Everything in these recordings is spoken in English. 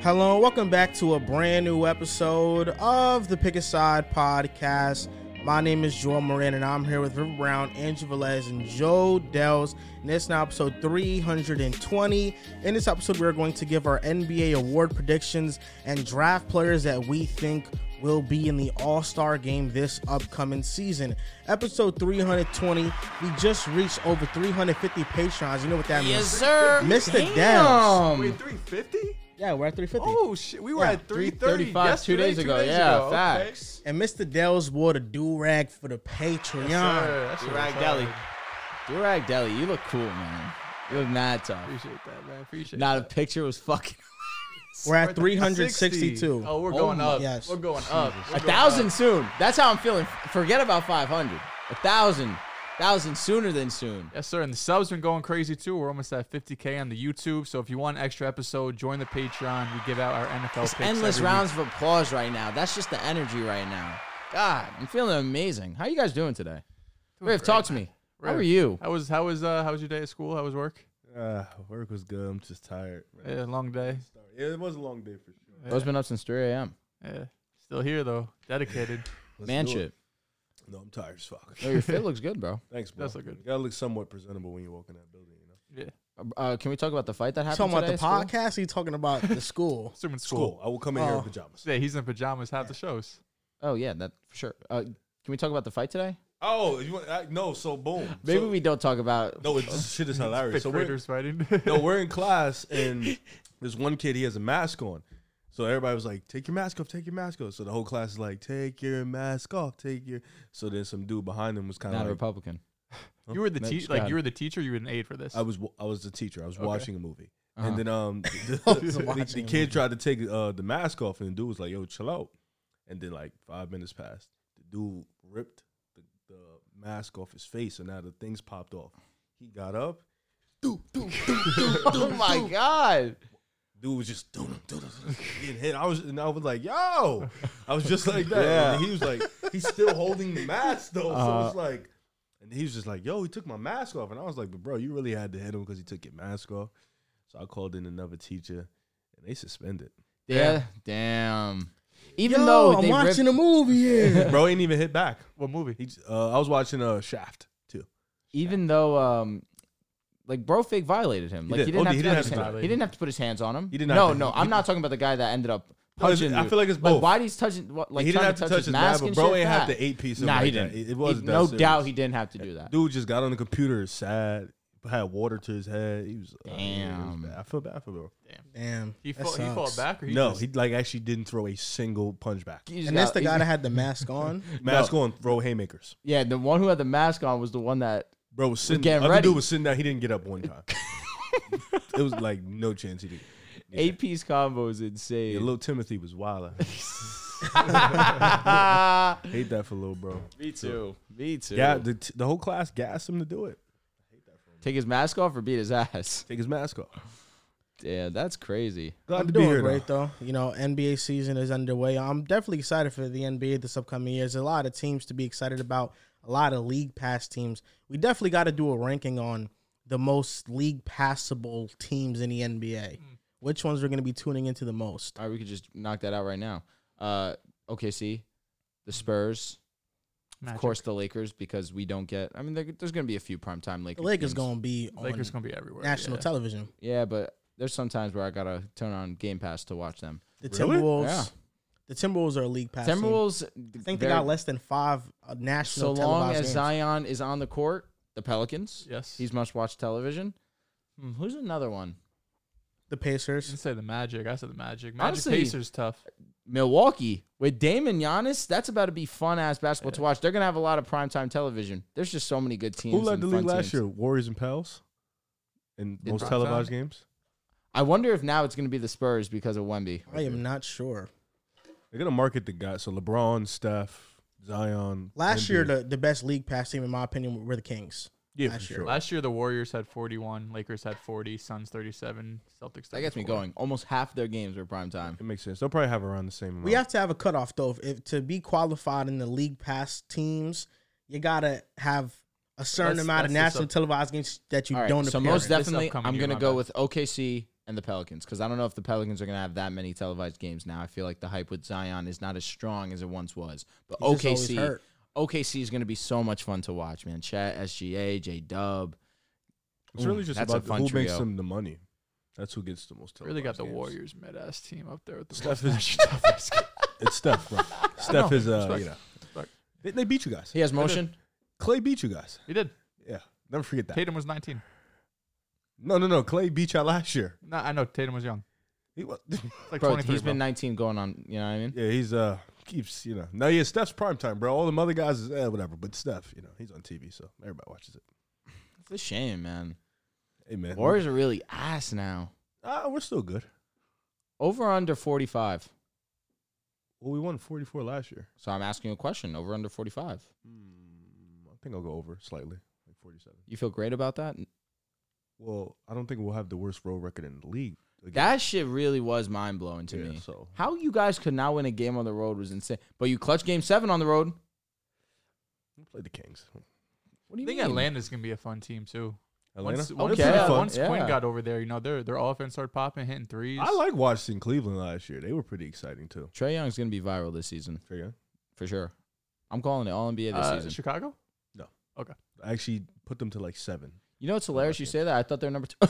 Hello, and welcome back to a brand new episode of the Pick a Side podcast. My name is Joel Moran, and I'm here with River Brown, Andrew Velez, and Joe Dells. And this is now episode 320. In this episode, we're going to give our NBA award predictions and draft players that we think will be in the All Star game this upcoming season. Episode 320. We just reached over 350 patrons. You know what that means? Yes, sir. Mr. Dells. Wait, 350? Yeah, we're at 350. Oh shit, we were Yeah, at 330 335 two days ago. Yeah, okay. facts. And Mr. Dells wore the do rag for the Patreon. Sir, that shit was Durag hard. Deli. Durag Deli, you look cool, man. You look mad tough. Appreciate that, man. Appreciate Not a that. picture was fucking We're at Worth it. 362. Oh, Oh we're going my- up. yes. We're going up. We're a going thousand up. soon. That's how I'm feeling. Forget about 500. A thousand, thousand sooner than soon. Yes, sir. And the subs been going crazy too. We're almost at 50k on the YouTube. So if you want an extra episode, join the Patreon. We give out our NFL It's picks endless every week. rounds of applause right now. That's just the energy right now. God, I'm feeling amazing. How you guys doing today? Riv, talk to me. How Riv. are you? How was how was uh how was your day at school? How was work? Uh, work was good. I'm just tired. Man. Yeah, long day. Yeah, it was a long day for sure. I've been up since 3 a.m. Yeah. Still here though. Dedicated. Let's Man do it. shit. No, I'm tired as fuck. No, your fit looks good, bro. Thanks, bro. That's not good. You gotta look somewhat presentable when you walk in that building. You know, Yeah. Uh, can we talk about the fight that You happened talking about today the at school? podcast? Or you talking about the school? Still in school. school. I will come in here Oh. in pajamas. Yeah, he's in pajamas half the shows. Oh yeah, that for sure. Uh, can we talk about the fight today? Oh, you want, I, no. So boom. Maybe So- we don't talk about. No, it's, this shit is hilarious. Fifth So we're, graders fighting. no, we're in class and there's one kid. He has a mask on. So everybody was like, "Take your mask off! Take your mask off!" So the whole class is like, "Take your mask off! Take your." So then some dude behind him was kind not of a like, Republican. Huh? You were the Next te- like guy. you were the teacher. You were an aide for this. I was wa- I was the teacher. I was watching a movie, Uh-huh. and then um, the, was the- watching the a kid tried to take uh the mask off, and the dude was like, "Yo, chill out." And then like five minutes passed, the dude ripped the, the mask off his face, and now the things popped off. He got up. Doo, doo, doo, doo, oh my god! dude was just doo, doo, doo, doo, getting hit. I was and I was like, "Yo," I was just like that. And he was like, he's still holding the mask though, so Uh-huh. it's like. And he was just like, "Yo, he took my mask off," and I was like, "But bro, you really had to hit him because he took your mask off." So I called in another teacher, and they suspended. Yeah, damn. Even Yo, though I'm they watching ripped, a movie here. bro ain't even hit back. what movie? He, j- uh, I was watching uh, Shaft too. even though um, like Brofig violated him. Like he did. didn't, Oh, have, he to put didn't his have to hand- violate He him. didn't have to put his hands on him. He did not No, have to- no, I'm not talking about the guy that ended up No, it's- punching. I you. feel like it's both. why he's touching? What, like he didn't trying have to to touch, touch his his mask mask, but and bro shit? ain't have Nah. to eight piece him Nah, he like that. didn't. It- it wasn't that No doubt serious. he didn't have to do that. Dude just got on the computer, sad, had water to his head. He was uh, yeah, it was Damn. bad. I feel bad for bro. Damn. He that fought, he sucks. fought back or he no, just- he like actually didn't throw a single punch back. He just And that's got- the he guy just- that had the mask on. Mask on, throw haymakers. Yeah, the one who had the mask on was the one that Bro was sitting. getting Other ready. dude was sitting down. He didn't get up one time. it was like no chance he did. eight piece combo is insane. Yeah, little Timothy was wild. Hate that for little bro. Me too. Me too. Yeah, the, t- the whole class gassed him to do it. Take his mask off or beat his ass. Take his mask off. Yeah, that's crazy. Glad I'm to be doing here. great though. though. You know, NBA season is underway. I'm definitely excited for the NBA this upcoming year. There's a lot of teams to be excited about. A lot of league pass teams. We definitely got to do a ranking on the most league passable teams in the NBA. Which ones we're going to be tuning into the most? All right, we could just knock that out right now. Uh, OKC, the Spurs, of Magic. course the Lakers because we don't get. I mean, there, there's going to be a few primetime Lakers. The Lakers games. going to be on Lakers gonna be everywhere. national yeah. television. Yeah, but there's some times where I gotta turn on Game Pass to watch them. The Really? Timberwolves. Yeah. The Timberwolves are a league pass. team. Timberwolves. I think they got less than five uh, So national. long televised as games. Zion is on the court, the Pelicans. Yes. He's must watch television. Hmm, who's another one? the I didn't Pacers. say the Magic. I said the Magic. Magic Honestly- Pacers tough. Milwaukee with Damon Giannis, that's about to be fun ass basketball to watch. They're gonna have a lot of primetime television. There's just so many good teams. Who led and the league fun last teams. year? Warriors and Pels, in most prime televised time? games. I I wonder if now it's going to be the Spurs because of Wemby. I am not sure. They're gonna market the guy. So LeBron, Steph, Zion. Last Embiid. yeere the, the best league pass team, in my opinion, were the Kings. yeah, last for year. sure. Last year the Warriors had 41, Lakers had 40, Suns 37, Celtics. 34. That gets me going. Almost half their games were prime time. It makes sense. They'll probably have around the same amount. We have to have a cutoff though. If, if to be qualified in the league pass teams, you gotta have a certain That's- amount of that's the nationally televised games that you All right, don't. so appear most in. def- This definitely, upcoming I'm year, going to my go bad. with OKC and the Pelicans because I don't know if the Pelicans are going to have that many televised games now. I feel like the hype with Zion is not as strong as it once was. But He's just always OKC, hurt. OKC is going to be so much fun to watch, man. Chat, SGA, J Dub. It's really just That's a about the- fun who makes trio. them the money. That's who gets the most. Really got televised the games. Warriors mid ass team up there with the Steph most is- toughest. It's Steph, bro. Steph No, is uh, respect. you know, they, they beat you guys. He has motion. Clay beat you guys. He did. Yeah, never forget that. Tatum was 19. No, no, no. Clay beat y'all last year. No, I know Tatum was young. He was, It's like Bro, 23. he's bro. been 19 going on, you know what I mean? yeah, he's uh keeps you know. No, yeah, Steph's prime time, bro. All them other guys is eh, whatever, but Steph, you know, he's on TV, so everybody watches it. It's a shame, man. Hey man, Warriors are really ass now. Ah, we're still good. Over or under 45. Well, we won 44 last year. So I'm asking a question. Over under 45. Mm, I think I'll go over slightly, like 47. You feel great about that? Well, I don't think we'll have the worst road record in the league. again. That shit really was mind blowing to Yeah, me. so- How you guys could not win a game on the road was insane. But you clutch game seven on the road. we played the Kings. What do I you think mean? Atlanta's gonna be a fun team too. Atlanta. Once, once, Okay. uh, Oh, Fun. once Quinn Yeah. got over there, you know their their offense started popping, hitting threes. I like Washington, Cleveland last year. They were pretty exciting too. Trey Young's gonna be viral this season Trey Young. for sure. I'm calling it all NBA this uh, season. Chicago. I actually put them to like seven. You know it's Oh, hilarious. You say that. I thought they're number two.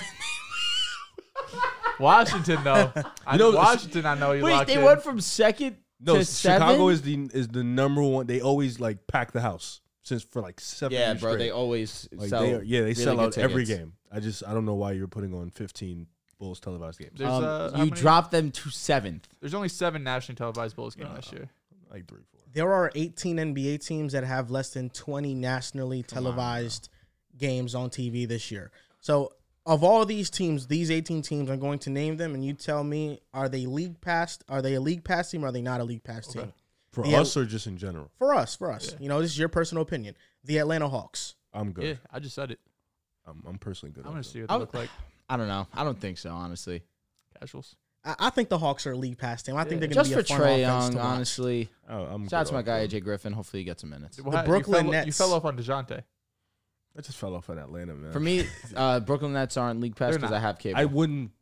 Washington though, I You know, know Washington. I know you Wait, locked they in. went from second No, to Chicago seven? is the is the number one. They always like pack the house since for like seven. Yeah, years bro. straight. They always Like, sell. they are- yeah, they really sell good out every tickets. game. I just I don't know why you're putting on 15 Bulls televised games. There's, Um, uh, how you many- drop them to seventh. There's only seven nationally televised Bulls games last year. Like three, four. there are 18 NBA teams that have less than 20 nationally televised games on TV this year. So, of all these teams, these 18 teams, I'm going to name them, and you tell me: Are they league passed? Are they a league pass team? Or are they not a league pass team? For Yeah. us or just in general, For us, for us, you know, this is your personal opinion. The Atlanta Hawks. I'm good. Yeah, I just said it. I'm, I'm personally good. I'm on gonna them. see what they I'm- look like. I don't know. I don't think so, honestly. Casuals. I, I think the Hawks are a league pass team. I think they're going Just to be for a fun Trey offense Young, to watch. honestly. Oh, I'm Shout out to good my on guy them. AJ Griffin. Hopefully he gets some minutes. Well, you Brooklyn fell- You Nets- fell off on Dejounte. I just fell off on Atlanta, man. For me, uh, Brooklyn Nets aren't league pass They're because not. I have cable. I wouldn't.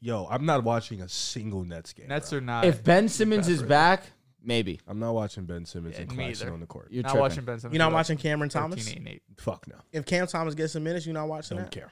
Yo, I'm not watching a single Nets game. Nets bro. are not. if Ben Simmons is back, maybe I'm not watching Ben Simmons Yeah, and me Claxton either. on the court. you're not tripping. watching Ben Simmons. You're not be like watching Cameron Thomas. 13, eight, and eight. Fuck no, If Cam Thomas gets some minutes, you're not watching don't that. care,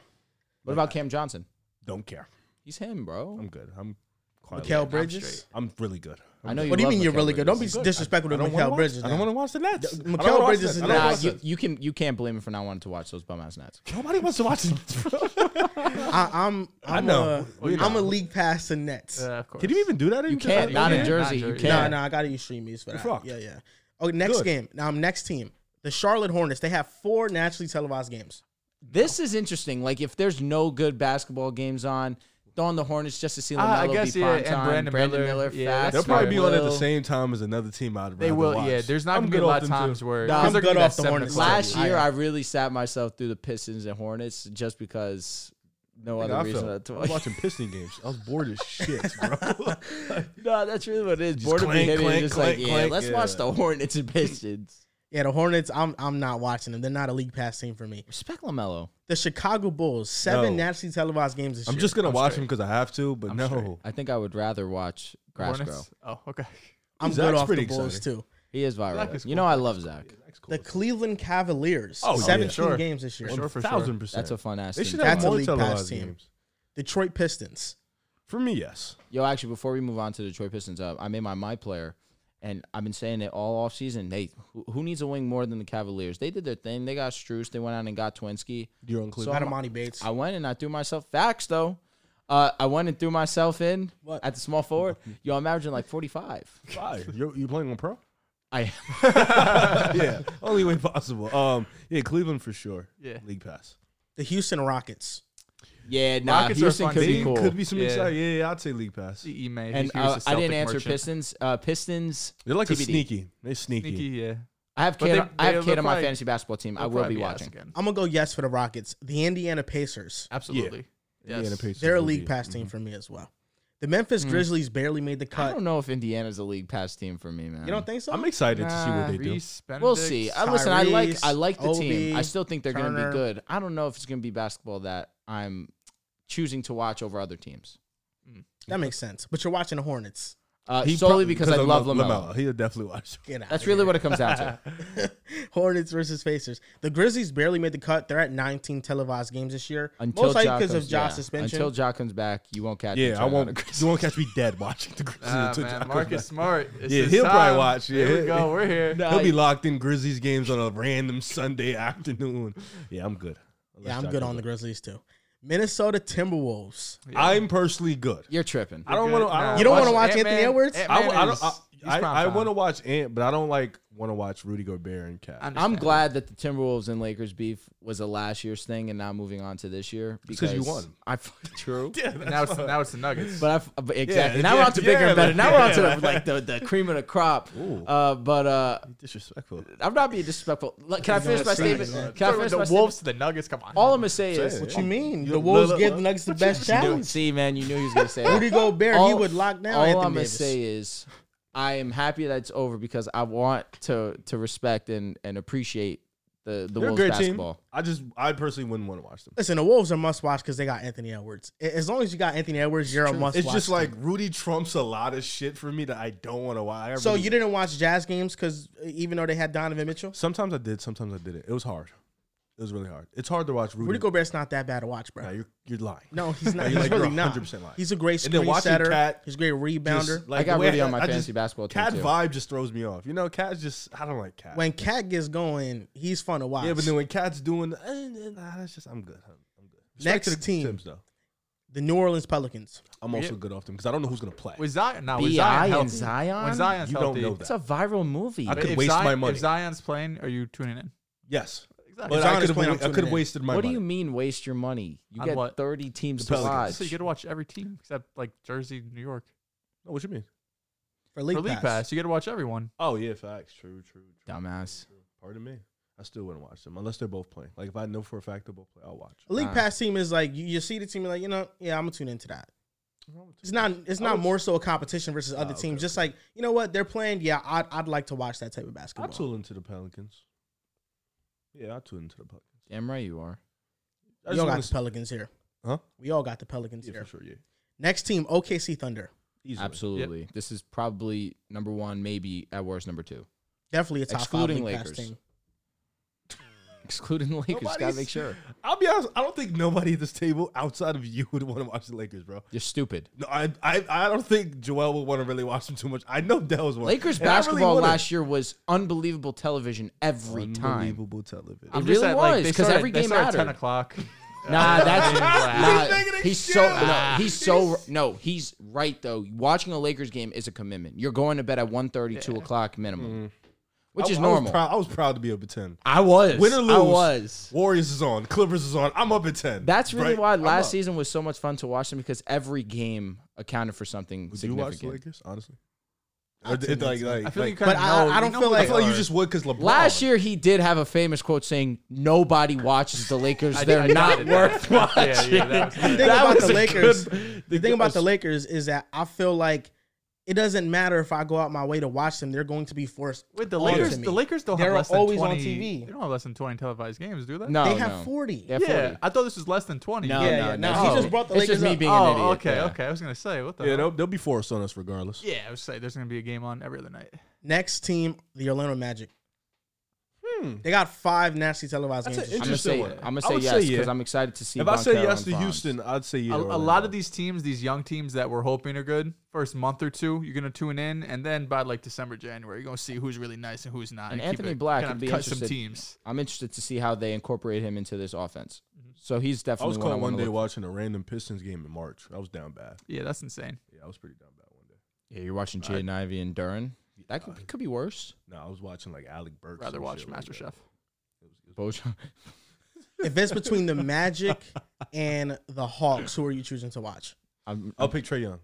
What about Cam Johnson? don't care. He's him, bro. I'm good. I'm quietly. Mikael I'm Bridges. straight. I'm really good. I'm I know good. you. What do you love mean you're Mikal really good? Don't be Bridges. good. disrespectful to I don't wanna Mikael watch- Bridges. I don't now. want to watch the Nets. D- I don't Mikael wanna watch Bridges the- is I don't Nah, wanna not- watch you, the- you can you can't blame him for not wanting to watch those bum ass Nets. Nobody wants to watch it. I, I'm I'm I know. A, We I'm know. a league pass to Nets. Uh, of course. Can you even do that? In You can't. Not in can't. Jersey. You Not Jersey. can't. No, no, I gotta use streamies for that. fucked. Yeah, yeah. Oh, next Good. game. Now, next team, the Charlotte Hornets. They have four nationally televised games. This is interesting. Like if there's no good basketball games on, throwing the Hornets just to see Lamelo Ah, I guess, be yeah, prime and time. Brandon Miller. fast. Yeah, that's They'll probably be on at the Will. same time as another team. I'd They rather will. watch. Yeah, there's not I'm gonna be a good lot off of them, too. times where Nah, because I'm they're good gonna be off that the seven Hornets. o'clock. Last I year, am. I really sat myself through the Pistons and Hornets just because no Like, other I reason. felt- to I was watching Piston games. I was bored as shit, bro. No, that's really what it is. Just Boredom clank, behavior. clank, just clank, like, yeah, clank, let's yeah. watch the Hornets and Pistons. Yeah, the Hornets. I'm I'm not watching them. They're not a league pass team for me. Respect Lamelo. The Chicago Bulls. Seven No. nationally televised games this I'm year. just gonna I'm watch straight. him because I have to, but I'm no. straight. I think I would rather watch Grass Grow. Hornets. Oh, okay. I'm Zach's good off the pretty Bulls exciting. too. He is viral. Zach is You cool. know I love Zach. The Cleveland Cavaliers. Oh, yeah, 17 sure. games this year. sure, for sure. thousand percent. That's a fun ass. They team. should have That's a more league pass televised team. games. Detroit Pistons. For me, yes. Yo, actually, before we move on to Detroit Pistons, uh, I made my my player, and I've been saying it all offseason. They who, who needs a wing more than the Cavaliers? They did their thing. They got Struess. They went out and got Twinsky. You're on So Cleveland. out of Monty Bates. I went and I threw myself facts though. Uh, I went and threw myself in What? at the small forward. Yo, I'm averaging like 45. Why? You're, you playing on pro? I yeah, only way possible. Um, yeah, Cleveland for sure. Yeah. league pass. the Houston Rockets. Yeah, nah, Rockets are Houston fun could be team. cool. Could be some Yeah. exciting. Yeah, yeah, I'd say league pass. CE may. and he's uh, a I didn't Celtic answer merchant. Pistons. Uh, Pistons. They're like a TBD. sneaky. They're sneaky. Sneaky, yeah. I have But Kate. they- on- I have they'll Kate on my probably- fantasy basketball team. I They'll will be probably ass watching. again. I'm gonna go yes for the Rockets. The Indiana Pacers. Absolutely. Yes. Indiana Pacers They're a would league be- pass team for me as well. The Memphis Grizzlies barely made the Mm-hmm. Mm. I cut. don't know if Indiana's a league pass team for me, man. you don't think so? I'm excited to see what they do. Reese, Benedict, We'll see. I, listen, I like I Tyrese, like the team. I Obi, still think they're going to Turner. be good. I don't know if it's going to be basketball that I'm choosing to watch over other teams. that makes sense. But you're watching the Hornets. Uh, He solely prob- because I love Lam- Lamelo. He'll definitely watch. Get out. That's really what it comes down to. Hornets versus Pacers. The Grizzlies barely made the cut. They're at 19 televised games this year, Until most likely Ja because comes- of Josh yeah. suspension. Until Ja comes back, you won't catch. me Yeah, I turning on a won't. Grizzlies. You won't catch me dead watching the Grizzlies. Ah, until man, Jack Marcus comes back. Smart. It's Yeah, his he'll probably time. watch, Here yeah. we go. We're here. No, He'll be I- locked in Grizzlies games on a random Sunday afternoon. Yeah, I'm good. yeah, I'm good on the Grizzlies too. Minnesota Timberwolves. I'm personally good. You're tripping. I don't want to. You don't wanna watch Anthony Edwards? I, I, don't- I, I, I want to watch Ant, but I don't like want to watch Rudy Gobert and Cat. I'm glad that the Timberwolves and Lakers beef was a last year's thing and now moving on to this year because 'cause you won. I f- true. Yeah, Now it's now it's the Nuggets. But I f- but exactly. now yeah, we're on to bigger yeah, and better. like- Now we're on to yeah. the, like the, the cream of the crop. Ooh. Uh, but uh, disrespectful. I'm not being disrespectful. Look, Can I finish my it's not. statement? Can I Talking finish about my the statement? Wolves to the Nuggets. Come on. All I'm gonna say is Say What you mean? You the don't Wolves love- give the Nuggets the best Dude, challenge. see, man, you knew he was gonna say that. Rudy Gobert, he would lock down All Anthony I'm Davis. gonna say is, I am happy that it's over because I want to to respect and and appreciate the the They're a Wolves great basketball. team. I just, I personally wouldn't want to watch them. Listen, the Wolves are must watch because they got Anthony Edwards. A- As long as you got Anthony Edwards, you're a must It's watch. just like Rudy trumps a lot of shit for me that I don't want to watch. I so really- you didn't watch Jazz games because even though they had Donovan Mitchell, Sometimes I did, sometimes I didn't. It was hard. It was really hard. It's hard to watch Rudy. Rudy Gobert's not that bad to watch, bro. Nah, you're, you're lying. No, he's not. You're He's like- really you're not. 100% lying. He's a great And then screen watching setter. Cat he's a great Just, rebounder. like, I got the way Rudy on my just- fantasy basketball team, Cat too. vibe just throws me off. You know, Cat's just I don't like Cat. when Cat gets going, he's fun to watch. yeah, but then when Cat's doing, eh, eh, nah, that's just I'm good. I'm, I'm good. Next to the team. Timbs, though. the New Orleans Pelicans. I'm also good off them because I don't know who's gonna play. With Zion, now with Bi Zion, and healthy- Zion? When Zion's You don't healthy, know It's that. a viral movie. I could if waste Zion- my money. If Zion's playing, are you tuning in? yes, Exactly. but Zion I is could playing, I'm have I tuning could in. have wasted my what do money. you mean waste your money? You On get what? 30 teams The to watch. Pelicans. so you get to watch every team except like Jersey, New York. Oh, what you mean? For league, For league pass. pass. you get to watch everyone. Oh yeah, facts. True, true. true. Dumbass. Pardon me. I still wouldn't watch them unless they're both playing. Like if I know for a fact they're both playing, I'll watch. A league Nah. pass team is like you, you see the team, you're like you know, yeah, I'm gonna tune into that. It's not. It's I not would- Ah, more so a competition versus other okay, teams. Just like you know what they're playing. Yeah, I'd, I'd like to watch that type of I basketball. tune into the Pelicans. Yeah, I tune into the Pelicans. Damn right you are. I We just all wanna got the s- Pelicans here. Huh? We all got the Pelicans Yeah, here. for sure. Yeah, Next team, OKC Thunder. easily. Absolutely. This is probably number one, maybe at worst number two. Definitely a top Excluding five league pass Lakers. team. Excluding the Lakers. Gotta Nobody's- make sure. I'll be honest. I don't think nobody at this table outside of you would want to watch the Lakers, bro. You're stupid. No, I, I, I don't think Joel would want to really watch them too much. I know Dell's one. Lakers basketball last year was unbelievable television every time. Unbelievable television. I'm- I'm just really at, like, was, they 'cause start at- every they game start at Ten mattered. o'clock. Nah, that's Wow. nah, He's making he's so excuses. no, he's so no, he's right though. Watching a Lakers game is a commitment. You're going to bed at 1.30, 2 o'clock minimum, which is Mm-hmm. I- I was normal. prou- I was, proud to be up at ten. I was Win or lose, I was. Warriors is on. Clippers is on. I'm up at ten. That's really Right? why I'm last up. season was so much fun to watch them because every game accounted for something Would you watch the significant. Lakers? Honestly, I'll Or d- tune it, like, into like, I feel like- you kind But of I- know. I don't you know feel what I like- feel like you just would because LeBron. Last year, he did have a famous quote saying, "Nobody watches the Lakers; I did- they're I did not that. worth watching." Yeah, yeah, that was- The thing That about was the a Lakers, good- the thing about the Lakers is that I feel like it doesn't matter if I go out my way to watch them; they're going to be forced. Wait, the on Lakers, to me. the Lakers don't They're have less always than on 20. TV. They don't have less than 20 televised games, do they? No, they have no. forty. They have Yeah, 40. I thought this was less than 20. No, Yeah, no, yeah, no. no, he just brought the Oh. it's Lakers just me up. being oh, an idiot. okay, yeah. okay. I was gonna say what the yeah, hell? they'll, they'll be forced on us regardless. Yeah, I would say there's gonna be a game on every other night. Next team, the Orlando Magic. Hmm. They got five nasty televised That's games. an I'm gonna say, Interesting I'm one. gonna I say would yes say because yeah. I'm excited to see. If I Von say Carroll yes and to Bonds. Houston, I'd say yeah. a, to a Orlando. lot of these teams, these young teams that we're hoping are good, first month or two, you're gonna tune in, and then by like December, January, you're gonna see who's really nice and who's not. And keep Anthony it- Black kinda would be cut some interested. teams. I'm interested to see how they incorporate him into this offense. So he's I definitely was one I caught one want day to look. watching a random Pistons game in March. I was down bad. Yeah, that's insane. Yeah, I was pretty down bad one day. Yeah, you're watching Jaden Ivey and Duran. That could, could be worse. No, I was watching like Alec Burks. Rather and watch shit like MasterChef. that. Bojan. if it's between the Magic and the Hawks, who are you choosing to watch? I'm, I'll pick Trey Young.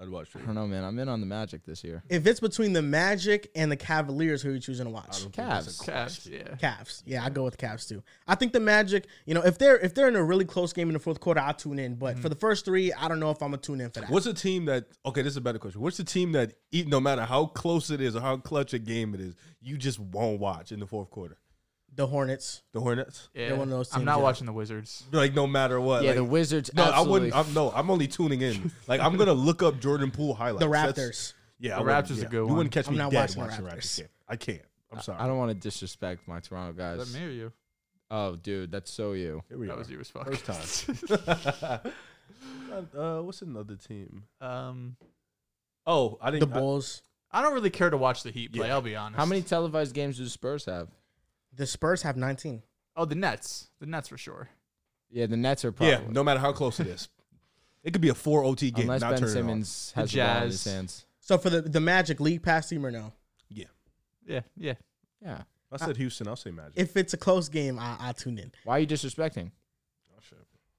I'd watch Trey. I don't know, man. I'm in on the Magic this year. If it's between the Magic and the Cavaliers, who are you choosing to watch? Cavs. Cavs, yeah. Cavs. Yeah, I go with Cavs too. I think the Magic, you know, if they're if they're in a really close game in the fourth quarter, I'll tune in. But for the first three, I don't know if I'm gonna tune in for that. What's a team that? Okay, this is a better question. What's a team that, e- no matter how close it is or how clutch a game it is, you just won't watch in the fourth quarter? the Hornets. The Hornets. yeah. They're one of those I'm teams, not yeah. watching the Wizards. Like no matter what. Yeah, like- the Wizards. No, I absolutely wouldn't. I'm, no, I'm only tuning in. Like I'm gonna look up Jordan Poole highlights. The Raptors. That's- yeah, The I wouldn't, Raptors yeah. a good You one. wouldn't catch I'm me not dead watching the watching the Raptors. Raptors. game. I can't. I'm sorry. I don't want to disrespect my Toronto Is that guys. me or you? Oh, dude, that's so you. Here we That are. was you as fuck. First time. uh, what's another team? um, Oh, I The didn't. I- Bulls. I don't really care to watch the Heat play. Yeah. I'll be honest. How many televised games do the Spurs have? The Spurs have 19. Oh, the Nets. The Nets for sure. Yeah, the Nets are probably. yeah, no matter how close it is, it could be a four OT game. unless not Ben turning it on. Simmons The has the ball in his Jazz. hands. So for the the Magic league pass team or no? Yeah, yeah. Yeah. I said Houston. I'll say Magic. If it's a close game, I I tune in Why are you disrespecting?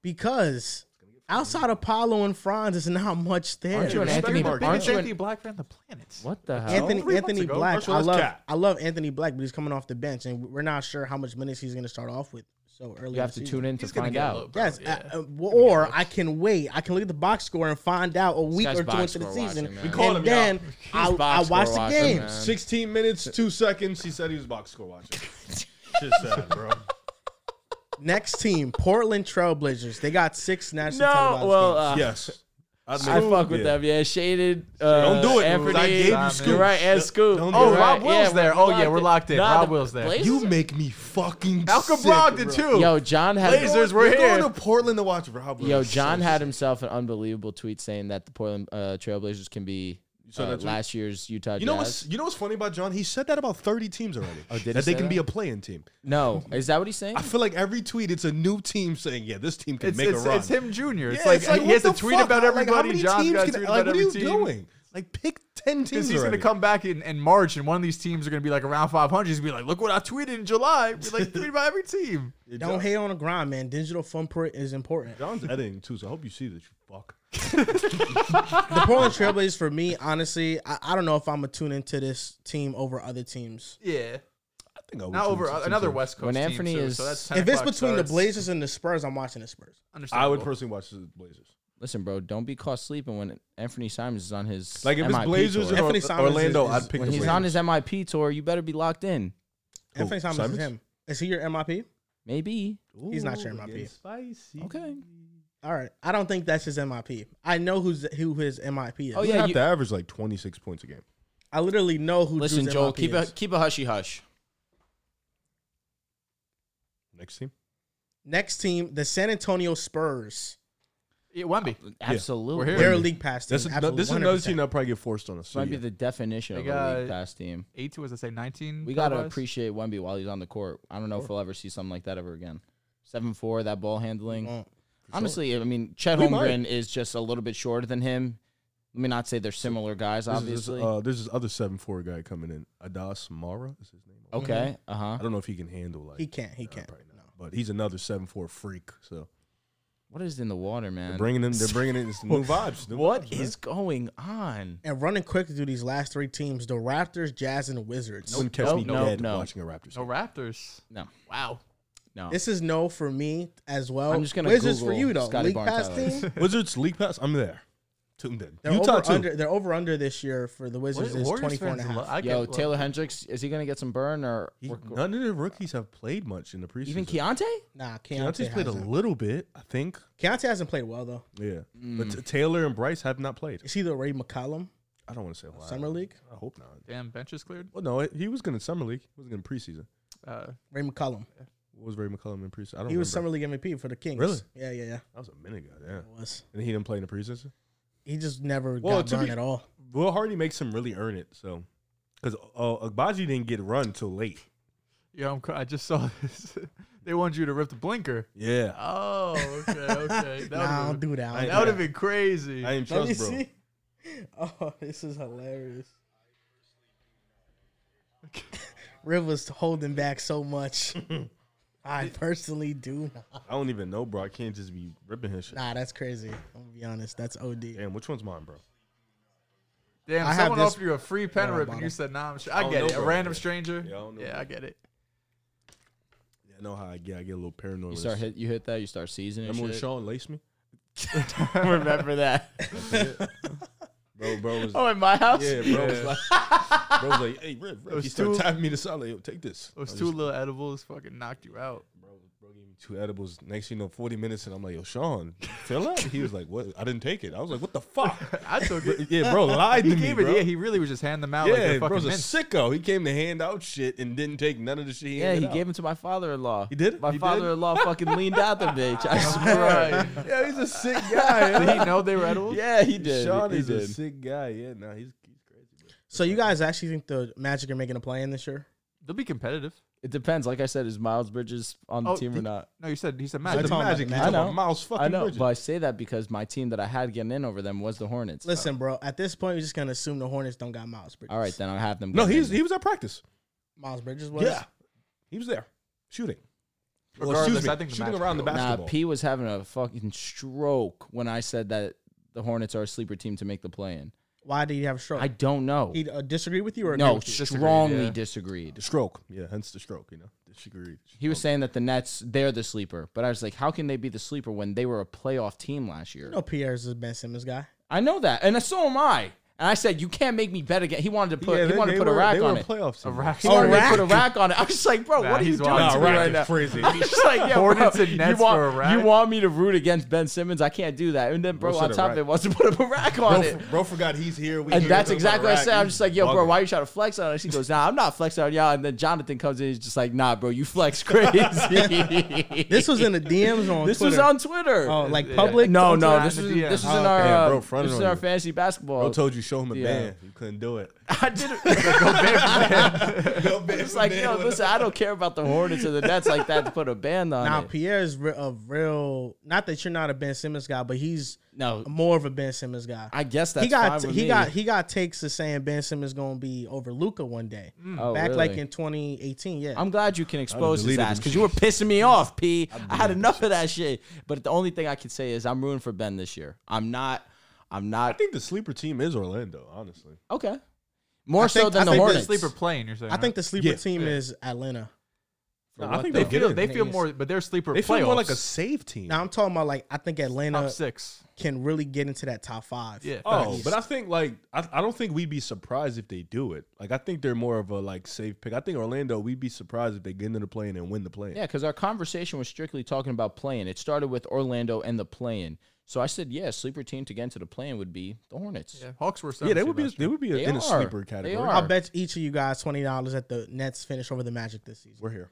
because outside Apollo and Franz, it's not much there. Aren't you an Respect Anthony- the aren't biggest you an- Anthony Black ran the planet. What the hell? Anthony Three months Anthony ago. Black. First of I all, that's love Cat. I love Anthony Black, but he's coming off the bench, and we're not sure how much minutes he's going to start off with. So early, you have to tune in to He's gonna find get out. low, bro. Yes, Yeah. uh, uh, w- or I can wait. I can look at the box score and find out a week guy's or two box into the score season, watching, man. We and called him, then I, He's I box watch score the watching, game. man. 16 minutes, two seconds. He said he was box score watching. Shit sad, bro. Next team, Portland Trailblazers. They got six national No, televised well, games. uh, Yes. I'd I make- fuck with yeah. them. Yeah, shaded. Uh, Don't do it. Anthony, I gave you Simon. scoops. You're right, and Don't- Scoop. don't Oh, do it. You're Rob right. Yeah, Will's there. Oh, yeah, we're locked in. Nah, Rob the Will's there. Blazers You are- make me fucking Malcolm sick, Brogdon bro. too. Yo, John had. Blazers were We're here. going to Portland to watch Rob. Yo, John had himself an unbelievable tweet saying that the Portland uh, Trailblazers can be saw uh, that tweet? last year's Utah You know Jazz. what's you know what's funny about John? He said that about 30 teams already. Oh, did he that they say can be that? a playing team. No, is that what he's saying? I feel like every tweet, it's a new team saying, "Yeah, this team can It's, make it's, a run." it's him junior. It's Yeah, like, he what has to the tweet fuck? about Like, how everybody. many John's teams got to can- tweet like, about every What are team. you doing? Like, pick 10 teams. Because he's going to already. come back in, in March and one of these teams are going to be like around 500. He's going to be like, look what I tweeted in July. We like tweet about every team. Don't hate on the grind, man. Digital footprint is important. John's editing too, so I hope you see that you fuck. The Portland Trailblazers, for me, honestly, I, I don't know if I'm gonna tune into this team over other teams. Yeah. I think I would Now choose over uh, some another teams. West Coast When team, Anthony too, is- so that's 10 If it's o'clock between the starts. Blazers and the Spurs, I'm watching the Spurs. I would Understandable. personally watch the Blazers. Listen, bro, don't be caught sleeping when Anthony Simons is on his Like if it's MIP Blazers tour. or Anthony Simons Orlando, is- I'd is- pick when the he's Blazers. on his MIP tour, you better be locked in. Who, Anthony Simons Simons? is him. Is he your MIP? Maybe. He's not sharing my getting pick. Spicy. Okay. All right. I don't think that's his MIP. I know who's who his MIP is. Oh, Oh yeah, yeah, have you- to average like 26 points a game. I literally know who. Listen, Drew's Joel, MIP keep is. a keep a hushy hush. Next team. Next team, the San Antonio Spurs. Yeah, Wemby. Absolutely. We're here. They're a Wemby. league pass team. That's a, absolutely, this is another team 100%. that probably get forced on us. This so might yeah. be the definition They of a league got- pass team. 8 to, as I say, 19. We gotta otherwise? appreciate Wemby while he's on the court. I don't know if we'll ever see something like that ever again. Seven four, that ball handling. Mm. Honestly, I mean, Chet We might. Holmgren is just a little bit shorter than him. Let me not say they're similar guys, This is- obviously. This, uh, there's this other seven four guy coming in. Adas Mara is his name. okay, uh huh. I don't know if he can handle like He can't. He uh, can't. probably not. But he's another seven four freak. So What is in the water, they're man? bringing in. They're bringing in it's new vibes. New What vibes, man. is going on? And running quick through these last three teams: the Raptors, Jazz, and the Wizards. Wouldn't catch Nope, me nope, dead no. watching a Raptors. No Raptors. No, Wow. no. This is no for me as well. I'm just gonna Wizards for Google you though. Scotty league Barnes pass highlights. team. Wizards league pass. I'm there. Tuned in. They're Utah over too. under. They're over under this year for the Wizards is 24 and a half. Yo, Taylor Hendricks, is he gonna get some burn or He- or- none of the rookies have played much in the preseason. even Keontae? Nah, Keontae, Deontay's played a hasn't. little bit, I think. Keontae hasn't played well though. Yeah, Mm. but t- Taylor and Bryce have not played. It's either Ray McCollum, I don't want to say why. summer league. I hope not. Damn, bench is cleared. Well, no, it, he was going to summer league. He was going to preseason. Uh, Ray McCollum. What was Ray McCollum in preseason? I don't. He was remember. summer league MVP for the Kings. Really? Yeah, yeah, yeah. That was a minute ago. Yeah, It was. and he didn't play in the preseason. He just never Well, got to burned be- at all. Will Hardy makes him really earn it. So, because uh, Agbaji didn't get run till late. yo, I'm, cr- I just saw this. they wanted you to rip the blinker. Yeah, Oh, okay, okay. Nah, That would don't have been, do that. I ain't that would've been crazy. I didn't Let me trust bro. see. Oh, this is hilarious. Riv was holding back so much. I personally do not. I don't even know, bro. I can't just be ripping his shit. Nah, that's crazy. I'm gonna be honest. That's OD. Damn, which one's mine, bro? Damn, I have someone this- offered you a free pen Yeah, rip and bottle. you said, nah, I'm sure. I don't get know it. A about random that. stranger. Yeah, I don't know Yeah, about I get it. Yeah, I know how I get. I get a little paranoid. You with start shit. hit. You hit that. You start seasoning. Remember when shit. Sean laced me? Remember that? Bro, bro was Oh, in my house. yeah, bro was like, bro was like, hey, Rip, Rip. was He started too- tapping me to solid. Yo, take this. Those I two just- little edibles fucking knocked you out. Bro, bro gave me two edibles. Next thing you know, 40 minutes, and I'm like, yo, Sean, fill up. He was like, what? I didn't take it. I was like, what the fuck? I took it. yeah, bro, lied He to me, gave it. bro. Yeah, he really was just handing them out like yeah, they're fucking bro's a mints. sicko. He came to hand out shit and didn't take none of the shit. Yeah, he handed gave out. him to my father-in-law. He did? My He did? father-in-law fucking leaned out the bitch. I swear. Right. Yeah, he's a sick guy. Did he know they were edibles? yeah, he did. Sean he is did. a sick guy. Yeah, nah, he's he's crazy, bro. So you guys actually think the Magic are making a play in this year? They'll be competitive. It depends. Like I said, is Miles Bridges on the Oh, team or did- not? No, you said he said I Like magic. the told him magic. that He's now. talking I know. about Miles fucking I know, Bridges. but I say that because my team that I had getting in over them was the Hornets. Listen, bro. At this point, we're just gonna assume the Hornets don't got Miles Bridges. All right, then I'll have them. no, get he's in. he was at practice. Miles Bridges was. Yeah, he was there shooting. Well, Regardless, excuse me, I think the shooting Magic around the will. basket. Nah, basketball. P was having a fucking stroke when I said that the Hornets are a sleeper team to make the play-in. Why did he have a stroke? I don't know. he uh, disagree with you or agree no, with you? Disagreed, strongly yeah. disagreed. the stroke. Yeah, hence the stroke. You know, the sugary. He was saying that the Nets, they're the sleeper. But I was like, how can they be the sleeper when they were a playoff team last year? No, Pierre's the Ben Simmons guy. I know that. And so am I. And I said, you can't make me bet again. He wanted to put Yeah, he they- wanted they to put were- a rack they were on a it. playoff team. He wanted rack? to put a rack on it. I was just like, bro, Nah, what are you he's doing wild. Nah, to me rack right is now? crazy. Just like, yeah, Hornets bro, and Nets you want, for a rack? You want me to root against Ben Simmons? I can't do that. And then, bro, Bro on said a top of rack. it, wants to put up a rack on bro, it. bro forgot he's here. We And here, that's talking exactly what about I said. rack. I'm just like, yo, bro, Bugging. why you trying to flex on us? He goes, nah, I'm not flexing on y'all. And then Jonathan comes in, he's just like, nah, bro, you flex crazy. This was in the DMs or on this Twitter? was on Twitter. oh, like Yeah. public. no, on no, Twitter this and was the DM. this was Oh, in our okay. Yeah, bro, uh, fronted this is on our you. fantasy basketball. Bro told you show him a Yeah. man. You couldn't do it. I did it. It's like, yo, listen, I don't care about the Hornets or the Nets like that to put a band on Now it. Pierre's re- a real. Not that you're not a Ben Simmons guy, but he's No, more of a Ben Simmons guy. I guess that's he got fine with he me. got he got takes of saying Ben Simmons gonna be over Luca one day. Oh, Back really? like in 2018, yeah. I'm glad you can expose his deleted ass them because you were pissing me off, P. I had enough of that shit. But the only thing I can say is I'm rooting for Ben this year. I'm not. I'm I not. think the sleeper team is Orlando, honestly. Okay. More I so think- I think than the the Hornets. Hornets. Sleeper plane, you're saying. I think the sleeper Yeah. team is Atlanta. For I what think though? they they'll get feel in. they feel Yes. more, but they're sleeper They feel playoffs. more like a save team. Now I'm talking about like I think Atlanta top six. can really get into that top five. Yeah. oh, facts. but I think like I, I don't think we'd be surprised if they do it. Like I think they're more of a like safe pick. I think Orlando we'd be surprised if they get into the plane and win the plane. Yeah, because our conversation was strictly talking about playing. It started with Orlando and the playing. So I said, yeah, sleeper team to get into the playing would be the Hornets. yeah. Hawks were. Yeah, they would be last they would be They in are. a sleeper They category. are. I'll bet each of you guys twenty dollars that the Nets finish over the Magic this season. We're here.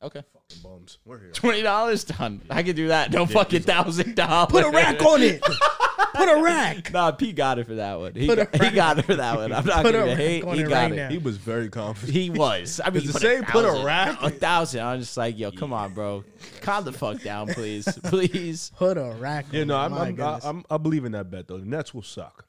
Okay. Fucking bums. We're here. Twenty dollars done. I can do that. No fucking thousand dollars. Put a rack on it. Put a rack. Nah, P got it for that one. He, Put a got, he rack- got it for that one. I'm not Put a gonna rack hate. on He it got right it. now. He was very confident. He was. I mean, 'Cause you to put say a, put a thousand, rack- a thousand. I'm just like, yo, come on, bro, calm the fuck down, please, please. Put a rack. Yeah, on no, it. I'm, Oh My I'm, I, goodness. I'm I believe in that bet though. The Nets will suck.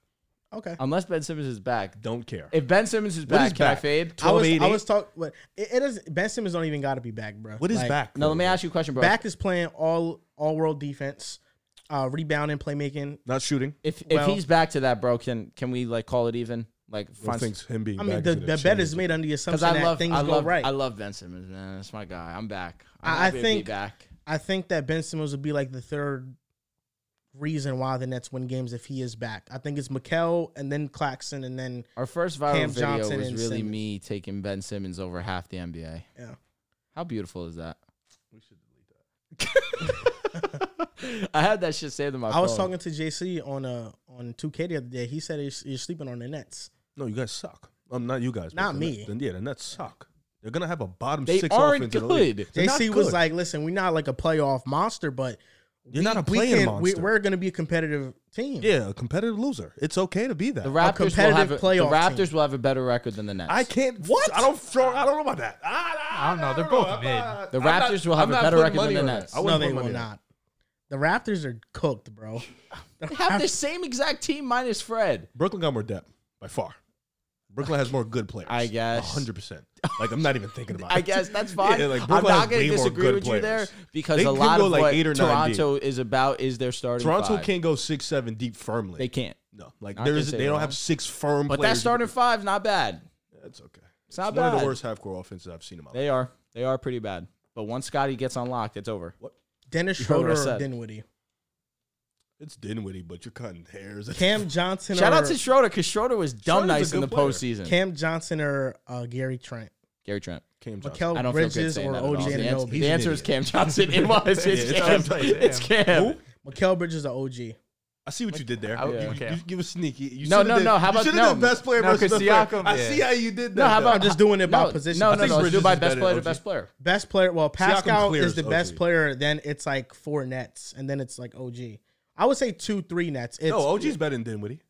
okay. Unless Ben Simmons is back. Don't care. If Ben Simmons is What back, is can I back? fade? I was I 1288? was talking. It, it is Ben Simmons don't even got to be back, bro. what is Like, back? No, let me though? ask you a question, bro. Back is playing all all world defense, uh, rebounding, playmaking. Not shooting. If if Well- he's back to that, bro, can can we like call it even? Like, I find think him being I mean, back the, is gonna the bet change is it. made under the assumption because I that love things I love go right. I love Ben Simmons, man. That's my guy. I'm back. I'm I- I happy to be think- back. I think that Ben Simmons would be like the third reason why the Nets win games if he is back. I think it's Mikel and then Claxton and then Our first viral Cam video Johnson was and really Simmons. me taking Ben Simmons over half the NBA. yeah. How beautiful is that? We should delete that. I had that shit saved in my I was phone. talking to JC on uh on 2K the other day. He said he's, you're sleeping on the Nets. No, you guys suck. Um, not you guys. but Not the me. Nets- Then yeah, the Nets suck. They're gonna have a bottom They six aren't offense. in the league. good. They're not JC was good. like, "Listen, we're not like a playoff monster, but "You're not a we playing can, we, monster. we're going to be a competitive team." yeah, a competitive loser. It's okay to be that. the Raptors will competitive have a, the playoff Raptors team. will have a better record than the Nets. I can't. What? I don't. Throw, I don't know about that. I, I don't know. They're both I'm mid. not- The I'm not- Raptors will have I'm a not better putting record than money the on that. Nets. I no, wouldn't they put will money on not. The Raptors are cooked, bro. They have the same exact team minus Fred. that. Brooklyn got more depth by far. Brooklyn has more good players. I guess. hundred percent. Like I'm not even thinking about. I it. guess that's fine. Yeah, like I'm Brooklyn not has going to way more disagree good with you there players. because They a could lot go of like what eight or nine deep. Toronto is about is their starting. Toronto five. can't go six seven deep firmly. They can't. No, like I there can is. say They don't wrong. have six firm. But that players. starting five's not bad. That's okay. It's not one of bad. the worst half court offenses I've seen in my life. They are. They are pretty bad. But once Scotty gets unlocked, it's over. Dennis You heard what I Schroeder or said. Dinwiddie. It's Dinwiddie, but you're cutting hairs. Cam Johnson Shout or out to Schroeder because Schroeder was dumb Schroeder's a nice in good the player. postseason. Cam Johnson or uh, Gary Trent. Gary Trent. Cam Johnson. Mikel I don't feel good Bridges saying or that at all. OG The ans- Ananobi. The an answer is idiot. Cam Johnson. It was. It's Yeah, it's Cam. Cam Johnson. It's Cam. Mikel Bridges or OG. I see what you did there. I- You- yeah. you, Okay. you- you were sneaky. You No, should've no, did- no, how you about- should've no. done best player No, versus 'cause best player. Siakam, I yeah. see how you did that. No, how though. about I'm just doing it by no, position. No, I no, think no. Let's Bridges do by is best better player than to best player. Best player. Well, Pascal clears is the OG. best player. Then it's like four nets, and then it's like OG. I would say two, three nets. It's, No, OG's better than Dinwiddie.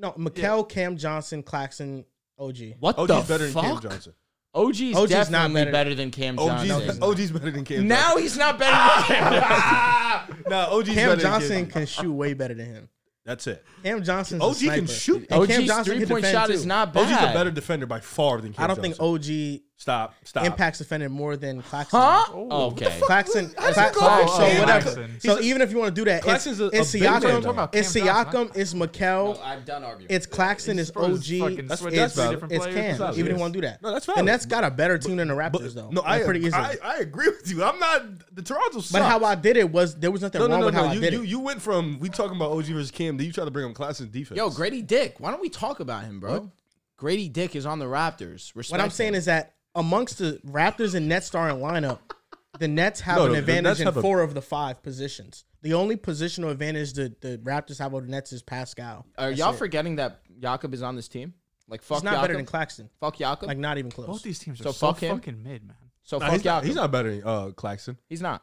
no Mikel, Cam Johnson, Claxton, OG. What OG's the better fuck? than Cam Johnson. OG's, OG's not definitely better. better. than Cam OG's, Johnson. OG's better than Cam now Johnson. he's not better than Cam Johnson. Now, OG's better Cam than Cam Johnson can shoot way better than him. That's it. Cam Johnson's OG OG can shoot. And Cam OG's Johnson can three point defend, shot too. is not bad. OG's a better defender by far than Cam I don't Johnson. think OG Stop. Stop. impacts defended more than Claxton. Huh? Oh, what the okay. Claxton, How's Cla- it going? Clarkson, Oh, whatever. Claxton. So even if you want to do that, it's, Claxton's a- a it's big man. I'm talking Siakam, about it's Cam Johnson. Siakam, it's Mikel, I've done arguing. it's Claxton, it's Spurs OG, is fucking it's, That's what- switching that's three valid. different it's players. Cam. It's valid. Even if you Yes. want to do that, No, that's And valid. that's got a better team than the Raptors, But, though. no, Like, I, pretty easily. I, I agree with you. I'm not. The Toronto sucks. but how I did it was there was nothing No, wrong no, no, with how no. I You, did you, it. you went from we talking about OG versus Cam. Then you try to bring up Claxton's defense. Yo, Grady Dick. Why don't we talk about him, bro? Grady Dick is on the Raptors. Respect What I'm saying is that amongst the Raptors and Nets starting lineup, the Nets have No, an the- the advantage Nets in have a- four of the five positions. The only positional advantage the, the Raptors have over the Nets is Pascal. are y'all forgetting that Jakob is on this team? Like fuck He's not better Jakob? than Claxton. Fuck Jakob. Like not even close. Both these teams are So so, fuck him. fucking mid, man. so Nah, fuck he's, not, Jakob. he's not better than uh, Claxton. He's not.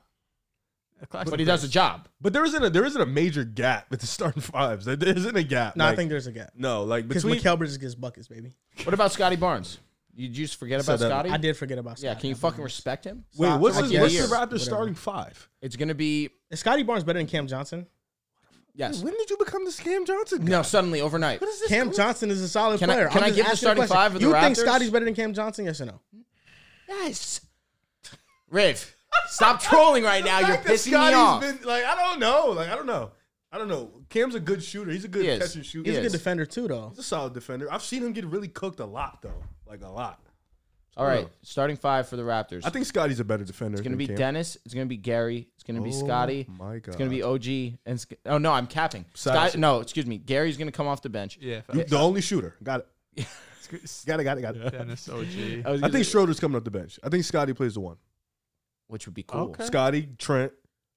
Claxton But he does a job. But there isn't a there isn't a major gap with the starting fives. There there isn't a gap. no, like, I think there's a gap. no, like Because between Mikael Bridges gets buckets, baby. What about Scotty Barnes? You you just forget about Said that- Scotty? I did forget about Scotty. Yeah, can you fucking respect him? wait, what's, Like his, the what's the year. Raptors starting five? It's gonna be Is Scotty Barnes better than Cam Johnson? yes. When did you become this Cam Johnson? guy? No, suddenly overnight. What is this? Cam Johnson is a solid Can I- player. can I'm I just give the asking a starting question. five of the you Raptors? think Scotty's better than Cam Johnson? Yes or no? Yes. Riv, stop trolling right now. You're Like that pissing me Scotty's off. been- like I don't know. Like I don't know. I don't know. Cam's a good shooter. He's a good He is. catch and shoot. He He's a Yes. good defender too, though. He's a solid defender. I've seen him get really cooked a lot though. Like a lot. All right, starting five for the Raptors. I think Scotty's a better defender. it's gonna be Dennis. It's gonna be Gary. It's gonna be Oh Scotty. my It's gonna be OG. And it's, oh no, I'm capping. Silas. Scott, no, excuse me. Gary's gonna come off the bench. Yeah, fuck. The only shooter. Got it. It's- Got it. Got it. Got it. Dennis OG. I, was I gonna think say- Schroeder's coming up the bench. I think Scotty plays the one. which would be cool. Okay. Scotty, Trent,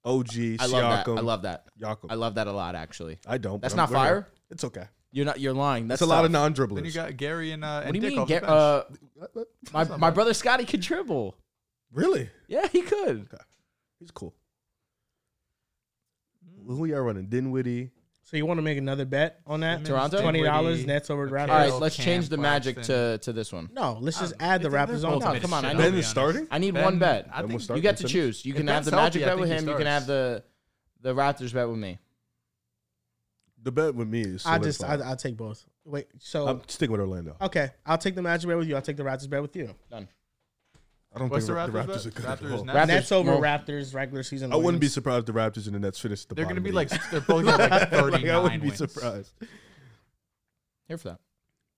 OG, Siakam. I love that. I love that. Siakam. I love that a lot. Actually, I don't. That's but I'm- not we're- fire? It's okay. you're not. You're lying. That's That's a lot tough. of non-dribblers. Then you got Gary and uh, What and do you Dick mean? off the Gar- bench. uh, my my brother Scotty could dribble. really? Yeah, he could. He's cool. Hmm. Who y'all running? Dinwiddie. So you want to make another bet on that? Toronto? twenty dollars Dinwiddie, Nets over the Mikal. Raptors. All right, Hill, let's Cam, change the magic Claxton. to to this one. No, let's Um, just add the Raptors on. both- No, come on, I know. Ben is starting. I need Ben- one bet. I Ben will think start. You get to Ben finishes? choose. You can If have the Ben's magic healthy, I bet with think he him. You can have starts. the the Raptors bet with me. The bet with me is. I just I, solidified. I'll take both. Wait, so I'm sticking with Orlando. okay, I'll take the Magic bet with you. I'll take the Raptors bet with you. Done. I don't What's think the the Raptors Raptors bet? are good. Raptors at all. now? Raptors- Nets over well, Raptors regular season. I wouldn't be wins. surprised if the Raptors and the Nets finish at the They're gonna bottom be of like the they're both like league. thirty Like, I nine wouldn't be wins. surprised. Here for that. All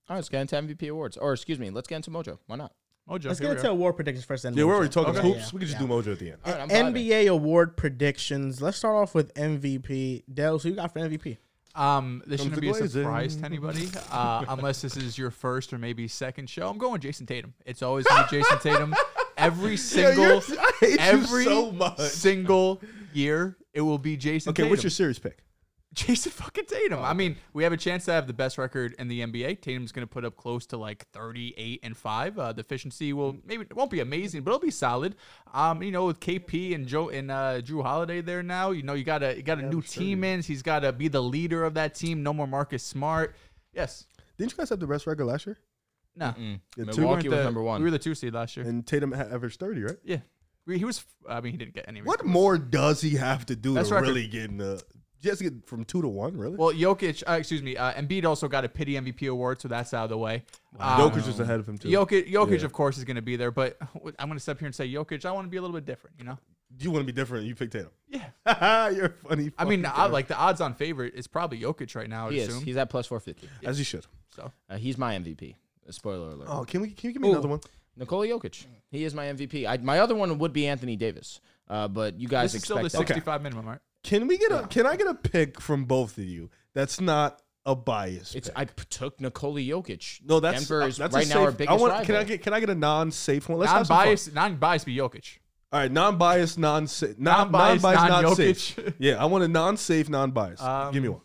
right, let's get into MVP awards, or excuse me, let's get into Mojo. Why not? Mojo, Let's get here we into are. award predictions first. Then Yeah, we're Mojo. already talking Okay. hoops. Yeah, we can just yeah. do Mojo at the end. All right, I'm vibing. NBA award predictions. Let's start off with MVP. Dale, who you got for MVP? Um, this Comes shouldn't the be a Blazers. surprise to anybody, uh, unless this is your first or maybe second show. I'm going Jason Tatum. It's always gonna be Jason Tatum. Every single, you're- I hate you every so much. single year, it will be Jason. Okay, Tatum. what's your series pick? Jason fucking Tatum. I mean, we have a chance to have the best record in the NBA. Tatum's going to put up close to like 38 and 5. Uh, the efficiency will maybe it won't be amazing, but it'll be solid. Um, you know, with KP and Joe and uh, Drew Holiday there now, you know, you got a you got a new team in. He's got to be the leader of that team. No more Marcus Smart. Yes. Didn't you guys have the best record last year? No. Yeah, two We weren't Milwaukee was the- number one. We were the 2 seed last year. and Tatum ha- averaged thirty, right? yeah. We, he was I mean, he didn't get any What rebounds. more does he have to do That's to record. really get in the you have to get from two to one, really? Well, Jokic, uh, excuse me, uh, Embiid also got a pity MVP award, so that's out of the way. Um, Jokic was ahead of him too. Jokic, Jokic Yeah. of course, is going to be there, but I'm going to step here and say, Jokic, I want to be a little bit different, you know? you want to be different? You pick Tatum. Yeah. You're a funny. I fucking mean, I, guy. like the odds-on favorite is probably Jokic right now. I would He is. assume. He's at plus 450. as you should. so Uh, he's my MVP. Uh, Spoiler alert. Oh, can we? Can you give me Ooh. another one? Nikola Jokic. He is my MVP. I, my other one would be Anthony Davis, uh, but you guys this is still expect the that. 65 minimum, right? Can we get a? Can I get a pick from both of you? That's not a bias. It's pick. I p- took Nikola Jokic. no, that's Denver uh, is that's a right now our safe- biggest I want, rival. Can I get? Can I get a non-safe one? Let's have some fun. Non-biased, non-biased be Jokic. All right, non-biased, non non-biased, Non-biased, non-safe. non-Jokic. yeah, I want a non-safe, non-biased. Um, Give me one.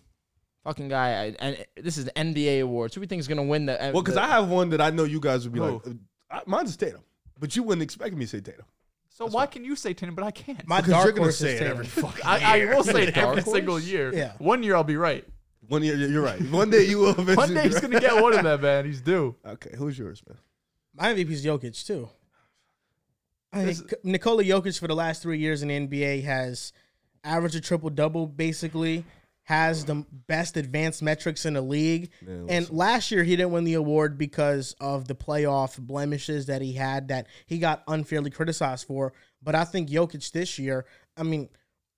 fucking guy? I, and this is the NBA awards. Who do you think is gonna win the? uh, Well, because the- I have one that I know you guys would be like, Who? uh, I- mine's is Tatum, but you wouldn't expect me to say Tatum. So why can you say 10, but I can't? My Because dark you're gonna horse is say it Tatum. every fucking I, I will say it Dark every horse? single year. Yeah. One year I'll be right. One year, you're right. One day you will. Eventually One day be he's right. gonna get one of them, man. He's due. Okay, who's yours, man? My MVP is Jokic too. I think Nikola Jokic for the last three years in the NBA has averaged a triple double, basically has the best advanced metrics in the league. and last year he didn't win the award because of the playoff blemishes that he had that he got unfairly criticized for. But I think Jokic this year, I mean.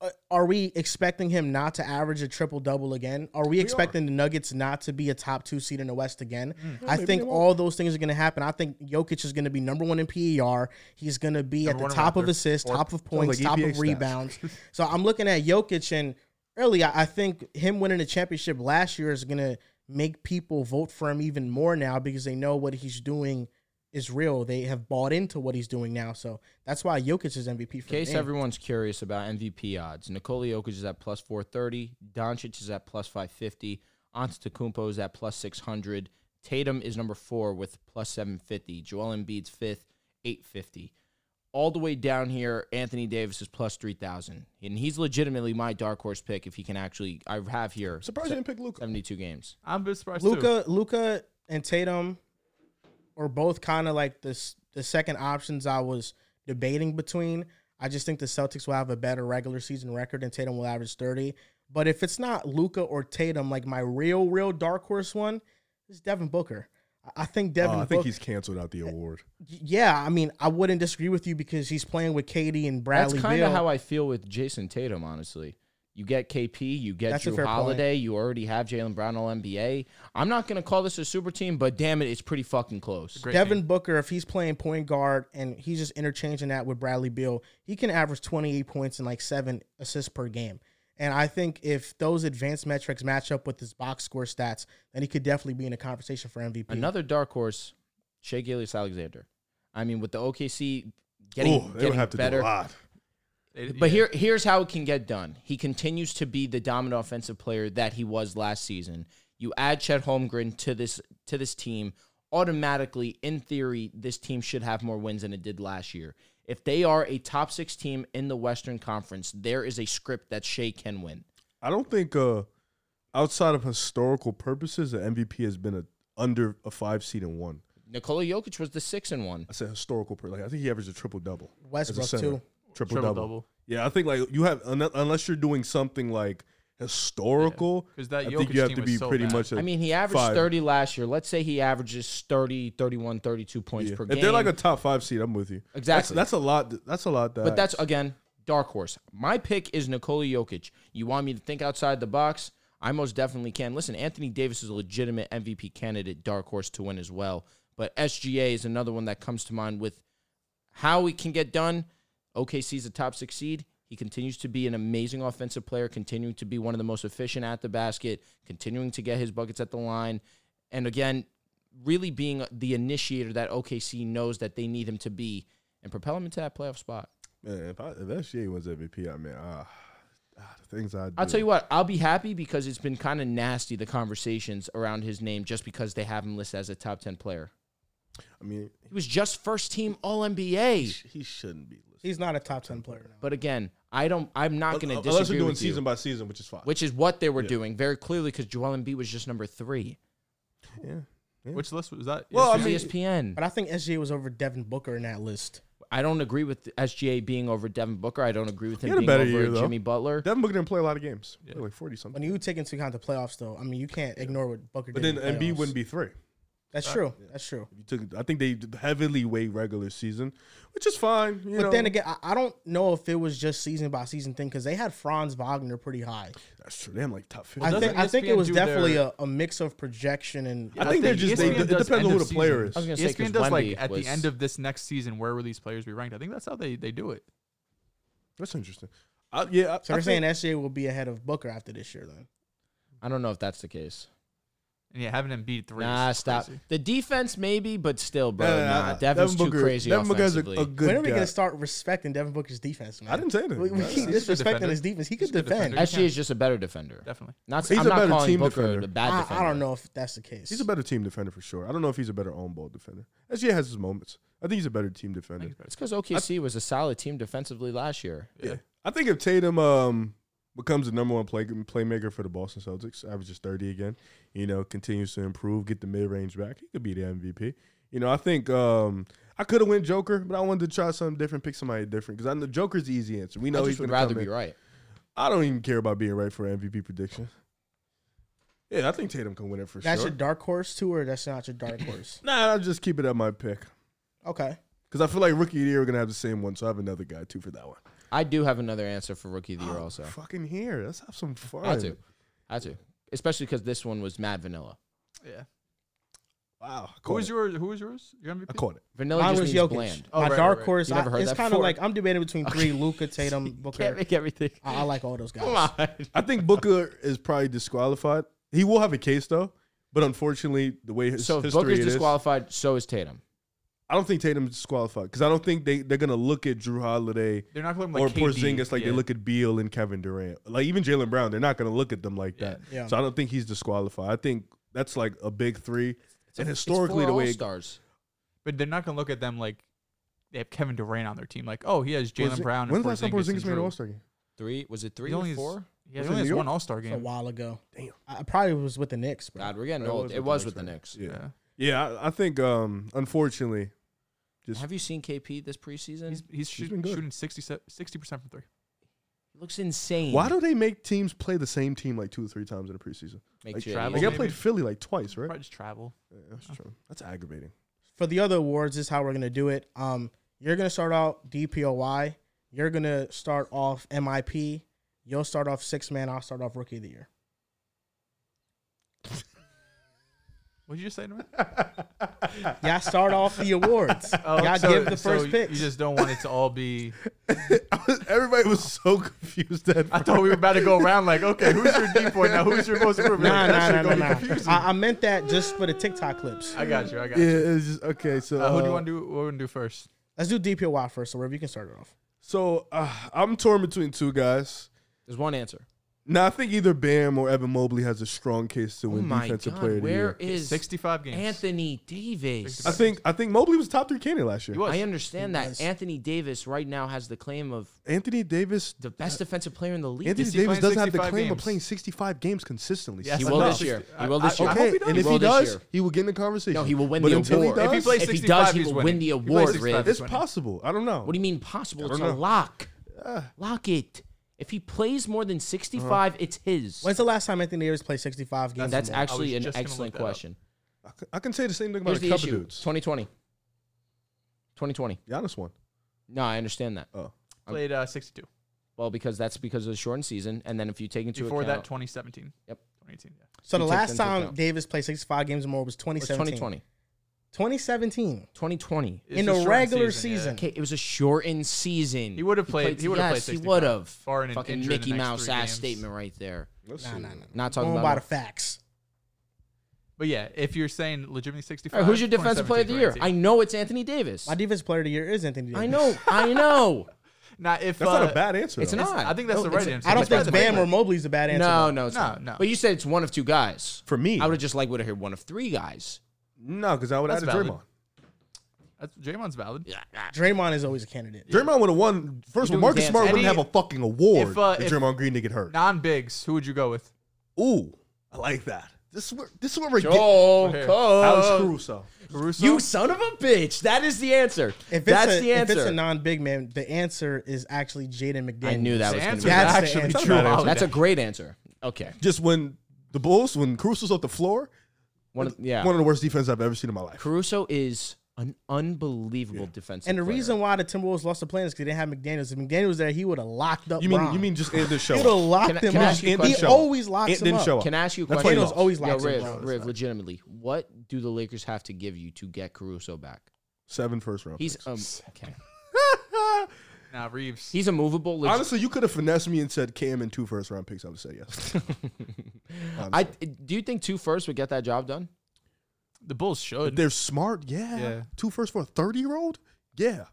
uh, Are we expecting him not to average a triple double again? Are we expecting the Nuggets not to be a top two seed in the West again? I think all those things are going to happen. I think Jokic is going to be number one in PER. He's going to be at one the in top of Raptors. assists, top of points, like top EPA of stats. rebounds. so I'm looking at Jokic, and early I, I think him winning the championship last year is going to make people vote for him even more now because they know what he's doing is real. They have bought into what he's doing now. So that's why Jokic is MVP for In case the game. everyone's curious about MVP odds, Nikola Jokic is at plus 430, Doncic is at plus 550, Antetokounmpo is at plus 600, Tatum is number four with plus 750, Joel Embiid's fifth, 850. All the way down here, Anthony Davis is plus 3,000. And he's legitimately my dark horse pick if he can actually. I have here Surprised you didn't pick Luca. 72 games. I'm a bit surprised too. Luca, Luca, and Tatum are both kind of like this the second options I was debating between. I just think the Celtics will have a better regular season record and Tatum will average 30. But if it's not Luca or Tatum, like my real, real dark horse one, is Devin Booker. I- I think Oh, Devin I Booker. think he's canceled out the award. yeah, I mean, I wouldn't disagree with you because he's playing with Katie and Bradley. That's kind Beal. of how I feel with Jason Tatum, honestly. You get KP, you get That's a Drew fair point. Holiday, you already have Jalen Brown all NBA. I'm not gonna call this a super team, but damn it, it's pretty fucking close. Great Devin name. Booker, if he's playing point guard and he's just interchanging that with Bradley Beal, he can average 28 points and like seven assists per game. And I think if those advanced metrics match up with his box score stats, then he could definitely be in a conversation for MVP. Another dark horse, Shea Gillis Alexander. I mean, with the OKC getting, Ooh, they getting would have to better. do a lot. It- But yeah. here, here's how it can get done. He continues to be the dominant offensive player that he was last season. You add Chet Holmgren to this to this team, automatically, in theory, this team should have more wins than it did last year. If they are a top six team in the Western Conference, there is a script that Shea can win. I don't think uh, outside of historical purposes, the MVP has been a under a five seed and one. Nikola Jokic was the six and one. I said historical per like I think he averaged a triple double. Westbrook, too. Triple, double. Triple-double. Yeah, I think like you have un- unless you're doing something like historical 'cause that I think Jokic you have team to was be so pretty bad. much a I mean, he averaged five. 30 last year. Let's say he averages 30, 31, 32 points Yeah. per game. If they're like a top 5 seed, I'm with you. That's, Exactly. that's a lot that's a lot that But that's again dark horse. My pick is Nikola Jokic. You want me to think outside the box? I most definitely can. Listen, Anthony Davis is a legitimate MVP candidate, dark horse to win as well. But SGA is another one that comes to mind with how it can get done. OKC's a top six seed. He continues to be an amazing offensive player, continuing to be one of the most efficient at the basket, continuing to get his buckets at the line. And again, really being the initiator that OKC knows that they need him to be and propel him into that playoff spot. man, if, I, if SGA wins MVP, I mean, ah, ah, the things I do. I'll tell you what, I'll be happy because it's been kind of nasty the conversations around his name just because they have him listed as a top 10 player. I mean, He was just first team all he, NBA. sh- he shouldn't be listed. He's not a top 10 player now. But again, I don't I'm not going to disagree Unless we're doing with you, season by season, which is fine. which is what they were doing very clearly cuz Joel Embiid was just number 3. yeah. Which list was that? E Well, It I was mean- ESPN. But I think SGA was over Devin Booker in that list. I don't agree with SGA being over Devin Booker. I don't agree with him had a being over better year, though. Jimmy Butler. Devin Booker didn't play a lot of games. Played Like forty something. When you take into account the playoffs, though, I mean, you can't ignore what Booker But did. then MB wouldn't be three. That's true. That's true. You took. I think they heavily weigh regular season, which is fine. You But know, then again, I, I don't know if it was just season by season thing because they had Franz Wagner pretty high. that's true. Damn, like top fifty. I doesn't think I think it E ESPN was do their- definitely a, a mix of projection and I think they're E just. They, ESPN it does depends on end who of the season. player is. I was gonna say because ESPN does Wemby like at was, the end of this next season, where will these players be ranked? I think that's how they, they do it. That's interesting. I, yeah, I, so I they're think- saying SGA will be ahead of Booker after this year then. I don't know if that's the case. And yeah, having them beat three. is Nah, stop. crazy. The defense maybe, but still, bro. Nah, nah, nah, nah. Devin's Devin too Booker- crazy Devin Booker's a, offensively. a good when are we guy. gonna start respecting Devin Booker's defense, man? I didn't say that. We, we keep He's a good disrespecting defender. his defense. He He's could a good defender. defend. He SGA is just a better defender. Definitely. Not, He's I'm a not better calling team Booker defender. the bad I, defender. I don't know if that's the case. He's a better team defender for sure. I don't know if he's a better on ball defender. SGA has his moments. I think he's a better team defender. It's because OKC was a solid team defensively last year. Yeah. I think if Tatum um, becomes the number one play, playmaker for the Boston Celtics, averages 30 again, you know, continues to improve, get the mid range back, he could be the MVP. You know, I think um, I could have went Joker, but I wanted to try something different, pick somebody different because I know Joker's the easy answer. We know I he's just would going rather to be right. I don't even care about being right for MVP prediction. Yeah, I think Tatum can win it for that's sure. your dark horse too, or that's not your dark horse. nah, I'll just keep it at my pick. okay. Because I feel like rookie of the year we're gonna have the same one, so I have another guy too for that one. I do have another answer for rookie of the year Oh, also. Fucking here, let's have some fun. I do. I do. Especially because this one was Mad Vanilla. Yeah. Wow, I Who caught was it. yours? Who was yours? Your MVP. I caught it. Vanilla Mine just was means Jokic. bland. Oh, My right, dark right, right. horse. You never I- heard it's that kind of before. like I'm debating between three: Luca, um, Tatum, Can't Booker. make everything. I, I like all those guys. Come on. I think Booker is probably disqualified. He will have a case though, but unfortunately, the way his So if history Booker's it is, disqualified, so is Tatum. I don't think Tatum's disqualified because I don't think they they're gonna look at Drew Holiday They're not looking like or KD. Porzingis like Yeah. they look at Beal and Kevin Durant. Like even Jalen Brown, they're not gonna look at them like Yeah. that. Yeah. So I don't think he's disqualified. I think that's like a big three. It's a- And it's historically, four the way it All-Stars. But they're not gonna look at them like they have Kevin Durant on their team. Like, oh, he has Jalen Porzing- Brown. When's and the last time Porzingis and Porzingis made an Drew. All Star game? Three was it three He or only has- four? Yeah, Was he it only New has York? one All Star It's a game. while ago. Damn. I I probably was with the Knicks, bro. God, we're getting It old. was It with was the with the Knicks, Knicks. Yeah. Yeah. Yeah, I, I think um, unfortunately, Just- Have you seen KP this preseason? He's, he's shoot, been good. shooting 60 percent from three. he looks insane. why do they make teams play the same team like two or three times in the preseason? Make like, shit travel? Like easy. I maybe. played Philly like twice, right? Probably just travel. Yeah, that's true. That's aggravating. For the other awards, this is how we're gonna do it. Um, you're gonna start out DPOY. You're gonna start off MIP. You'll start off six man. I'll start off rookie of the year. What did you just say to me? Y'all start off the awards. Y'all give the first Oh, so picks. You just don't want it to all be. Everybody was so confused. At I thought we were about to go around like, okay, who's your deep boy now? Who's your most improved? nah, Like, that nah, shit nah, nah, gonna be nah. confusing. I, I meant that just for the TikTok clips. I got you. I got yeah, you. it's just okay. So Uh, who do you uh, want to do? What we gonna do first? Let's do DPOY first, so wherever you can start it off. So uh, I'm torn between two guys. There's one answer. Now I think either Bam or Evan Mobley has a strong case to Oh win my defensive God, player of the where year. is 65 games. Anthony Davis? 65. I think I think Mobley was top three candidate last year. He was. I understand that was. Anthony Davis right now has the claim of Anthony Davis. the best defensive player in the league. Anthony is he Davis playing doesn't have the 65 claim of games? playing 65 games consistently. Yes, he I will know. this year. He will this I- year. I Okay, hope he does. and He if will he this does, year. he will get in the conversation. No, he will win But the until award. He does, If he plays If he 65, does, he he's will winning. win the If he plays award, 65, Riv. he's it's winning. possible. I don't know. What do you mean possible? I It's a don't know. lock. Lock it. If he plays more than 65, it's his. When's the last time Anthony Davis played 65 games? That's or more? actually was an just gonna look excellent that up. question. I can, I can say the same thing about Here's a the couple issue. dudes. 2020. 2020. Giannis won. No, I understand that. Oh, Played uh, 62. Well, because that's because of the shortened season, and then if you take into Before that, account 2017. Yep. 2018. Yeah. So the Two last takes into time account. Davis played 65 games or more was it was 2017. 2020, 2017. 2020. In the a shortened regular season. Okay, it was a shortened season. He would've played- he would've played Yes, he 65. would have. Barring an Fucking injury in the Mickey next Mouse three ass games. statement right there. let's Nah, see. nah, nah. Not talking Going about by no- the facts. But yeah, if you're saying legitimately 65. All right, who's your defensive player of the year? 2017, I know it's Anthony Davis. My defensive player of the year is Anthony Davis. I know. I know. Nah, if That's uh, not a bad answer. It's though. not. I think that's No, the it's- right answer. I don't It's not think the Bam right or Mobley's a bad answer. No, though. no, it's No, not. no. But you said it's one of two guys. For me. I would have just like would have heard one of three guys. No, because I would have That's added Draymond. valid. That's Draymond's valid. Draymond is always a candidate. Draymond would have won. First of all, doing Marcus dance Smart moves. wouldn't have Any- a fucking award if, uh, if if- Draymond Green didn't get hurt. Non bigs, who would you go with? Ooh, I like that. This is where this is where we're Joel Here. getting. Alex Cole. Caruso. Caruso. You son of a bitch. That is the answer. If it's That's a, the answer. If it's a non-big man, the answer is actually Jaden McDaniels. I knew that the was going to answer be. is That's the actually answer. Drew That's Holiday. That's a great answer. Okay. Just when the Bulls, when Caruso's off the floor, One of, yeah. one of the worst defenses I've ever seen in my life. Caruso is an unbelievable defensive And the player. reason why the Timberwolves lost the play is because they didn't have McDaniels. If McDaniels was there, he would have locked up. You mean Bron. you mean just end the show? he would have up. locked Can I- him can I up. ask you a he question? always locks It him didn't up. show up. Can I ask you a That's question? why he Plato's lost. always Yo, locks him Riv, up. Riv, legitimately, what do the Lakers have to give you to get Caruso back? Seven first round. He's picks. um, okay. Nah, Reeves. He's immovable. Legit- Honestly, you could have finessed me and said Cam and two first round picks. I would say yes. I do you think two first would get that job done? the Bulls should. They're smart, yeah. Yeah. Two first for a thirty year old, yeah.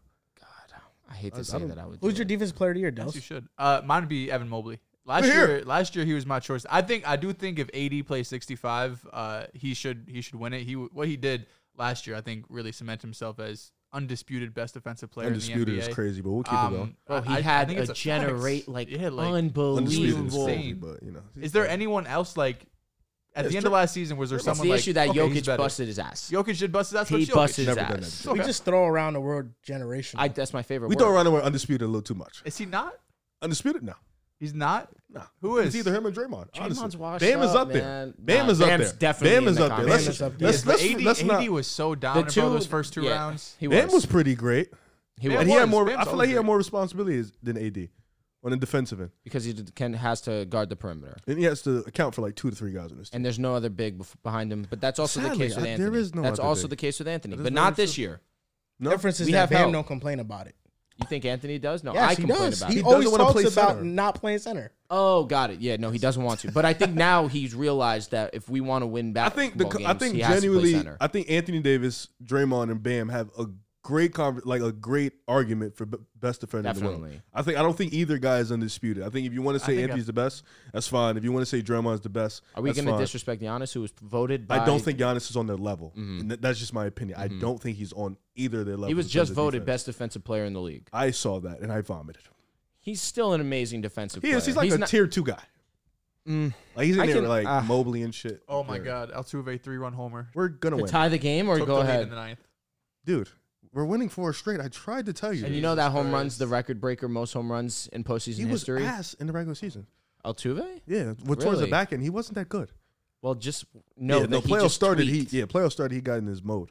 I hate to I say don't- that. I would. Who's do your it. defensive player of the year, Yes, you Dels? should. Uh, mine would be Evan Mobley. Last We're year, here. last year he was my choice. I think I do think if AD plays 65, uh, he should he should win it. He w- what he did last year, I think, really cemented himself as undisputed best defensive player. Undisputed in the NBA. is crazy, but we'll keep it going. Um, Bro, he I- I had think a it's fact. generate like, Yeah, Undisputed is unbelievable. crazy, Insane. but you know. Is there anyone else like at Yeah, the it's end true. of last season? Was there It's someone the like issue that okay, he's Jokic better? busted his ass. Jokic did bust his ass. he What's Jokic? busted his Never done ass. that. We just throw around the word generation. I, that's my favorite. We word. throw around the word undisputed a little too much. Is he not? Undisputed, no, He's not. no. Who is It's either him or Draymond. Draymond's honestly. washed Bam is up, up there. man. Bam Nah, is up Bam's there. definitely Bam in is the up there. conversation. Let's Bam is up there. let's But let's, AD, let's AD not. was so the dominant two bro, those first two yeah, rounds. He Bam was. was pretty great, he Bam was and he had was. more. Bam's I feel like he had always more responsibilities than AD on the defensive end, because he did- can has to guard the perimeter, and he has to account for like two to three guys on this team. and there's no other big bef- behind him. But that's also the Sadly, case with I- Anthony. there is no that's other also big. the case with Anthony, That is but very not this true. year. the No, difference is we that have Bam help. don't complain about it. You think Anthony does? No, Yes, I he complain does. about He, it. doesn't always wanna talks play about center. not playing center. Oh, got it. Yeah, no, he doesn't want to. But I think now he's realized that if we want to win I back, think the games, I think he has to play genuinely center. I think Anthony Davis, Draymond, and Bam have a great conver- like a great argument for b- best defender in the world. Definitely. I think I don't think either guy is undisputed. I think if you want to say think Anthony's the best, that's fine. If you want to say Draymond's the best, Are we that's going to fine. disrespect Giannis, who was voted? By, I don't think Giannis is on their level. And th- that's just my opinion. I don't think he's on either of their level. Mm-hmm. he was in terms just of voted defense. best defensive player in the league. I saw that and I vomited. He's still an amazing defensive He player. is. He's like a not- tier two guy. Mm. Like he's in I there can- with, like ah. Mobley and shit. Oh my We're- God, Altuve three run homer. we're gonna to win, tie the game or Took go the lead ahead. in the ninth. dude. We're winning four straight. I tried to tell you. And you know that Jesus home runs Christ. the record breaker most home runs in he postseason was history. ass in the regular season. Altuve? Yeah, well, towards the Really? back end, he wasn't that good. Well, just no. yeah, that he playoff just started. tweaked. He yeah, playoff started. He got in his mode.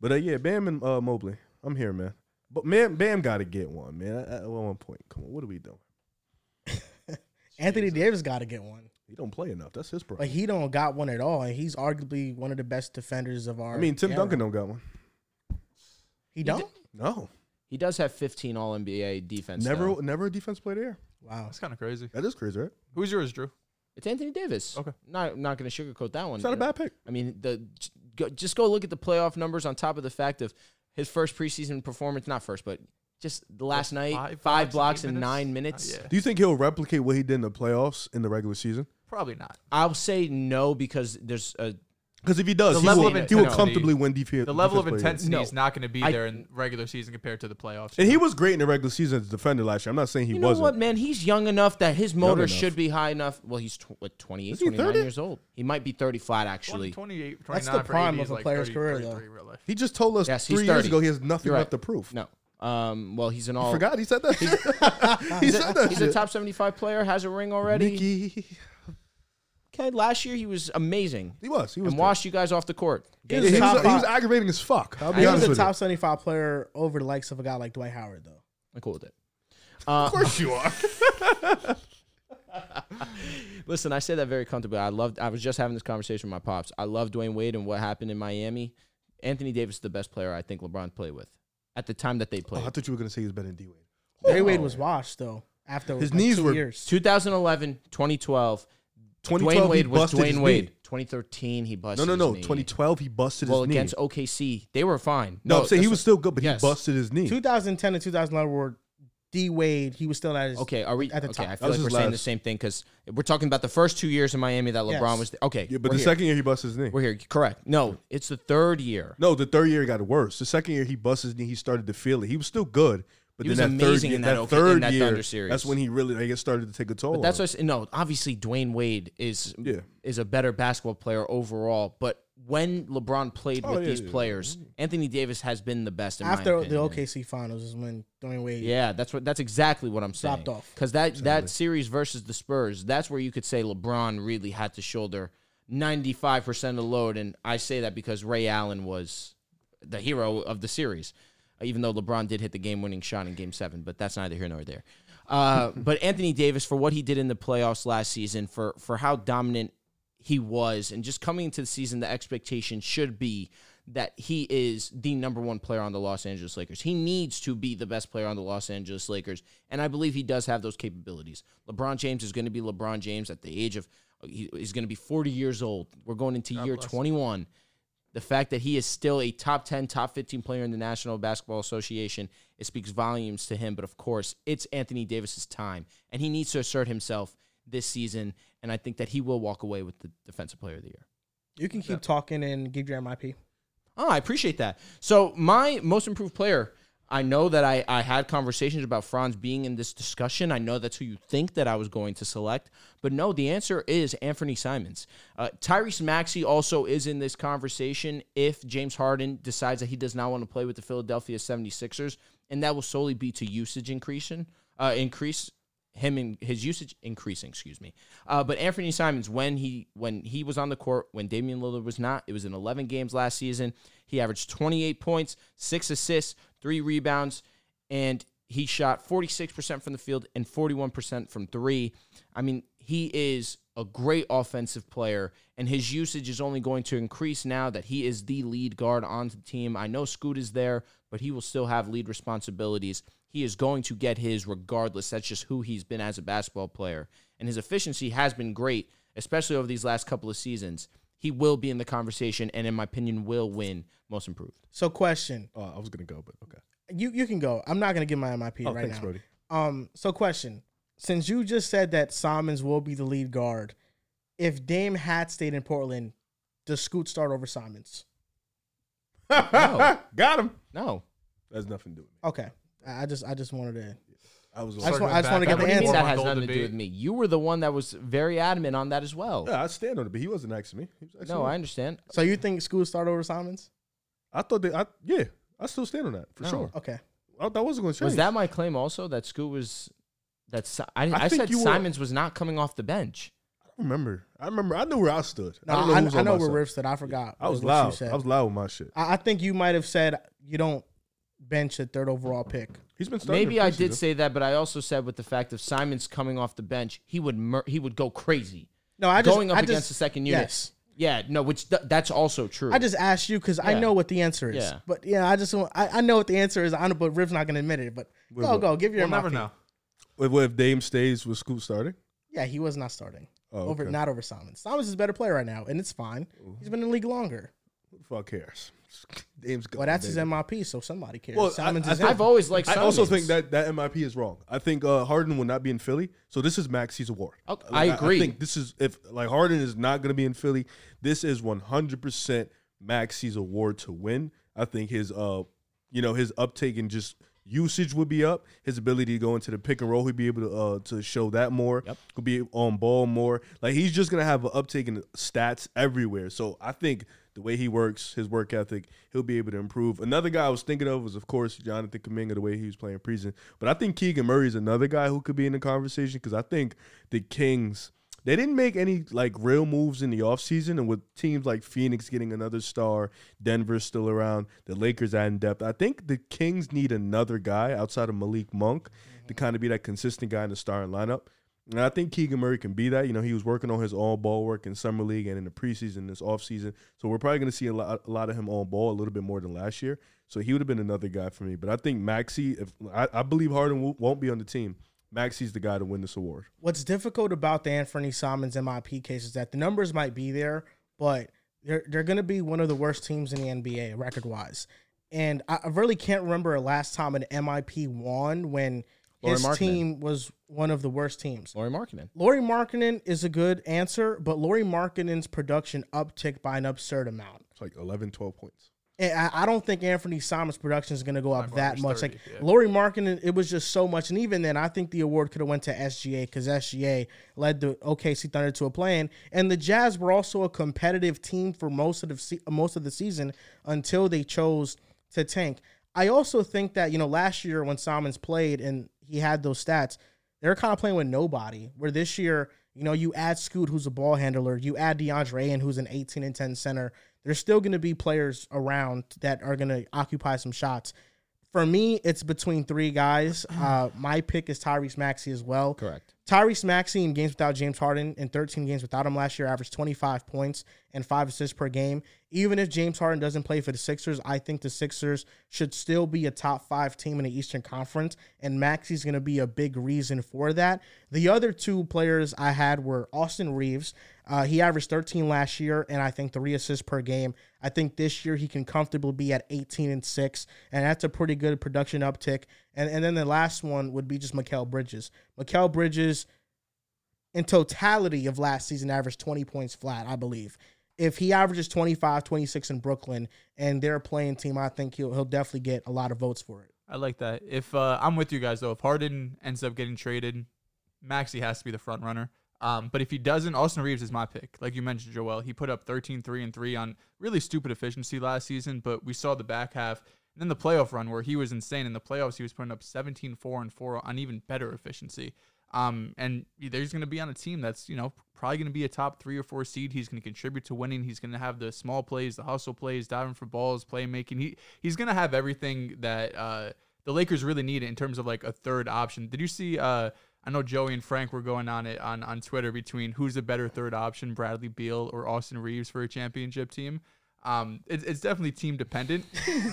But uh, yeah, Bam and uh, Mobley, I'm here, man. But man, Bam got to get one, man. At, at one point, come on, what are we doing? Anthony Davis got to get one. He don't play enough. That's his problem. Like he don't got one at all, and he's arguably one of the best defenders of our. I mean, Tim era. Duncan don't got one. He don't. No, He does have 15 All NBA defense. never, though. never a defense player there. Wow. That's kind of crazy. That is crazy, right? Who's yours, Drew? It's Anthony Davis. Okay. Not not going to sugarcoat that one. It's not a bad pick. I mean, the j- go, just go look at the playoff numbers. On top of the fact of his first preseason performance, not first, but just the last night, five, blocks in eight nine Uh, minutes. yeah, Do you think he'll replicate what he did in the playoffs in the regular season? probably not. I'll say no because there's a Because if he does, The he level will, of he will intensity- comfortably win defense. The level of defense player. intensity No. is not going to be I- there in regular season compared to the playoffs. And he was great in the regular season as a defender last year. I'm not saying he you know wasn't. what, man? He's young enough that his motor enough. should be high enough. Well, he's tw- what, 28, Is he 29 30? years old. He might be 30 flat, 20, actually. 28, 29 That's the for prime 80 of is a like player's 30, career, 33 though. real life. He just told us Yes, he's three years 30. ago he has nothing You're right. left to prove. No. Um, well, he's an I all. forgot he said that. he said that. He's shit. a top 75 player, has a ring already. Mickey. Okay, last year he was amazing He was. He was. and good. washed you guys off the court. Yeah, He was He was, he top was, five. aggravating as fuck. I'll be He was honest a with top seventy-five player over the likes of a guy like Dwight Howard, though. I'm cool with it. you. Of course you are. Listen, I say that very comfortably. I loved. I was just having this conversation with my pops. I love Dwayne Wade and what happened in Miami. Anthony Davis is the best player I think LeBron played with at the time that they Oh, played. I thought you were gonna say he was better than D Wade. Dwayne Wade was washed though after His like, knees two were- years. 2011, 2012, Dwayne 2012 he Wade was busted his Dwayne knee. Wade. 2013, he busted. No, no, his no. knee. 2012 he busted Well, his knee. against OKC, they were fine. no, I'm saying he that's was still good, but Yes. he busted his knee. 2010 and 2011 were D Wade. He was still at his. Okay, are we at the okay? top. I That feel was like we're his saying the last- same thing because we're talking about the first two years in Miami that LeBron Yes. was. There. Okay, Yeah, but we're the here. second year he busted his knee. we're here. Correct. No, it's the third year. No, the third year it got worse. The second year he busted his knee, he started to feel it. He was still good, but He then was that third amazing year, in that that, OK- in third that Thunder year, series. that's when he really like, it started to take a toll. But that's on what I s- no. Obviously, Dwayne Wade is Yeah. is a better basketball player overall, but when LeBron played Oh, with yeah, these yeah. players, Anthony Davis has been the best in my After the opinion. OKC finals is when Dwayne Wade. Yeah, that's what. That's exactly what I'm saying. Dropped off. because that that series versus the Spurs, that's where you could say LeBron really had to shoulder 95 percent of the load, and I say that because Ray Allen was the hero of the series, uh, even though LeBron did hit the game winning shot in Game Seven, but that's neither here nor there. Uh, but Anthony Davis for what he did in the playoffs last season, for for how dominant he was and just coming into the season the expectation should be that he is the number one player on the Los Angeles Lakers. He needs to be the best player on the Los Angeles Lakers, and I believe he does have those capabilities. LeBron James is going to be LeBron James at the age of uh, he, he's going to be 40 years old. We're going into year 21. The fact that he is still a top 10, top 15 player in the National Basketball Association, it speaks volumes to him. But of course, it's Anthony Davis's time, and he needs to assert himself this season. And I think that he will walk away with the Defensive Player of the Year. You can keep talking and give your MIP. Oh, I appreciate that. So my most improved player, I know that I, I had conversations about Franz being in this discussion. I know that's who you think that I was going to select, but no, the answer is Anthony Simons. Uh, Tyrese Maxey also is in this conversation if James Harden decides that he does not want to play with the Philadelphia 76ers, and that will solely be to usage increasing, uh, increase him and his usage increasing, excuse me. Uh, but Anthony Simons, when he when he was on the court, when Damian Lillard was not, it was in 11 games last season. He averaged 28 points, six assists, three rebounds, and he shot 46% from the field and 41% from three. I mean, he is a great offensive player, and his usage is only going to increase now that he is the lead guard on the team. I know Scoot is there, but he will still have lead responsibilities. He is going to get his regardless. That's just who he's been as a basketball player. And his efficiency has been great, especially over these last couple of seasons. He will be in the conversation and, in my opinion, will win most improved. So, question. Oh, I was gonna go, but okay. You you can go. I'm not gonna give my MIP Oh, right thanks, now. Brody. Um. So, question. Since you just said that Simons will be the lead guard, if Dame had stayed in Portland, does Scoot start over Simons? Got him. No. That's nothing to do with me. Okay. I I just I just wanted to. I was. I just, want, I just want to back get the up. What do you mean answer. that Warren has Gold nothing to do debate. with me. You were the one that was very adamant on that as well. yeah, I stand on it, but he wasn't asking me. He was asking no, me. I understand. So you think Scoot start over Simons? I thought that. I yeah, I still stand on that for No. sure. Okay. I, that wasn't going to change. Was that my claim also that Scoot was that Si- I, I, think said you were- Simons was not coming off the bench. I don't remember. I remember. I knew where I stood. No, I don't know. I, who was I on know my where side. Riff said. I forgot. I was what you loud. said. I was loud with my shit. I, I think you might have said you don't bench a third overall pick. He's been starting. Maybe I preseason. did say that, but I also said with the fact of Simons coming off the bench, he would mur- he would go crazy. No, I just Going up I against just- the second unit. Yes. Yeah, no, which th- that's also true. I just asked you because Yeah. I know what the answer is. Yeah. But yeah, I just want, I, I know what the answer is. I know, but Riv's not gonna admit it. But go what? go give your We'll never MIP. know. Wait, what if Dame stays with Scoot starting? Yeah, he was not starting Oh, over okay. not over Simons. Simons is a better player right now, and it's fine. He's been in the league longer. Who the fuck cares? Dame's gone. Well, that's his baby. MIP, so somebody cares. Well, I- Simons I is think- I've always liked. I Simons. also think that that MIP is wrong. I think uh, Harden will not be in Philly, so this is Maxie's award. Okay, I Like, agree. I think this is if like Harden is not going to be in Philly. This is 100 percent Maxie's award to win. I think his uh, you know, his uptake and just usage would be up. His ability to go into the pick and roll, he'd be able to uh to show that more. Yep. He'll be on ball more. Like he's just gonna have an uptake in stats everywhere. So I think the way he works, his work ethic, he'll be able to improve. Another guy I was thinking of was, of course, Jonathan Kaminga, the way he was playing prison. But I think Keegan Murray is another guy who could be in the conversation because I think the Kings they didn't make any like real moves in the offseason and with teams like Phoenix getting another star, Denver's still around, the Lakers adding depth. I think the Kings need another guy outside of Malik Monk to kind of be that consistent guy in the starting lineup. And I think Keegan Murray can be that. You know, he was working on his all ball work in summer league and in the preseason this offseason. So we're probably going to see a lot, a lot of him on ball a little bit more than last year. So he would have been another guy for me. But I think Maxi, if I, I believe Harden w- won't be on the team. Maxi's the guy to win this award. what's difficult about the Anthony Simons MIP case is that the numbers might be there, but they're they're going to be one of the worst teams in the NBA record wise. And I, I really can't remember a last time an MIP won when Lauri his Markkanen. team was one of the worst teams. Laurie Markkinen. Laurie Markkinen is a good answer, but Laurie Markkinen's production upticked by an absurd amount. It's like 11, 12 points. and I, I don't think Anthony Simons' production is going to go up that Barber's much. 30, like yeah. Lori Markin, it was just so much. And even then, I think the award could have went to SGA because SGA led the OKC Thunder to a plan, and the Jazz were also a competitive team for most of the se- most of the season until they chose to tank. I also think that you know last year when Simons played and he had those stats, they're kind of playing with nobody. Where this year, you know, you add Scoot, who's a ball handler, you add DeAndre Ayton, who's an 18 and 10 center. There's still going to be players around that are going to occupy some shots. For me, it's between three guys. Uh, my pick is Tyrese Maxey as well. Correct. Tyrese Maxey in games without James Harden and 13 games without him last year averaged 25 points and five assists per game. Even if James Harden doesn't play for the Sixers, I think the Sixers should still be a top five team in the Eastern Conference, and Maxey's going to be a big reason for that. The other two players I had were Austin Reeves. Uh, he averaged 13 last year, and I think three assists per game. I think this year he can comfortably be at 18 and six, and that's a pretty good production uptick. And and then the last one would be just Mikael Bridges. Mikael Bridges, in totality of last season, averaged 20 points flat, I believe. If he averages 25, 26 in Brooklyn and they're a playing team, I think he'll he'll definitely get a lot of votes for it. I like that. If uh, I'm with you guys though, if Harden ends up getting traded, Maxi has to be the front runner. Um, but if he doesn't, Austin Reeves is my pick. Like you mentioned, Joel, he put up 13, 3, and 3 on really stupid efficiency last season, but we saw the back half. And then the playoff run where he was insane. In the playoffs, he was putting up 17, 4, and 4 on even better efficiency. Um, and there's going to be on a team that's, you know, probably going to be a top three or four seed. He's going to contribute to winning. He's going to have the small plays, the hustle plays, diving for balls, playmaking. He he's going to have everything that uh, the Lakers really need in terms of like a third option. Did you see? Uh, I know Joey and Frank were going on it on on Twitter between who's the better third option, Bradley Beal or Austin Reeves for a championship team. Um, it's it's definitely team dependent,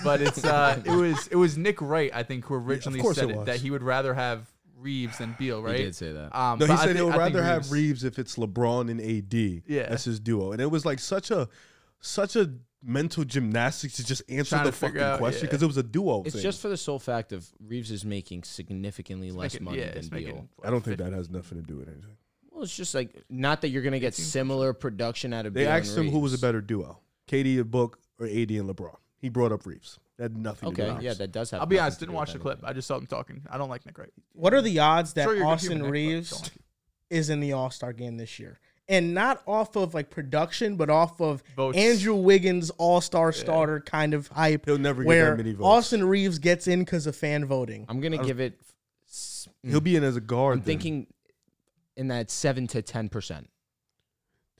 but it's uh, it was it was Nick Wright I think who originally course said it it, was. that he would rather have Reeves than Beal, right? did say that. Um, No, but he I said thi- he would I think rather have Reeves if it's LeBron and AD. Yeah. as his duo, and it was like such a such a mental gymnastics to just answer Trying the to figure fucking out, question yeah. because it was a duo. It's thing. just for the sole fact of Reeves is making significantly less Making- money yeah, than it's Beal. making, I don't think that has nothing to do with anything. Well, it's just like not that you're gonna get similar production out of. They Beal and asked him who was a Reeves. better duo, KD and Book or AD and LeBron. He brought up Reeves. That had nothing to do Okay, with yeah, ours. that does have. I'll be nothing honest, to do didn't with watch the clip. anything. I just saw them talking. I don't like Nick Wright. What are the odds that Sure, you're a good team, Austin but Nick Wright, don't Reeves like you. is in the All Star game this year? And not off of like production, but off of Votes. Andrew Wiggins' All Star starter kind of hype. He'll never get where that many votes. Austin Reeves gets in because of fan voting. I'm gonna give it. s- He'll be in as a guard. I'm then. thinking in that seven to ten percent.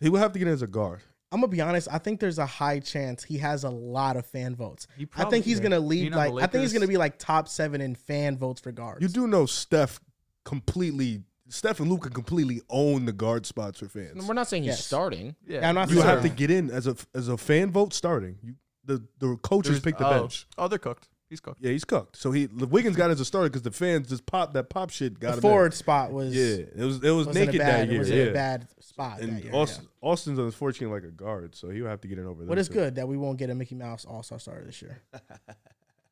he would have to get in as a guard. I'm gonna be honest. I think there's a high chance he has a lot of fan votes. He I think he's probably- gonna lead Being on like the I think he's Lakers- gonna be like top seven in fan votes for guards. You do know Steph completely. Steph and Luca completely own the guard spots for fans. We're not saying he's Yes. starting. Yeah, I'm not You Sure. have to get in as a as a fan vote starting. You the the coaches There's- pick the oh. bench. Oh, they're cooked. He's cooked. Yeah, he's cooked. So he Wiggins got in as a starter because the fans just pop that pop shit got the him. forward spot was in. Yeah, it was it was was in a naked bad that year. was in yeah, a bad spot. and that year, Austin, yeah. Austin's unfortunately like a guard, so he would have to get in over there. But it's too. good that we won't get a Mickey Mouse All Star starter this year.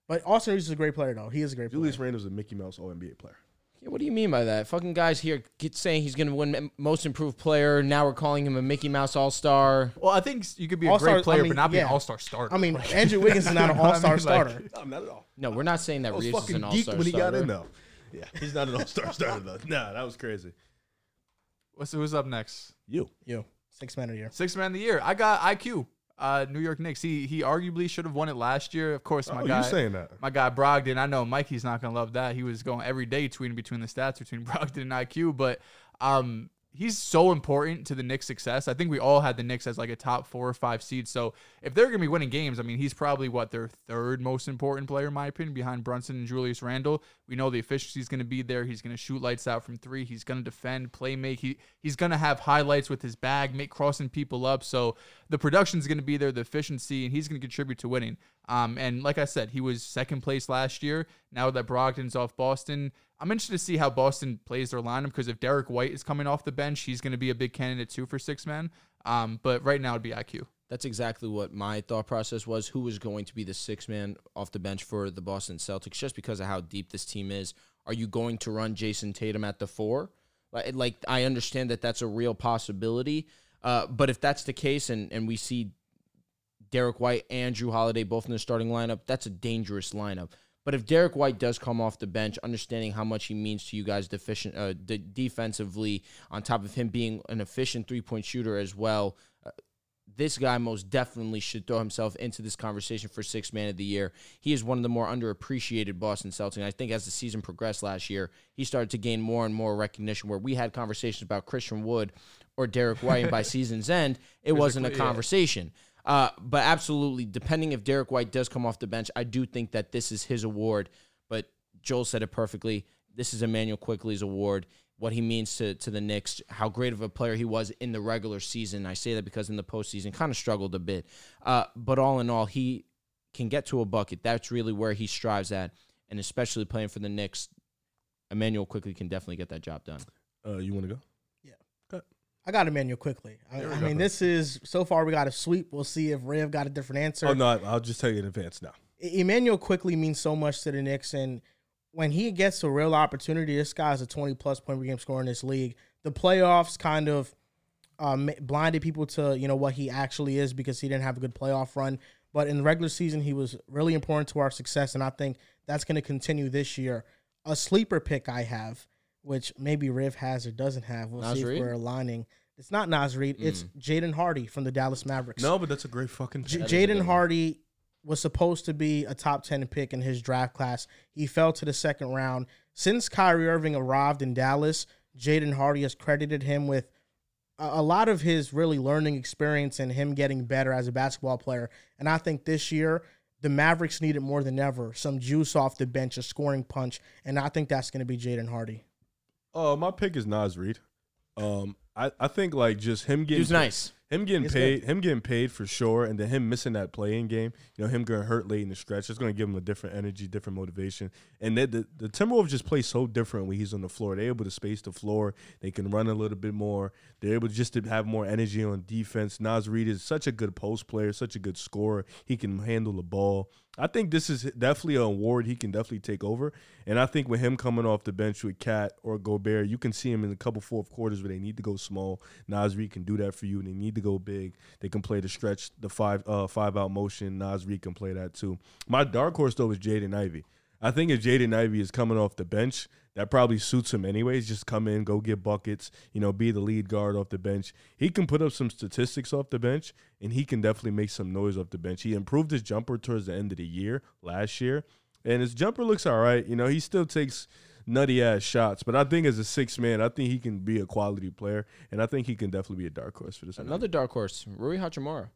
but Austin Reeves is a great player though. He is a great Julius player. Randle's a Mickey Mouse All NBA player. Yeah, what do you mean by that? Fucking guys here get saying he's gonna win M- most improved player. Now we're calling him a Mickey Mouse All Star. Well, I think you could be a All-star- I great player, mean, but not be yeah. an all star starter. I mean, Andrew Wiggins is not an You know what I All Star mean? Like- starter. No, not at all. No, we're not saying that I was Reeves is fucking an All Star geeked starter. when he got in though. Yeah, he's not an All Star starter though. Nah, that was crazy. What's who's up next? You. Yo, six man a year. Six man of the year. I got IQ. Uh, New York Knicks. He he arguably should have won it last year. Of course, my Oh, guy. you saying that? My guy Brogdon. I know Mikey's not gonna love that. He was going every day tweeting between the stats between Brogdon and IQ, but um he's so important to the Knicks' success. I think we all had the Knicks as like a top four or five seed. So if they're gonna be winning games, I mean he's probably what their third most important player in my opinion, behind Brunson and Julius Randle. We know the efficiency is gonna be there. He's gonna shoot lights out from three. He's gonna defend, play make. He he's gonna have highlights with his bag, make crossing people up. So the production's gonna be there, the efficiency, and he's gonna contribute to winning. Um, and like I said, he was second place last year. Now that Brogdon's off Boston, I'm interested to see how Boston plays their lineup because if Derek White is coming off the bench, he's going to be a big candidate too for six men. Um, but right now it'd be IQ. That's exactly what my thought process was. Who was going to be the six man off the bench for the Boston Celtics just because of how deep this team is? Are you going to run Jason Tatum at the four? Like, like I understand that that's a real possibility. Uh, but if that's the case and, and we see Derek White and Drew Holiday both in the starting lineup, that's a dangerous lineup. But if Derek White does come off the bench, understanding how much he means to you guys deficient uh, de- defensively, on top of him being an efficient three point shooter as well, uh, this guy most definitely should throw himself into this conversation for six man of the year. He is one of the more underappreciated Boston Celtics. And I think as the season progressed last year, he started to gain more and more recognition where we had conversations about Christian Wood or Derek White. and by season's end, it wasn't a conversation. Uh, but absolutely, depending if Derek White does come off the bench, I do think that this is his award. But Joel said it perfectly. This is Emmanuel Quickly's award. What he means to to the Knicks, how great of a player he was in the regular season. I say that because in the postseason, kind of struggled a bit. Uh, but all in all, he can get to a bucket. That's really where he strives at, and especially playing for the Knicks, Emmanuel Quickly can definitely get that job done. Uh, you want to go? I got Emmanuel quickly. I, I mean, this is so far we got a sweep. We'll see if Rev got a different answer. Oh no, I- I'll just tell you in advance now. E- Emmanuel quickly means so much to the Knicks, and when he gets a real opportunity, this guy's a twenty-plus point per game scorer in this league. The playoffs kind of um, blinded people to you know what he actually is because he didn't have a good playoff run. But in the regular season, he was really important to our success, and I think that's going to continue this year. A sleeper pick I have, which maybe Riv has or doesn't have. We'll Nas see Reed? if we're aligning. It's not Nas Reed. It's Jaden Hardy from the Dallas Mavericks. No, but that's a great fucking. J- pick. Jaden Hardy was supposed to be a top 10 pick in his draft class. He fell to the second round. Since Kyrie Irving arrived in Dallas, Jaden Hardy has credited him with a, a lot of his really learning experience and him getting better as a basketball player. And I think this year, the Mavericks needed more than ever some juice off the bench, a scoring punch. And I think that's going to be Jaden Hardy. Uh, my pick is Nas Reed. Um, I, I think like just him He getting was nice. him getting He's paid, him getting paid for sure, and then him missing that playing game. You know, him getting hurt late in the stretch. It's going to give him a different energy, different motivation. And the, the the Timberwolves just play so different when he's on the floor. They're able to space the floor. They can run a little bit more. They're able just to have more energy on defense. Nas Reed is such a good post player, such a good scorer. He can handle the ball. I think this is definitely an award he can definitely take over. And I think with him coming off the bench with Cat or Gobert, you can see him in a couple fourth quarters where they need to go small. Nas Reed can do that for you, and they need to go big. They can play the stretch, the five uh, five out motion. Nas Reed can play that too. My dark horse though is Jaden Ivy. I think if Jaden Ivy is coming off the bench, that probably suits him anyways. Just come in, go get buckets, you know, be the lead guard off the bench. He can put up some statistics off the bench, and he can definitely make some noise off the bench. He improved his jumper towards the end of the year last year, and his jumper looks all right. You know, he still takes nutty ass shots, but I think as a six man, I think he can be a quality player, and I think he can definitely be a dark horse for this. Another dark horse, Rui Hachimura.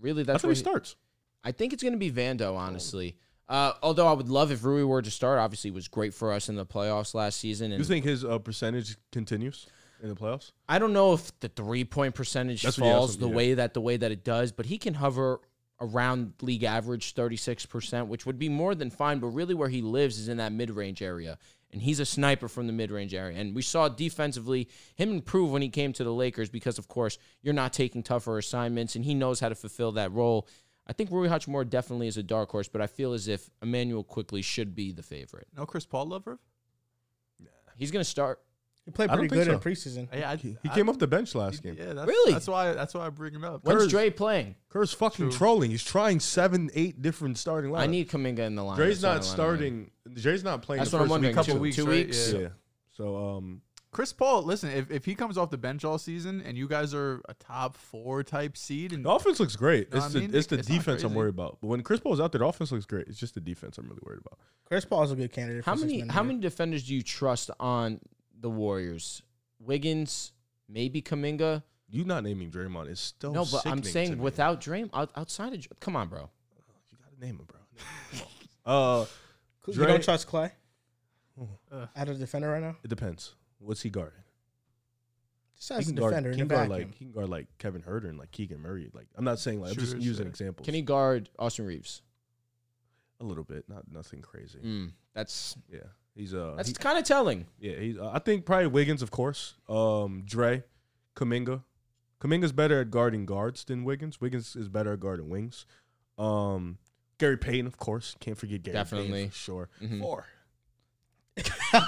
Really, that's that's where where he starts. I think it's going to be Vando, honestly. Uh, although I would love if Rui were to start. Obviously, he was great for us in the playoffs last season. You And think his uh, percentage continues in the playoffs? I don't know if the three point percentage That's what- yeah, falls that's the what- yeah. way that the way that it does, but he can hover around league average thirty six percent, which would be more than fine. But really, where he lives is in that mid range area, and he's a sniper from the mid range area. And we saw defensively him improve when he came to the Lakers because, of course, you're not taking tougher assignments, and he knows how to fulfill that role. I think Rui Hachimura definitely is a dark horse, but I feel as if Emmanuel quickly should be the favorite. No Chris Paul lover? He's going to start. He played I don't pretty think good in so. preseason. Yeah, I, He, he came off the bench last game. Yeah, that's, Really? That's why. That's why I bring him up. When's Curse. Dre playing? Kerr's fucking trolling. He's trying seven, eight different starting lineups. I need Kaminga in the line. Dre's not starting. Dre's not playing. That's the what I'm first wondering. week. couple two, weeks, two right? weeks. Yeah. So um, Chris Paul, listen, if, if he comes off the bench all season and you guys are a top four type seed, and the offense looks great. No, It's I the mean, it's the it's not defense I'm crazy. worried about. But when Chris Paul's out there, the offense looks great. It's just the defense I'm really worried about. Chris Paul's a good candidate. How for many six-man of how the year. many defenders do you trust on the Warriors? Wiggins, maybe Kaminga. You not naming Draymond is Oh, still no, but I'm sickening to saying me. without Draymond out, outside of Dr- come on, bro. you gotta name him, bro. uh, You Dre- don't trust Clay? Ugh. Out of defender right now? it depends. What's he guarding? Just as he a guard- defender he in a can guard vacuum. like he can guard like Kevin Herter and like Keegan Murray. Like I'm not saying like I'm just Shooters, using yeah. examples. Can he guard Austin Reeves? a little bit? Not nothing crazy. Mm, that's Yeah, he's uh that's he- kind of telling. Yeah, he's, I think probably Wiggins, of course. Um, Dre, Kaminga. Kaminga's better at guarding guards than Wiggins. Wiggins is better at guarding wings. Um, Gary Payton, of course. Can't forget Gary Definitely. Payton. for sure. Mhm. Four.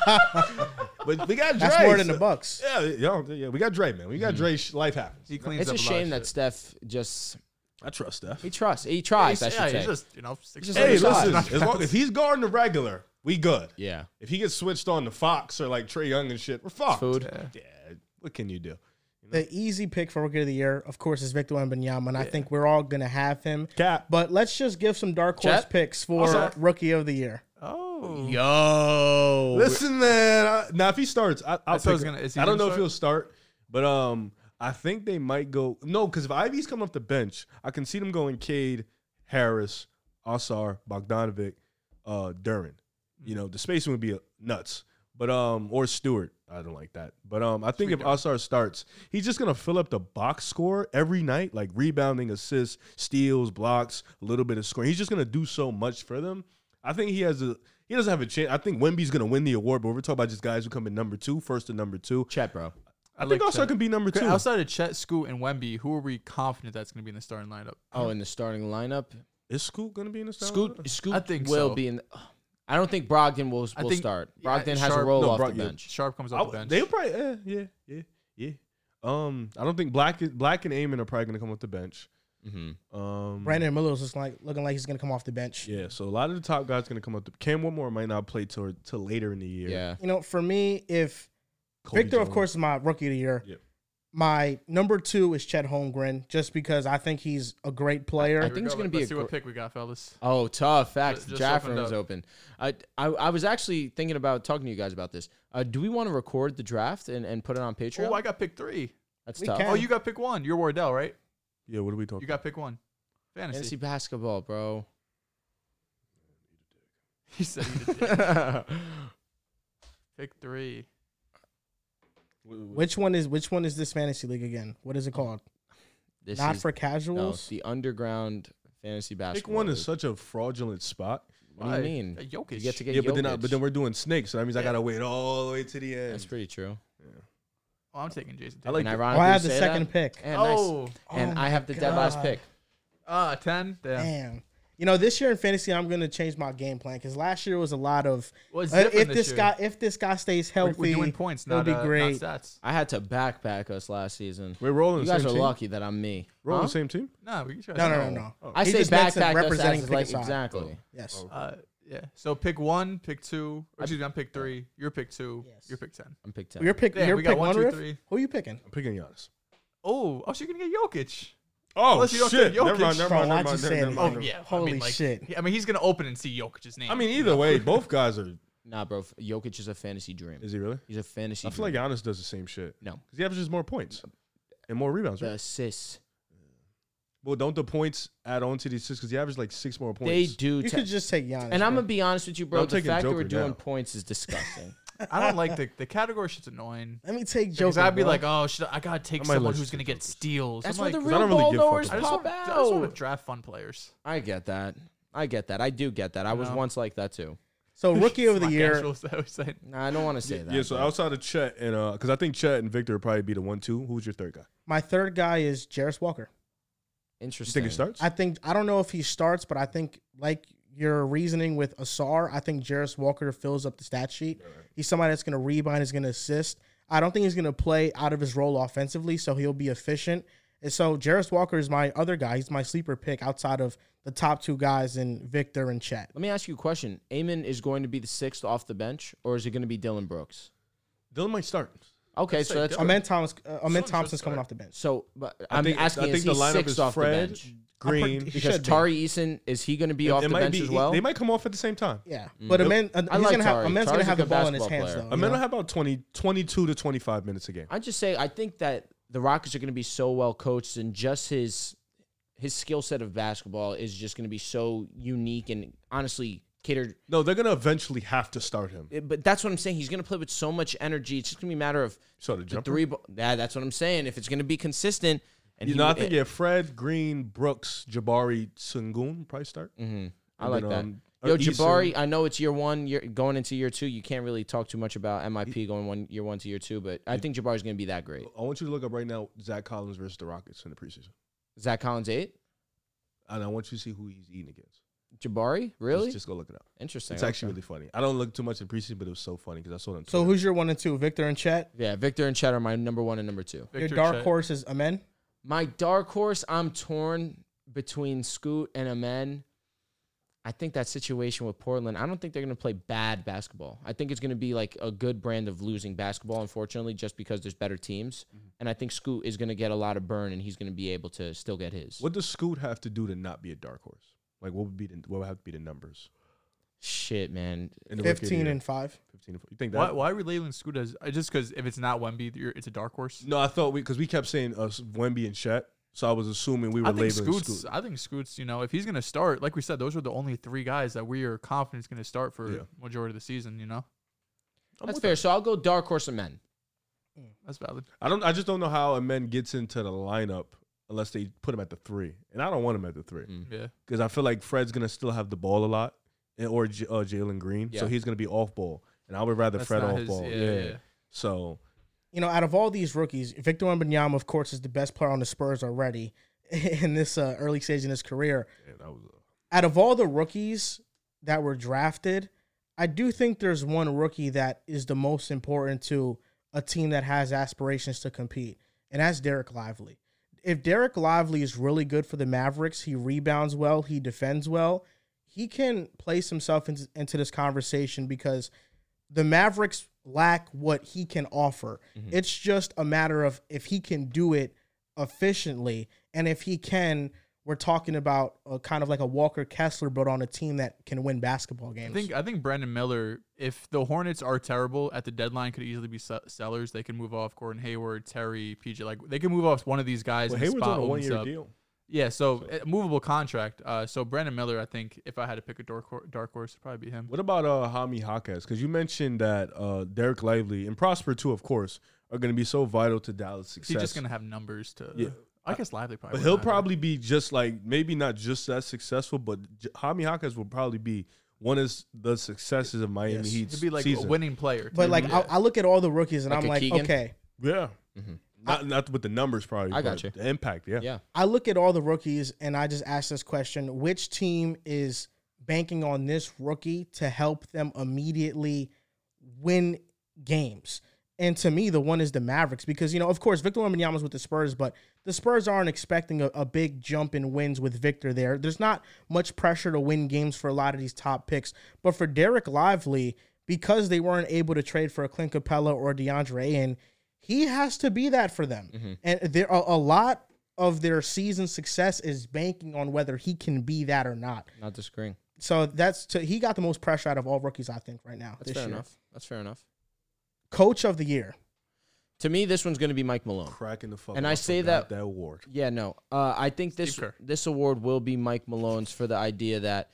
but we got Dre. That's more than the so- Bucks. Yeah, yeah, yeah, we got Dre, man. We got Dre. sh- Life happens. he cleans It's a up lot of shame that shit. Steph just I trust Steph. He trusts. He tries. I He's- should yeah, say. he's just you know six. just foot. like Hey, Hey, listen. Rashad. As long as he's guarding the regular, we good. yeah. If he gets switched on to Fox or like Trey Young and shit, we're fucked. Food. Yeah. What can you do? The easy pick for rookie of the year, of course, is Victor Wembanyama, and I think we're all gonna have him. Cap. But let's just give some dark horse Chat? picks for rookie of the year. oh, Yo. Listen, man. I, now, if he starts, I, I'll That's what I pick was him. gonna- is he I don't gonna know if start? he'll start, but um, I think they might go. No, because if Ivy's coming off the bench, I can see them going Cade, Harris, Asar, Bogdanovic, uh, Durin. You know, the spacing would be nuts. But um, or Stewart. I don't like that. But um, I think if Asar starts, he's just gonna fill up the box score every night, like rebounding, assists, steals, blocks, a little bit of scoring. He's just gonna do so much for them. I think he has a he doesn't have a chance. I think Wemby's gonna win the award, but we're talking about just guys who come in number two, first to number two. Chat, bro. I, think like All Star Chet. can be number Okay, two. outside of Chet, Scoot, and Wemby, who are we confident that's going to be in the starting lineup? Oh, in the starting lineup, Is Scoot gonna be in the starting Scoot. lineup? Scoot I think will so. be in. I don't think Brogdon will, I will think- start. yeah, Brogdon has a Sharp- roll no, off Brogdon- the bench. Sharp comes I off the would- bench. They probably eh, yeah yeah yeah. Um, I don't think Black Black and Amon are probably gonna come off the bench. Mm-hmm. Um, Brandon Miller's just like looking like he's gonna come off the bench. Yeah, so a lot of the top guys gonna come up. The, Cam Whitmore might not play till till later in the year. Yeah. You know, for me, if Kobe Victor, of Jones. course, is my rookie of the year. Yep. My number two is Chet Holmgren, just because I think he's a great player. I Here we think it's go. gonna be a Let's see what gr- pick we got, fellas. Oh, tough facts. Ju- The just draft opened room's up. open. I, I I was actually thinking about talking to you guys about this. Uh, do we want to record the draft and, and put it on Patreon? Oh, I got pick three. That's We tough. can. Oh, you got pick one. You're Wardell, right? Yeah, what are we talking? You got pick one. Fantasy. Fantasy basketball, bro. He said he did it. That's pick three. Which one is which one is this fantasy league again? What is it called? This Not is- for no, casuals. the underground fantasy Pick basketball. one is league. such a fraudulent spot. What do you Why? mean? Uh, Jokic. You get to Yeah, get but then I, Jokic. but then we're doing snakes, so that means I Yeah. gotta wait all the way to the end. That's pretty true. Oh, I'm taking Jason. I like and the- ironically, I you have the say second that, pick. And nice. oh, And Oh I my have the dead last God. pick. ah, ten. Eh. Damn. Damn. You know, this year in fantasy, I'm going to change my game plan because last year was a lot of Well, it's uh, different if this this year. guy if this guy stays We're, healthy, we're doing points, it'll not, be uh, great. not stats. I had to backpack us last season. We're rolling. You the guys same are team? lucky that I'm me. We're on Huh? the same team. No, we can no, no, no, no. I He say just meant to backpack us representing as like pick aside. exactly. Yes. Uh, yeah. So pick one, pick two. Or excuse me, I'm pick three. You're pick two. Yes. You're pick ten. I'm pick Your ten. pick. Damn, your we got pick one, one, two, Riff? three. Who are you picking? I'm picking Giannis. Oh, oh, so you're gonna get Jokic. Oh Unless you don't shit! take Jokic. Never mind. Never Bro, mind. I Never mind. just Never said- mind, Oh, never mind. yeah. Holy like, shit. he- I mean, he's gonna open and see Jokic's name. I mean, either way, both guys are. Nah, bro. f- Jokic is a fantasy dream. Is he really? He's a fantasy. I feel like dream. Giannis does the same shit no. because he averages more points and more rebounds. The Right? assists. Well, don't the points add on to these six because he averages like six more points? They do. You te- could just take Giannis. and I'm bro. gonna be honest with you, bro. I'm the taking fact that we're Joker doing now. points is disgusting. I don't like the the category. Shit's annoying. Let me take Joker. Because I'd be bro. like, oh, should I, I gotta I take might someone let who's you gonna take get Jokic. steals. That's I'm why the like, I real don't really ball give fuck throwers about I just, pop want, I just want to out. draft fun players. I get that. I get that. I do get that. I was No. once like that too. so rookie of It's the not year. casuals, I was saying. Nah, I don't want to say that. Yeah, so but- outside of Chet and uh, because I think Chet and Victor would probably be the one two. Who's your third guy? My third guy is Jarris Walker. You interesting. think it starts? I think I don't know if he starts, but I think like your reasoning with Asar, I think Jarris Walker fills up the stat sheet. He's somebody that's going to rebound, he's going to assist. I don't think he's going to play out of his role offensively, so he'll be efficient. And so Jarris Walker is my other guy. He's my sleeper pick outside of the top two guys in Victor and Chet. Let me ask you a question. Amon is going to be the sixth off the bench, or is it going to be Dylan Brooks? Dylan might start. Okay, so that's Amen Thomas, uh, Amen should Thompson's coming start. off the bench. so. But I'm asking, is he sixth off the bench? He Green, Because should be. Tari Eason is he going to be It- off it the might bench be- as well? They might come off at the same time. Yeah, but Amen, uh, he's Mm-hmm. I like gonna have Tari. Amen's Tari's gonna a have the good ball in his basketball hands player. though. I'm you know? gonna have about 20, 22 to 25 minutes a game. I just say I think that the Rockets are going to be so well coached, and just his his skill set of basketball is just going to be so unique and honestly catered. No, they're going to eventually have to start him. it- But that's what I'm saying. He's going to play with so much energy. It's just going to be a matter of So the the jumper. three. Bo- yeah, that's what I'm saying. If it's going to be consistent, and you he- know, I think yeah, Fred, Green, Brooks, Jabari, Sungun probably start. Mm. Mm-hmm. I like then, that. um, Yo, uh, Eason. Jabari, I know it's year one. Year, going into year two, you can't really talk too much about MIP going one year one to year two, but I think Jabari's going to be that great. I want you to look up right now Zach Collins versus the Rockets in the preseason, Zach Collins eight, and I want you to see who he's eating against. Jabari, really Just, just go look it up. interesting. It's okay. actually really funny. I don't look too much in preseason, but it was so funny because I saw it on so Twitter. who's your one and two? Victor and Chet. yeah. Victor and Chet are my number one and number two. Victor your dark Chet. horse is Amen. My dark horse, I'm torn between Scoot and Amen, I think that situation with Portland, I don't think they're going to play bad basketball. I think it's going to be like a good brand of losing basketball, unfortunately, just because there's better teams. Mm-hmm. And I think Scoot is going to get a lot of burn and he's going to be able to still get his. What does Scoot have to do to not be a dark horse? Like, what would be the, what would have to be the numbers? Shit, man. In the rookie of the Fifteen year? and five. 15 and four. You think that? Why, why are we labeling Scoot as uh, just because if it's not Wemby, you're, it's a dark horse? No, I thought we because we kept saying uh, Wemby and Shat, so I was assuming we were I think labeling Scoot's. Scoot. I think Scoot's. You know, if he's gonna start, like we said, those are the only three guys that we are confident is gonna start for Yeah. majority of the season. You know, That's fair. So I'll go dark horse Amen. that's valid. I don't. I just don't know how a man gets into the lineup unless they put him at the three, and I don't want him at the three Yeah, because I feel like Fred's gonna still have the ball a lot, and, or J- uh, Jalen Green, so Yeah. he's gonna be off ball, and I would rather That's Fred not off his- ball. yeah, Yeah, yeah. So You know, out of all these rookies, Victor Wembanyama, of course, is the best player on the Spurs already in this uh, early stage in his career. man, that was a- Out of all the rookies that were drafted, I do think there's one rookie that is the most important to a team that has aspirations to compete, and that's Derek Lively. If Derek Lively is really good for the Mavericks, he rebounds well, he defends well, he can place himself into, into this conversation because the Mavericks lack what he can offer. It's just a matter of if he can do it efficiently. And if he can, we're talking about a, kind of like a Walker Kessler, but on a team that can win basketball games. I think I think Brandon Miller. If the Hornets are terrible at the deadline, could easily be se- sellers. They can move off Gordon Hayward, Terry, PJ. Like they can move off one of these guys. well, and the Hayward's spot on a opens one year up. deal. Yeah, so, a movable contract. Uh, so Brandon Miller, I think if I had to pick a dark hor- dark horse, it'd probably be him. What about uh Hami Hawkes? Because you mentioned that uh Derek Lively and Prosper too, of course, are gonna be so vital to Dallas Is success. he just gonna have numbers to? Yeah. I guess Lively probably. But would he'll not, right? probably be just like maybe not just as successful, but J- Jaime Hawkins will probably be one of the successes of Miami Yes. Heat's He'd be like season. a winning player. but like, I, I look at all the rookies and Like I'm a like, Keegan? okay, Yeah, not not with the numbers probably. Mm-hmm. I but got you. The impact, yeah. Yeah. I look at all the rookies and I just ask this question which team is banking on this rookie to help them immediately win games? And to me, the one is the Mavericks because, you know, of course, Victor Wembanyama's with the Spurs, but the Spurs aren't expecting a, a big jump in wins with Victor there. There's not much pressure to win games for a lot of these top picks. But for Derek Lively, because they weren't able to trade for a Clint Capella or DeAndre Ayton, he has to be that for them. Mm-hmm. And there are a lot of their season success is banking on whether he can be that or not. Not disagreeing. So that's to, he got the most pressure out of all rookies, I think, right now That's this fair year. enough. That's fair enough. Coach of the year. To me, this one's going to be Mike Malone. Cracking the fuck. And up I say forgot that- that award. Yeah, no. Uh, I think this Kerr. this award will be Mike Malone's for the idea that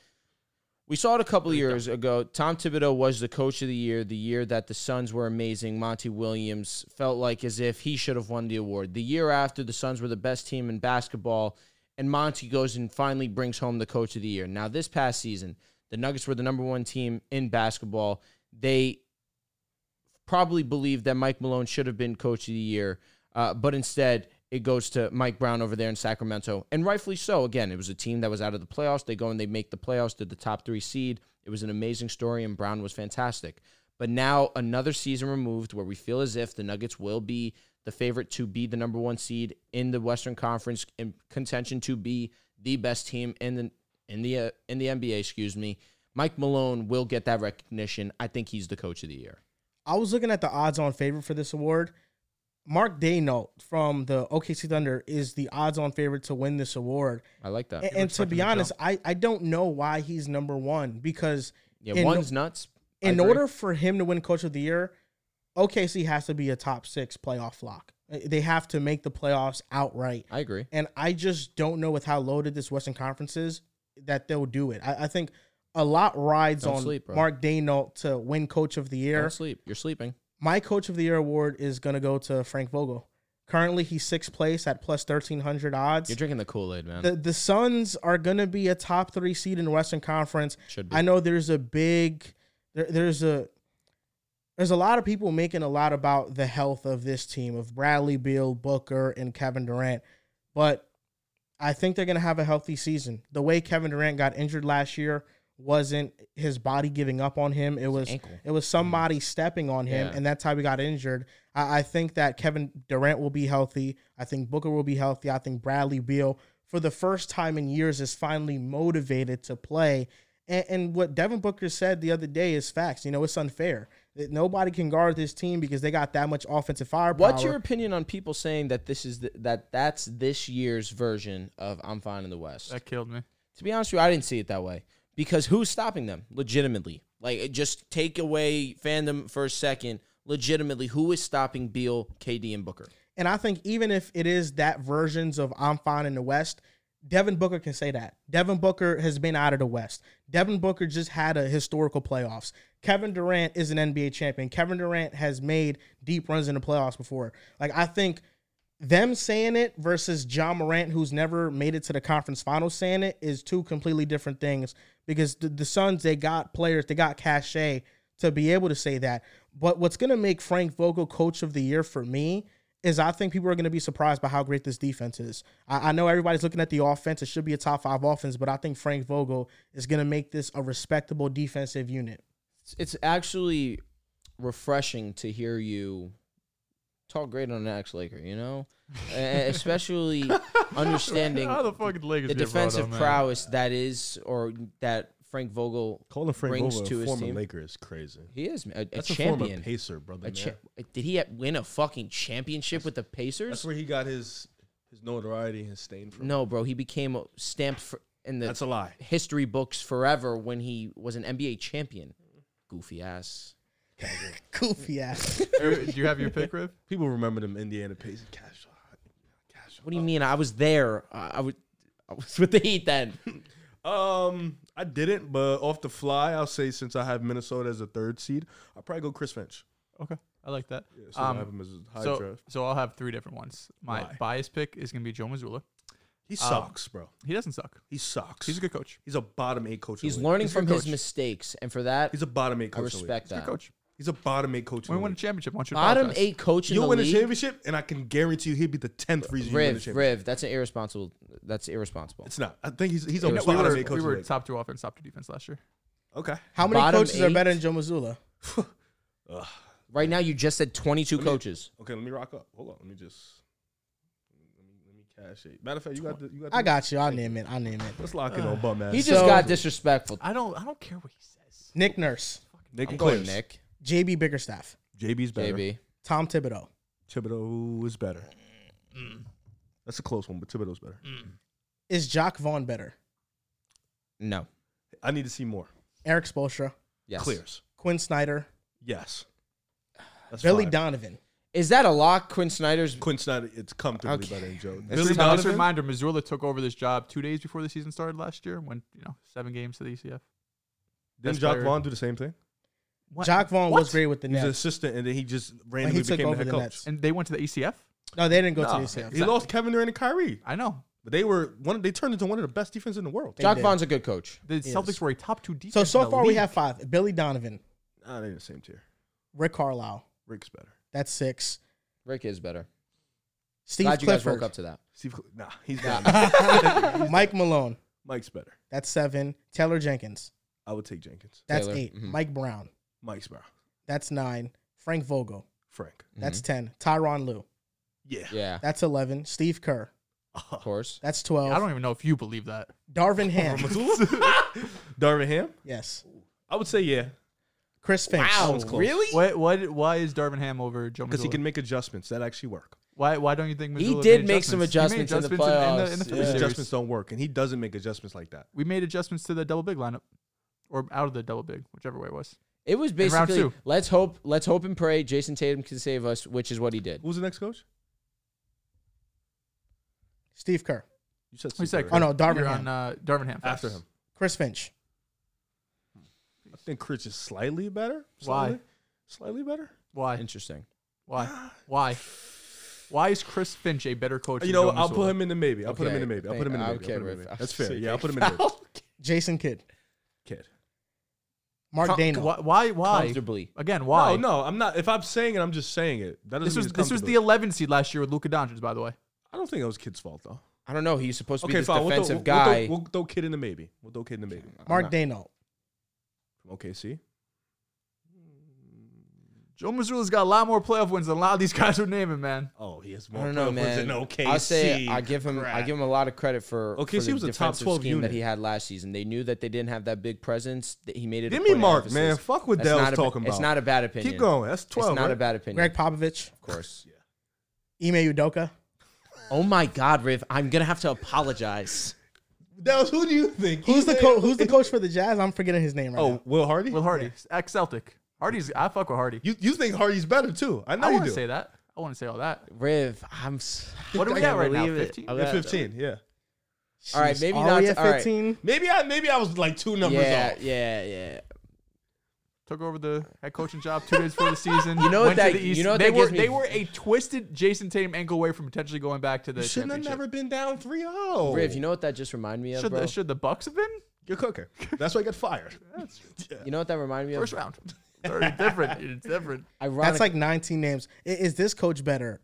we saw it a couple of years ago. Tom Thibodeau was the coach of the year, the year that the Suns were amazing. Monty Williams felt like as if he should have won the award. The year after, the Suns were the best team in basketball, and Monty goes and finally brings home the coach of the year. Now, this past season, the Nuggets were the number one team in basketball. They probably believed that Mike Malone should have been coach of the year, uh, but instead it goes to Mike Brown over there in Sacramento, and rightfully so. Again, it was a team that was out of the playoffs. They go and they make the playoffs, did the top three seed. It was an amazing story, and Brown was fantastic. But now another season removed, where we feel as if the Nuggets will be the favorite to be the number one seed in the Western Conference, in contention to be the best team in the in the uh, in the NBA. Excuse me. Mike Malone will get that recognition. I think he's the coach of the year. I was looking at the odds on favorite for this award. Mark Daynault from the OKC Thunder is the odds on favorite to win this award. I like that. And, and to expecting be to jump. honest, I, I don't know why he's number one because Yeah, in- one's nuts. I in agree. order for him to win coach of the year, OKC has to be a top six playoff lock. They have to make the playoffs outright. I agree. And I just don't know with how loaded this Western Conference is that they'll do it. I, I think a lot rides Don't on sleep, bro. Mark Daynault to win Coach of the Year. Don't sleep. You're sleeping. My Coach of the Year award is going to go to Frank Vogel. Currently, he's sixth place at plus 1,300 odds. You're drinking the Kool Aid, man. The, the Suns are going to be a top three seed in the Western Conference. Should be. I know there's a big, there, there's a, there's a lot of people making a lot about the health of this team of Bradley Beal, Booker, and Kevin Durant, but I think they're gonna have a healthy season. The way Kevin Durant got injured last year wasn't his body giving up on him. It was ankle. it was somebody stepping on him, Mm. Yeah. and that's how he got injured. I, I think that Kevin Durant will be healthy. I think Booker will be healthy. I think Bradley Beal for the first time in years is finally motivated to play. And, and what Devin Booker said the other day is facts. You know, it's unfair that nobody can guard this team because they got that much offensive firepower. What's your opinion on people saying that this is the, that that's this year's version of I'm fine in the West? That killed me. to be honest with you, I didn't see it that way because who's stopping them? Legitimately, like it- just take away fandom for a second. Legitimately, who is stopping Beal, KD, and Booker? And I think even if it is that versions of I'm fine in the West, Devin Booker can say that. Devin Booker has been out of the West. Devin Booker just had a historical playoffs. Kevin Durant is an NBA champion. Kevin Durant has made deep runs in the playoffs before. Like I think them saying it versus John Morant, who's never made it to the conference finals, saying it is two completely different things because the, the Suns, they got players, they got cachet to be able to say that. But what's going to make Frank Vogel coach of the year for me is I think people are going to be surprised by how great this defense is. I, I know everybody's looking at the offense. It should be a top five offense, but I think Frank Vogel is going to make this a respectable defensive unit. It's- It's actually refreshing to hear you talk great on an ex Laker. You know, And especially understanding How the fuck did Lakers the get brought defensive up, man? prowess that is or that Frank Vogel Calling Frank brings Vogel to a his former team. Laker is crazy. He is man, a, a That's a, former champion. pacer, brother. A man. cha- did he win a fucking championship with the Pacers? That's where he got his his notoriety and his stain from. No, bro. He became a- stamped for, in the that's a lie. history books forever when he was an NBA champion. Goofy ass. Goofy ass. Do you have your pick, Riv? People remember them Indiana Pacers. Cash, cash. What do you mean? I was there. Uh, I was. I was with the Heat then. Um, I didn't, but off the fly, I'll say since I have Minnesota as a third seed, I'll probably go Chris Finch. Okay, I like that. Um, Yeah, so Um, I have him as a high so, draft. so I'll have three different ones. My Why? bias pick is gonna be Joe Mazzulla. um, He sucks, bro. He doesn't suck. He sucks. He's a good coach. He's a bottom eight coach. in He's the league. learning a from good his coach. mistakes, and for that, He's a bottom eight I coach. in the league. respect He's a that. good coach. He's a bottom eight coach. in When the we won a league. championship, why don't you Bottom apologize? eight coach in You'll the win a league. championship, and I can guarantee you he'll be the tenth reason you win a Riv, championship. Riv, that's an irresponsible. That's irresponsible. It's not. I think he's he's a No, We bottom were, eight we coach. in the were league. top two offense, top two defense last year. Okay. How many Bottom coaches are better eight? than Joe Mazzulla? Right now, you just said twenty-two me- coaches. Okay. Let me rock up. Hold on. Let me just. Let me, let me cash it. Matter of fact, you got the, you got. The, I got you. I'll name it. I'll name it. Let's lock in on bum ass. He just So- got disrespectful. I don't. I don't care what he says. Nick Nurse, Nick I'm and going Clarence. Nick, JB Bickerstaff, JB's better. JB. Tom Thibodeau, Thibodeau is better. That's a close one, but Thibodeau's better. Is Jock Vaughn better? No. I need to see more. Eric Spolstra, Yes. Clears. Quinn Snyder, Yes. That's Billy five. Donovan. Is that a lock? Quinn Snyder's Quinn Snyder, it's comfortably Okay. better than Joe. Billy Donovan. Just a reminder: Missoula took over this job two days before the season started last year. When you know seven games to the E ECF. Didn't Best Jock player. Vaughn do the same thing? What? Jock Vaughn What? was great with the He was an Nets. assistant, and then he just randomly took became the over head the coach. Nets. And they went to the E ECF. No, they didn't go Nah, to the he ACL. lost Kevin Durant and Kyrie, I know. but they were one. They turned into one of the best defense in the world. Jock did. Vaughn's a good coach. The Yes. Celtics were a top two defense. So in so the far we league. have five: Billy Donovan, Nah, they're in the same tier. Rick Carlisle. Rick's better. That's six. Rick is better. Steve Glad you guys woke Clifford, up to that. Steve, Cl- nah, he's Nah. better. He's- Mike Malone. Mike's better. That's seven. Taylor Jenkins. I would take Jenkins. That's Taylor, 8 mhm. Mike Brown. Mike's better. That's nine. Frank Vogel. Frank. That's ten. Tyron Lue. Yeah. Yeah, That's eleven. Steve Kerr. of course. That's I don't twelve. even know if you believe that. Darvin Ham. Darvin Ham. Yes. I would say yeah. Chris Finch. one's close. What? What? Why is Darvin Ham over Joe? Because he Mazzulla? can make adjustments that actually work. Why? Why don't you think He Missoula did made make some He made adjustments in the in the, in the playoffs, Philly His yeah. series. adjustments don't work, and he doesn't make adjustments like that. We made adjustments to the double big lineup, or out of the double big, whichever way it was. It was In round basically two. let's hope, let's hope and pray Jason Tatum can save us, which is what he did. Who's the next coach? Steve Kerr. You said. We said Steve Oh Kerr. no, Darvin You're Ham. on uh, Darvin Ham After facts. him, Chris Finch. I think Chris is slightly better. Why? Slightly, slightly better. Why? Interesting. Why? Why? Why is Chris Finch a better coach? You than know, Joe what? I'll put Mazzulla? him in the maybe. I'll put him in the Okay, maybe. I'll put him in the thank- maybe. I'll put him in okay, the maybe. Riff. That's fair. Sick. Yeah, I'll put him in the maybe. Jason Kidd. Kid. Mark Com- Dano. Why? Why? why? Comfortably. Again, why? No, no, I'm not. If I'm saying it, I'm just saying it. That doesn't This mean was it's this was the comfortable. 11 seed last year with Luka Doncic, by the way. I don't think that was kid's fault though. I don't know. He's supposed to be Okay, this fine. We'll throw, defensive we'll- guy. We'll throw, we'll throw kid in the maybe. We'll throw kid in the maybe. I'm Mark not- Dano. Okay, see. Joe Missoula's got a lot more playoff wins than a lot of these guys are naming, man. Oh, he has I more don't know, playoff wins man. than OKC. I say I give him I Crap. give him a lot of credit for OKC for the was a top defensive 12 scheme that unit. he had last season. They knew that they didn't have that big presence. That he made it. a Give me point of Mark, emphasis. man. Fuck what That's Dell's not a ba- talking about. It's not a bad opinion. Keep going. That's It's twelve. not right? a bad opinion. Greg Popovich, of course. Ime Udoka. Oh my God, Riv! I'm gonna have to apologize. Dallas, who do you think? Who's he the named? coach? Who's the coach for the Jazz? I'm forgetting his name right now. Oh, Will Hardy. Will Hardy, ex Celtic. Hardy's, I fuck with Hardy. You you think Hardy's better too? I know I you want do. to say that. I want to say all that. Riv, I'm. s- What are we I can't at right now, believe it. 15? I'm You're gonna- 15. Yeah. All right, Jeez, maybe are not- we at all right. 15? Maybe I maybe I was like two numbers Yeah, off. yeah, yeah. Took over the head coaching job two days before the season. You know what went to that- the you East. know what they that were gives me- they were a twisted Jason Tatum ankle away from potentially going back to the You shouldn't have championship. never been down 3-0. Riv, you know what that just reminded me of, should, bro? the, should the Bucks have been You're cooking. That's why I got fired. you know what that reminded me first of? round? They're different. It's different. Ironic, That's like 19 names. I- Is this coach better?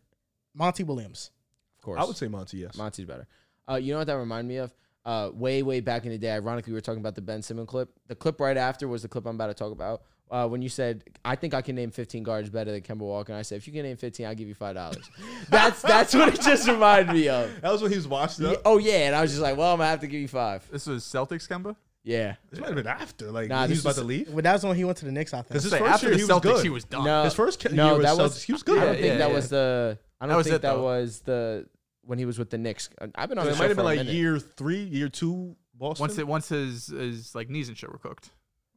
Monty Williams. of course. I would say Monty. Yes. Monty's better. Uh, you know what that reminded me of? Uh, way, way back in the day, ironically, we were talking about the Ben Simmons clip. The clip right after was the clip I'm about to talk about. Uh, when you said, "I think I can name 15 guards better than Kemba Walker," and I said, "If you can name 15, I'll give you five dollars." that's that's what it just reminded me of. That was when he was watching Yeah, up. oh yeah, and I was just like, "Well, I'm gonna have to give you five. This was Celtics, Kemba. Yeah. This might have been after. Like Nah, he this was about was- to leave. Well, that was when he went to the Knicks. I think. Because his Say, first after year the he was Celtics, good. he was done. No, Uh, His first ca- no, year with that was Celtics, he was good. I don't Yeah, think yeah, that yeah. was the. I don't That was think it, that though. was the when he was with the Knicks. I've been on. it this might show have for been a like minute. year three, year two. Boston. Once it once his his like knees and shit were cooked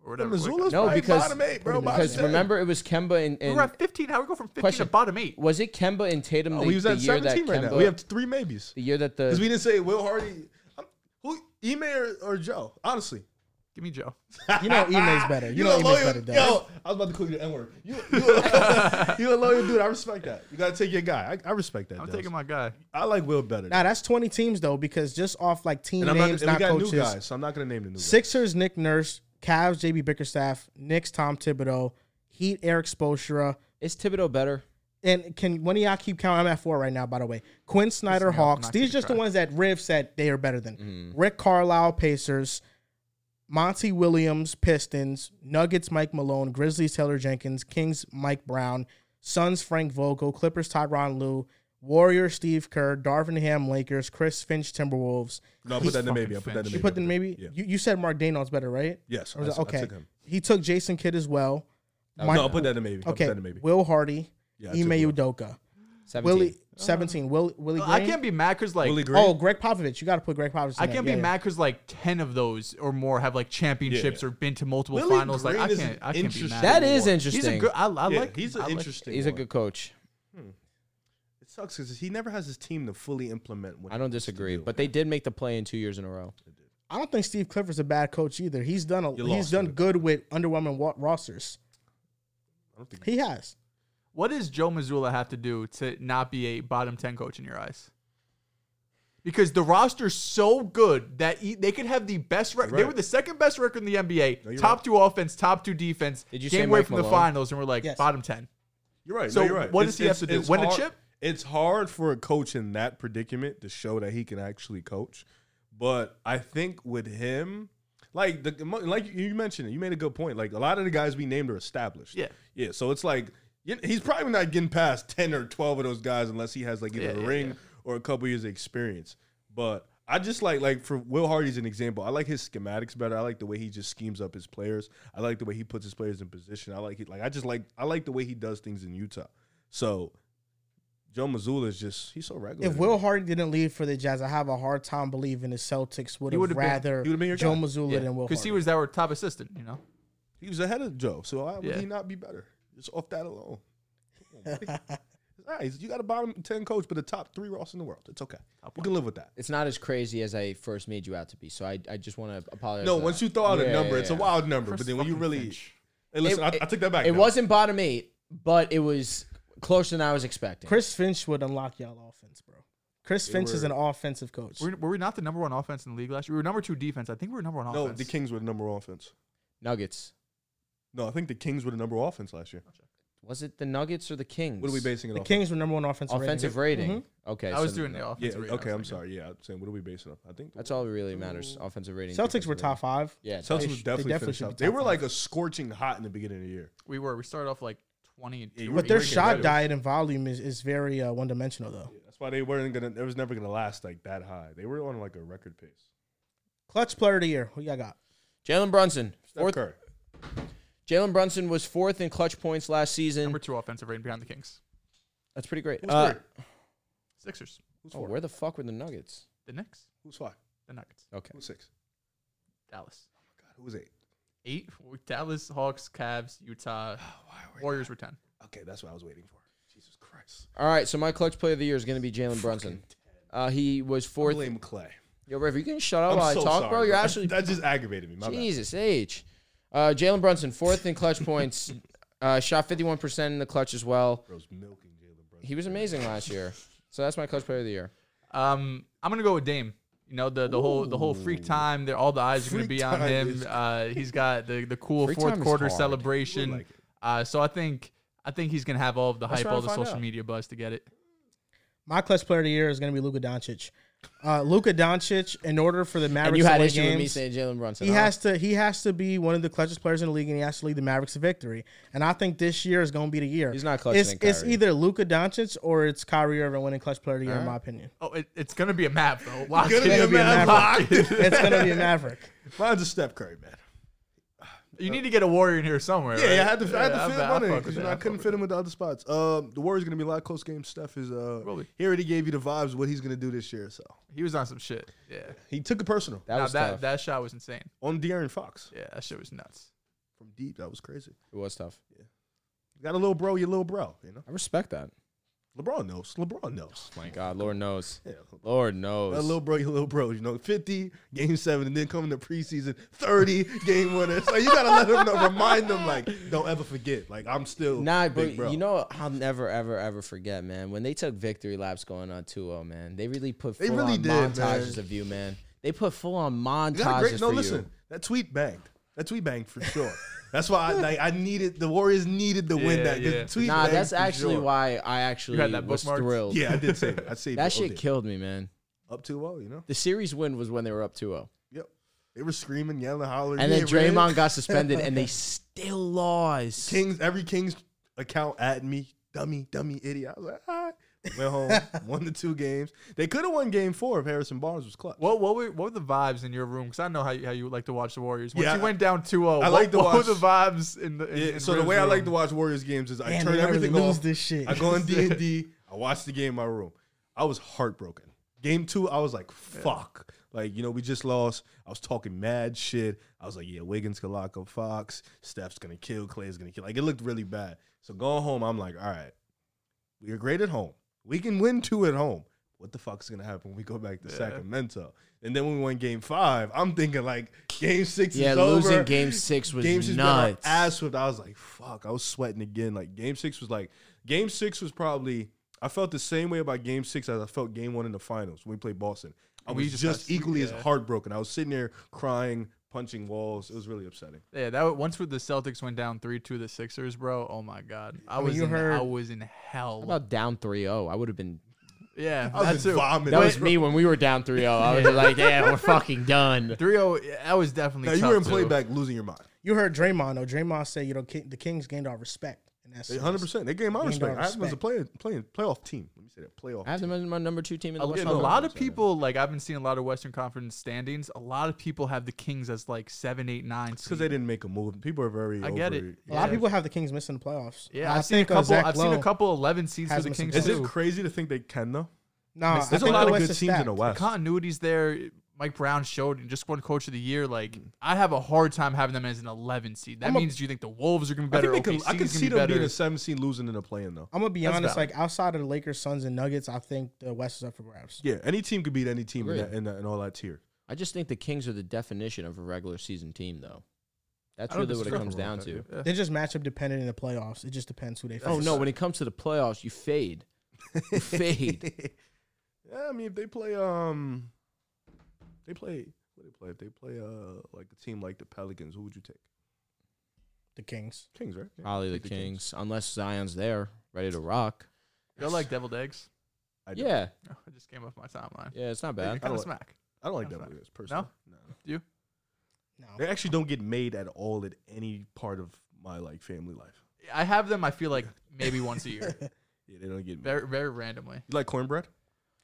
or whatever. Missoula's- No, Right, because bottom eight, bro, bottom because ten. remember it was Kemba and, we and were at 15. How we go from 15 Question. to bottom eight? Was it Kemba and Tatum? Oh, the, he was the at year that 17 right Kemba, now. We have three maybes. the year that the Because we didn't say Will Hardy, I'm- who Ime or, or Joe. Honestly, Give me Joe. You know Ime's better. You, know, Ime's better. Dad. Yo, I was about to call you the N word. You, you, a- you a loyal dude. I respect that. You gotta take your guy. I, I respect that. I'm Dubs. taking my guy. I like Will better. Now that's 20 teams though, because just off like team and I'm names, not. And not, we got coaches. new guys, so I'm not gonna name the new. guys. Sixers Nick Nurse, Cavs JB Bickerstaff, Knicks Tom Thibodeau, Heat Eric Spoelstra, is Thibodeau better? and can one of y'all keep counting? I'm at four right now, by the way. Quinn Snyder I'm Hawks. not These keeping are just the track. ones that Riv said they are better than. Mm-hmm. Rick Carlisle Pacers, Monty Williams Pistons, Nuggets Mike Malone, Grizzlies Taylor Jenkins, Kings Mike Brown, Suns Frank Vogel, Clippers Tyron Lue, Warriors Steve Kerr, Darvin Ham Lakers, Chris Finch Timberwolves. No, I put that in the maybe. I put that in the You maybe. You put in maybe Yeah. you, you said Mark Dagnall's better, right? Yes, I was I- like, I okay. took him. He took Jason Kidd as well. Mike- No, I put that in the maybe. I put okay, that in the maybe. Will Hardy, Yeah, I took Ime Will. Udoka, 17. Willie seventeen, Will Willie Green. Uh-huh. I can't be mad because like Willie Green. Oh, Greg Popovich. You got to put Greg Popovich. In I there. can't Yeah, be yeah. mad because like ten of those or more have like championships Yeah. or been to multiple Willie finals. Like Green I is can't, an I can't be interesting- mad. That is He's interesting. a good. I, I Yeah, like. he's I an like- interesting. He's a one. good coach. It sucks because he never has his team to fully implement. What I he don't wants to disagree, do. but they did make the play in two years in a row. I don't think Steve Clifford's a bad coach either. He's done a, You he's lost done me. good with underwhelming wa- rosters. I don't think He has. What does Joe Missoula have to do to not be a bottom ten coach in your eyes? Because the roster's so good that he, they could have the best record. They Right. were the second best record in the NBA. No, you're top right. two offense, top two defense. Did you game say away Mike from the Malone? finals, and we're like Yes. bottom ten. You're right. So no, you're right. what does he have to do? Win a hard, chip? It's hard for a coach in that predicament to show that he can actually coach. But I think with him, like the like you mentioned, it, you made a good point. Like a lot of the guys we named are established. Yeah. yeah. So it's like you- he's probably not getting past ten or twelve of those guys unless he has like either Yeah, a yeah, ring yeah. or a couple years of experience. But I just like like for Will Hardy's an example. I like his schematics better. I like the way he just schemes up his players. I like the way he puts his players in position. I like it. Like I just like I like the way he does things in Utah. So Joe Missoula is just he's so regular. If Will Hardy didn't leave for the Jazz, I have a hard time believing the Celtics would He have would've been- rather he would've been your Joe guy. Mazzulla than Will Because Hardy. he was our top assistant. You know. he was ahead of Joe, so why would Yeah. he not be better? Just off that alone. Come on, buddy. It's all right. you got a bottom ten coach, but a top three Ross in the world. It's okay. You can live with that. It's not as crazy as I first made you out to be, so I, I just want to apologize. No, for once that. you throw out Yeah, a number, yeah, it's a yeah. wild number. Chris But then when you fucking really, Finch. hey, listen, It- I, I took that back. It now. wasn't bottom eight, but it was closer than I was expecting. Chris Finch would unlock y'all offense, bro. Chris Finch is were- an offensive coach. Were, were we not the number one offense in the league last year? We were number two defense. I think we were number one No, offense. the Kings were the number one offense. Nuggets. No, I think the Kings were the number one offense last year. Was it the Nuggets or the Kings? What are we basing it Mm-hmm. The off? Kings were number one offensive rating. offensive rating? Okay, I was so doing the no. Yeah. offensive. rate. Okay, I I'm was thinking. sorry. Yeah, I'm saying what are we basing it off? I think That's all that really matters. Mm. Offensive rating. Mm-hmm. Celtics defensive were top rating. five. Yeah, Celtics they was definitely, definitely finished should up. be They top were five. like a scorching hot in the beginning of the year. We were. We started off like twenty and Yeah, two. you or were But their breaking shot records. diet and volume is, is very uh, one dimensional though. That's why they weren't gonna. It was never gonna last like that high. They were on like a record pace. Clutch player of the year. Who y'all got? Jalen Brunson. Steph Fourth, Curry. Jalen Brunson was fourth in clutch points last season. number two offensive rating behind the Kings. That's pretty great. Who's Uh, three? Sixers, Who's oh, four? where the fuck were the Nuggets? the Knicks, Who's five? the Nuggets, Okay. Who's six? Dallas. God, who's eight? Eight, Dallas, Hawks, Cavs, Utah, Oh, Warriors were ten. Okay, that's what I was waiting for. Jesus Christ. All right, so my clutch player of the year is going to be Jalen Brunson. Uh, he was fourth. Blame Clay. Yo, River, you can shut up I'm while I so talk, sorry, bro. You're actually that just aggravated me. My bad. Jesus H. Uh, Jalen Brunson fourth in clutch points. Uh, shot 51% in the clutch as well. Bro's milking Jalen Brunson. He was amazing last year. So that's my clutch player of the year. Um, I'm gonna go with Dame. You know the, the whole the whole freak time. There, all the eyes are gonna Freak be on time him. is- Uh, he's got the the cool Freak time fourth is quarter hard. celebration. Like it. uh, so I think I think he's gonna have all of the Let's hype, try all to the find social out. media buzz to get it. My clutch player of the year is going to be Luka Doncic. Uh, Luka Doncic, in order for the Mavericks, and you had to win issue with me games- saying Jalen Brunson. He huh? has to he has to be one of the clutchest players in the league, and he has to lead the Mavericks to victory. And I think this year is going to be the year. He's not clutching It's, in it's Kyrie. either Luka Doncic or it's Kyrie Irving winning clutch player of the year, in my opinion. Oh, it, it's gonna be a map though. Lock Gonna it. be a be a mad Maverick. lock. It's going to be a Maverick. Mine's a Steph Curry, man. You need to get a warrior in here somewhere. Yeah, right? yeah, I had to, I had to Yeah, fit I- I one in fuck with because you that, know, I fuck couldn't with fit him with the other spots. Um, the Warriors gonna be a lot of close games. Steph is uh, Really? he already gave you the vibes of what he's gonna do this year. So that. He was on some shit. Yeah, he took it personal That Nah, was that tough. that shot was insane. on De'Aaron Fox Yeah, that shit was nuts. from deep. That was crazy. it was tough. You got a little bro, your little bro. You know, I respect that. LeBron knows. LeBron knows. My God, Lord knows. Yeah, Lord knows. That little bro, your little bro, you know, 50, game seven, and then coming to preseason, 30, game winner. So you gotta let them know, remind them, like, don't ever forget. Like, I'm still Nah, big but bro. you know, I'll never, ever, ever forget, man. When they took victory laps going on 2 0, man, they really put full They really on did, montages man. of you, man. They put full on You got a montages great, no, for listen, you. that tweet banged. That tweet banged for sure. That's why I like I needed the Warriors needed to win Yeah, that. yeah. The tweet Nah, banged that's for actually sure. why I actually had that was bookmarked? thrilled. Yeah, I did say that. I saved it. That Oh, shit did. killed me, man. up too well, you know. The series win was when they were up 2 0. Yep. They were screaming, yelling, hollering. And then Oh, "Yeah, Red." Draymond got suspended and they still lost. Kings, every Kings account at me, dummy, dummy, idiot. I was like, ah. Went home, won the two games. They could have won game four if Harrison Barnes was clutch. What what were what were the vibes in your room? Because I know how you, how you like to watch the Warriors. Once Yeah, you I- went down 2-0, I what, like to what were watch- the vibes in the? In, Yeah, in so the Rim's way I like to room? watch Warriors games is I Damn, turn they already everything lose off. this shit. I go on D and D. I watch the game in my room. I was heartbroken. Game two, I was like, fuck. Like, you know, we just lost. I was talking mad shit. I was like, yeah, Wiggins could lock up Fox. Steph's gonna kill. Clay's gonna kill. Like it looked really bad. So going home, I'm like, all right, we are great at home. We can win two at home. What the fuck's gonna happen when we go back to Sacramento? And then when we won game five, I'm thinking like game six yeah, is losing over game six was game six got our nuts. ass whipped. I was like, fuck. I was sweating again. Like game six was like game six was probably I felt the same way about game six as I felt game one in the finals when we played Boston. I We was just just, got- equally yeah. as heartbroken. I was sitting there crying, punching walls. It was really upsetting. Yeah, that was- once with the Celtics went down three to the Sixers, bro. Oh my god, I, mean, was you in, I heard- was in hell. How about down 3 0? I would have been. yeah, I was that too. vomiting. That was me when we were down 3 0. I was like, yeah, we're fucking done. 3-0, oh, yeah, that was definitely. Now you tough were in too. playback, losing your mind. You heard Draymond though. Draymond said, you know, Ki- the Kings gained our respect. And that's Hundred percent. They gave my Gained respect. our I was a respect. playing playing playoff team. Let me say that playoff. I have them as my number two team in A, the Western a lot of Conference. people like I've been seeing a lot of Western Conference standings. A lot of people have the Kings as like seven, eight, nine. because they didn't make a move. People are very. I get over it. A lot of people have the Kings missing the playoffs. Yeah, I I've seen a think, uh, couple. Zach I've seen a Lowe- couple eleven seeds for has the him some Kings Is Is it too. crazy to think they can though? Nah, I There's a think lot the of West good is teams in stacked. the West. Continuities there. Mike Brown showed in just one coach of the year. Like I have a hard time having them as an 11 seed. That Mm. I'm a- means do you think the Wolves are going to be I better? think they can. OKC I can is gonna see be them being better? a seven seed losing in the playing though. I'm gonna be That's honest. valid. Like outside of the Lakers, Suns, and Nuggets, I think the West is up for grabs. Yeah, any team could beat any team in, Agreed. that, in, that, in all that tier. I just think the Kings are the definition of a regular season team, though. That's I don't really what it disagree. comes down Yeah. to. They're just matchup dependent in the playoffs. It just depends who they face. Oh no, when it comes to the playoffs, you fade. You fade. yeah, I mean, if they play, um, they play. What do they play? If they play, uh, like a team like the Pelicans, who would you take? the Kings. Kings, right? Yeah, Probably the take Kings, unless Zion's there, ready to rock. They're like deviled eggs. I don't, Yeah, Oh, I just came off my timeline. yeah, it's not Yeah, bad. kind don't of like- smack. I don't like That's double fine. Eagles personally. No? No, they actually don't get made at all at any part of my like family life. I have them. I feel like maybe once a year, Yeah, they don't get me. very very randomly. You like cornbread?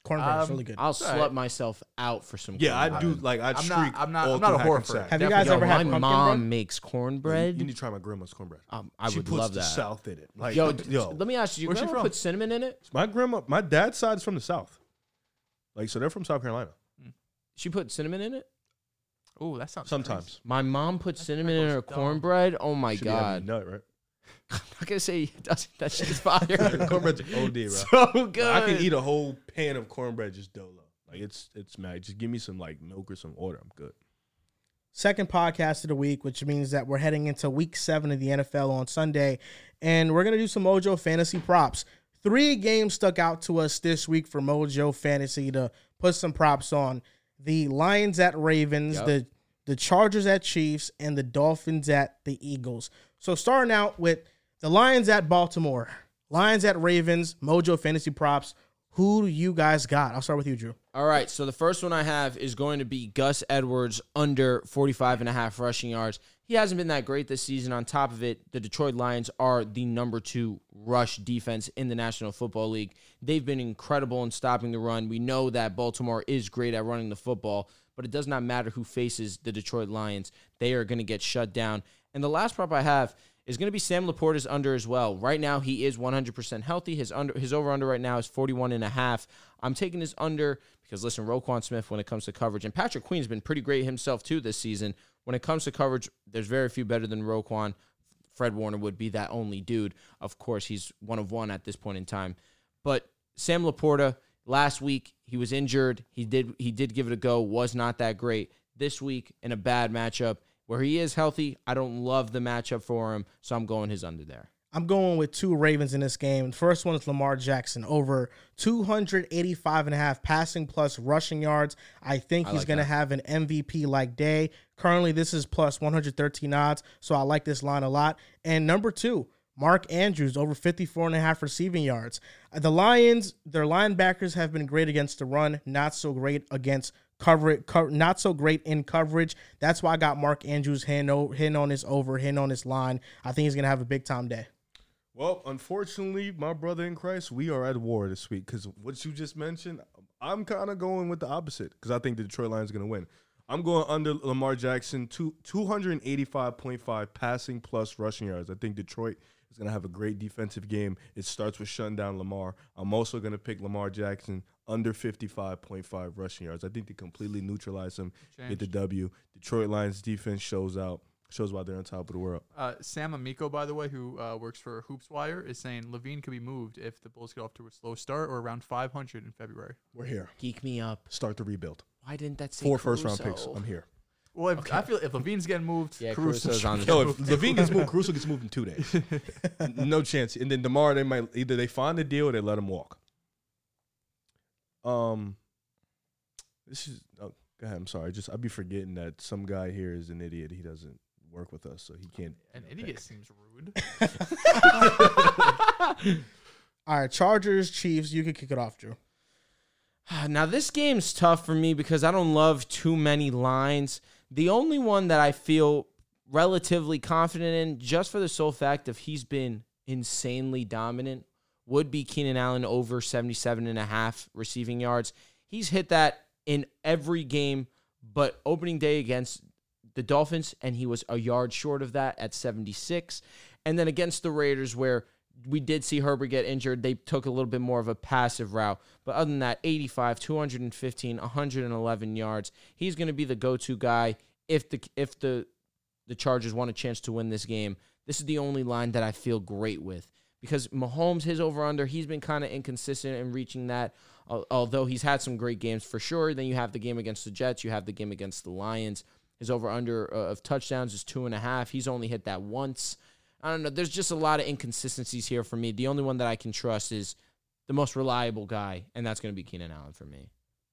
Cornbread is Um, really good. I'll all slut right. myself out for some. Yeah, I cornbread. do. Like I I'm streak. not- I'm not- all I'm not a through Hackensack. whore for it. Have you definitely- guys Yo, ever my had pumpkin mom bread? makes You cornbread. need to try my grandma's cornbread. Um, I she would puts love the that. South in it. Like, Yo, yo, d- let me ask you. Where's she grandma from? Put cinnamon in it. my grandma, my dad's side's from the South. Like, so they're from South Carolina. She put cinnamon in it. Oh, that sounds Sometimes. My mom put cinnamon in goes her dumb. cornbread. Oh my Should be god! having nut right. I'm not gonna say it doesn't. That shit's fire. Cornbread's OD, bro. so good. I can eat a whole pan of cornbread just dolo. Like it's it's mad. Just give me some like milk or some water. I'm good. Second podcast of the week, which means that we're heading into week seven of the NFL on Sunday. And we're going to do some Mojo fantasy props. Three games stuck out to us this week for Mojo fantasy to put some props on the Lions at Ravens, Yep. the, the Chargers at Chiefs, and the Dolphins at the Eagles. So starting out with the Lions at Baltimore, Lions at Ravens, Mojo fantasy props. Who do you guys got? I'll start with you, Drew. All right, so the first one I have is going to be Gus Edwards under 45 and a half rushing yards. He hasn't been that great this season. On top of it, the Detroit Lions are the number two rush defense in the National Football League. They've been incredible in stopping the run. We know that Baltimore is great at running the football, but it does not matter who faces the Detroit Lions. They are going to get shut down. And the last prop I have is going to be Sam Laporta's under as well. Right now, he is 100% healthy. His under, his over under right now is 41 and a half. I'm taking his under because listen, Roquan Smith when it comes to coverage, and Patrick Queen's been pretty great himself too this season. When it comes to coverage, there's very few better than Roquan. Fred Warner would be that only dude. Of course, he's one of one at this point in time. But Sam Laporta last week he was injured. He did he did give it a go. Was not that great this week in a bad matchup where he is healthy. I don't love the matchup for him, so I'm going his under there. I'm going with two Ravens in this game. The first one is Lamar Jackson, over 285 and a half passing plus rushing yards. I think I he's like going to that. have an MVP like day. Currently, this is plus 113 odds, so I like this line a lot. And number two, Mark Andrews, over 54 and a half receiving yards. Uh, The Lions, their linebackers have been great against the run, not so great against cover co- not so great in coverage. That's why I got Mark Andrews hitting, o- hitting on his over, hitting on his line. I think he's going to have a big time day. Well, unfortunately, my brother in Christ, we are at war this week because what you just mentioned, I'm kind of going with the opposite because I think the Detroit Lions are going to win. I'm going under Lamar Jackson, two, 285.5 passing plus rushing yards. I think Detroit is going to have a great defensive game. It starts with shutting down Lamar. I'm also going to pick Lamar Jackson under 55.5 rushing yards. I think they completely neutralize him, get the W. Detroit Lions defense shows out, shows why they're on top of the world. Uh, Sam Amico, by the way, who uh, works for Hoops Wire, is saying Levine could be moved if the Bulls get off to a slow start or around 500 in February. We're here. Geek me up. Start the rebuild. Why didn't that say Four first round picks. Caruso? I'm here. Well, if, I feel if Levine's getting moved, Yeah, Caruso Caruso's should on be the- Yo, moved. if Levine gets moved, Caruso gets moved in two days. no chance. And then tomorrow they might either they find a deal or they let him walk. Um, this is. Oh, go ahead. I'm sorry. Just I'd be forgetting that some guy here is an idiot. He doesn't work with us, so he can't. An idiot seems rude. All right, Chargers, Chiefs, you can kick it off, Drew. Ah, Now this game's tough for me because I don't love too many lines. The only one that I feel relatively confident in, just for the sole fact of he's been insanely dominant, would be Keenan Allen over 77 and a half receiving yards. He's hit that in every game, but opening day against the Dolphins, and he was a yard short of that at 76. And then against the Raiders, where we did see Herbert get injured, they took a little bit more of a passive route. But other than that, 85, 215, 111 yards. He's going to be the go-to guy if the if the the Chargers want a chance to win this game. This is the only line that I feel great with because Mahomes, his over under, he's been kind of inconsistent in reaching that. Al- Although he's had some great games for sure. Then you have the game against the Jets, you have the game against the Lions. His over under uh, of touchdowns is two and a half. He's only hit that once. I don't know. There's just a lot of inconsistencies here for me. The only one that I can trust is the most reliable guy, and that's going to be Keenan Allen for me.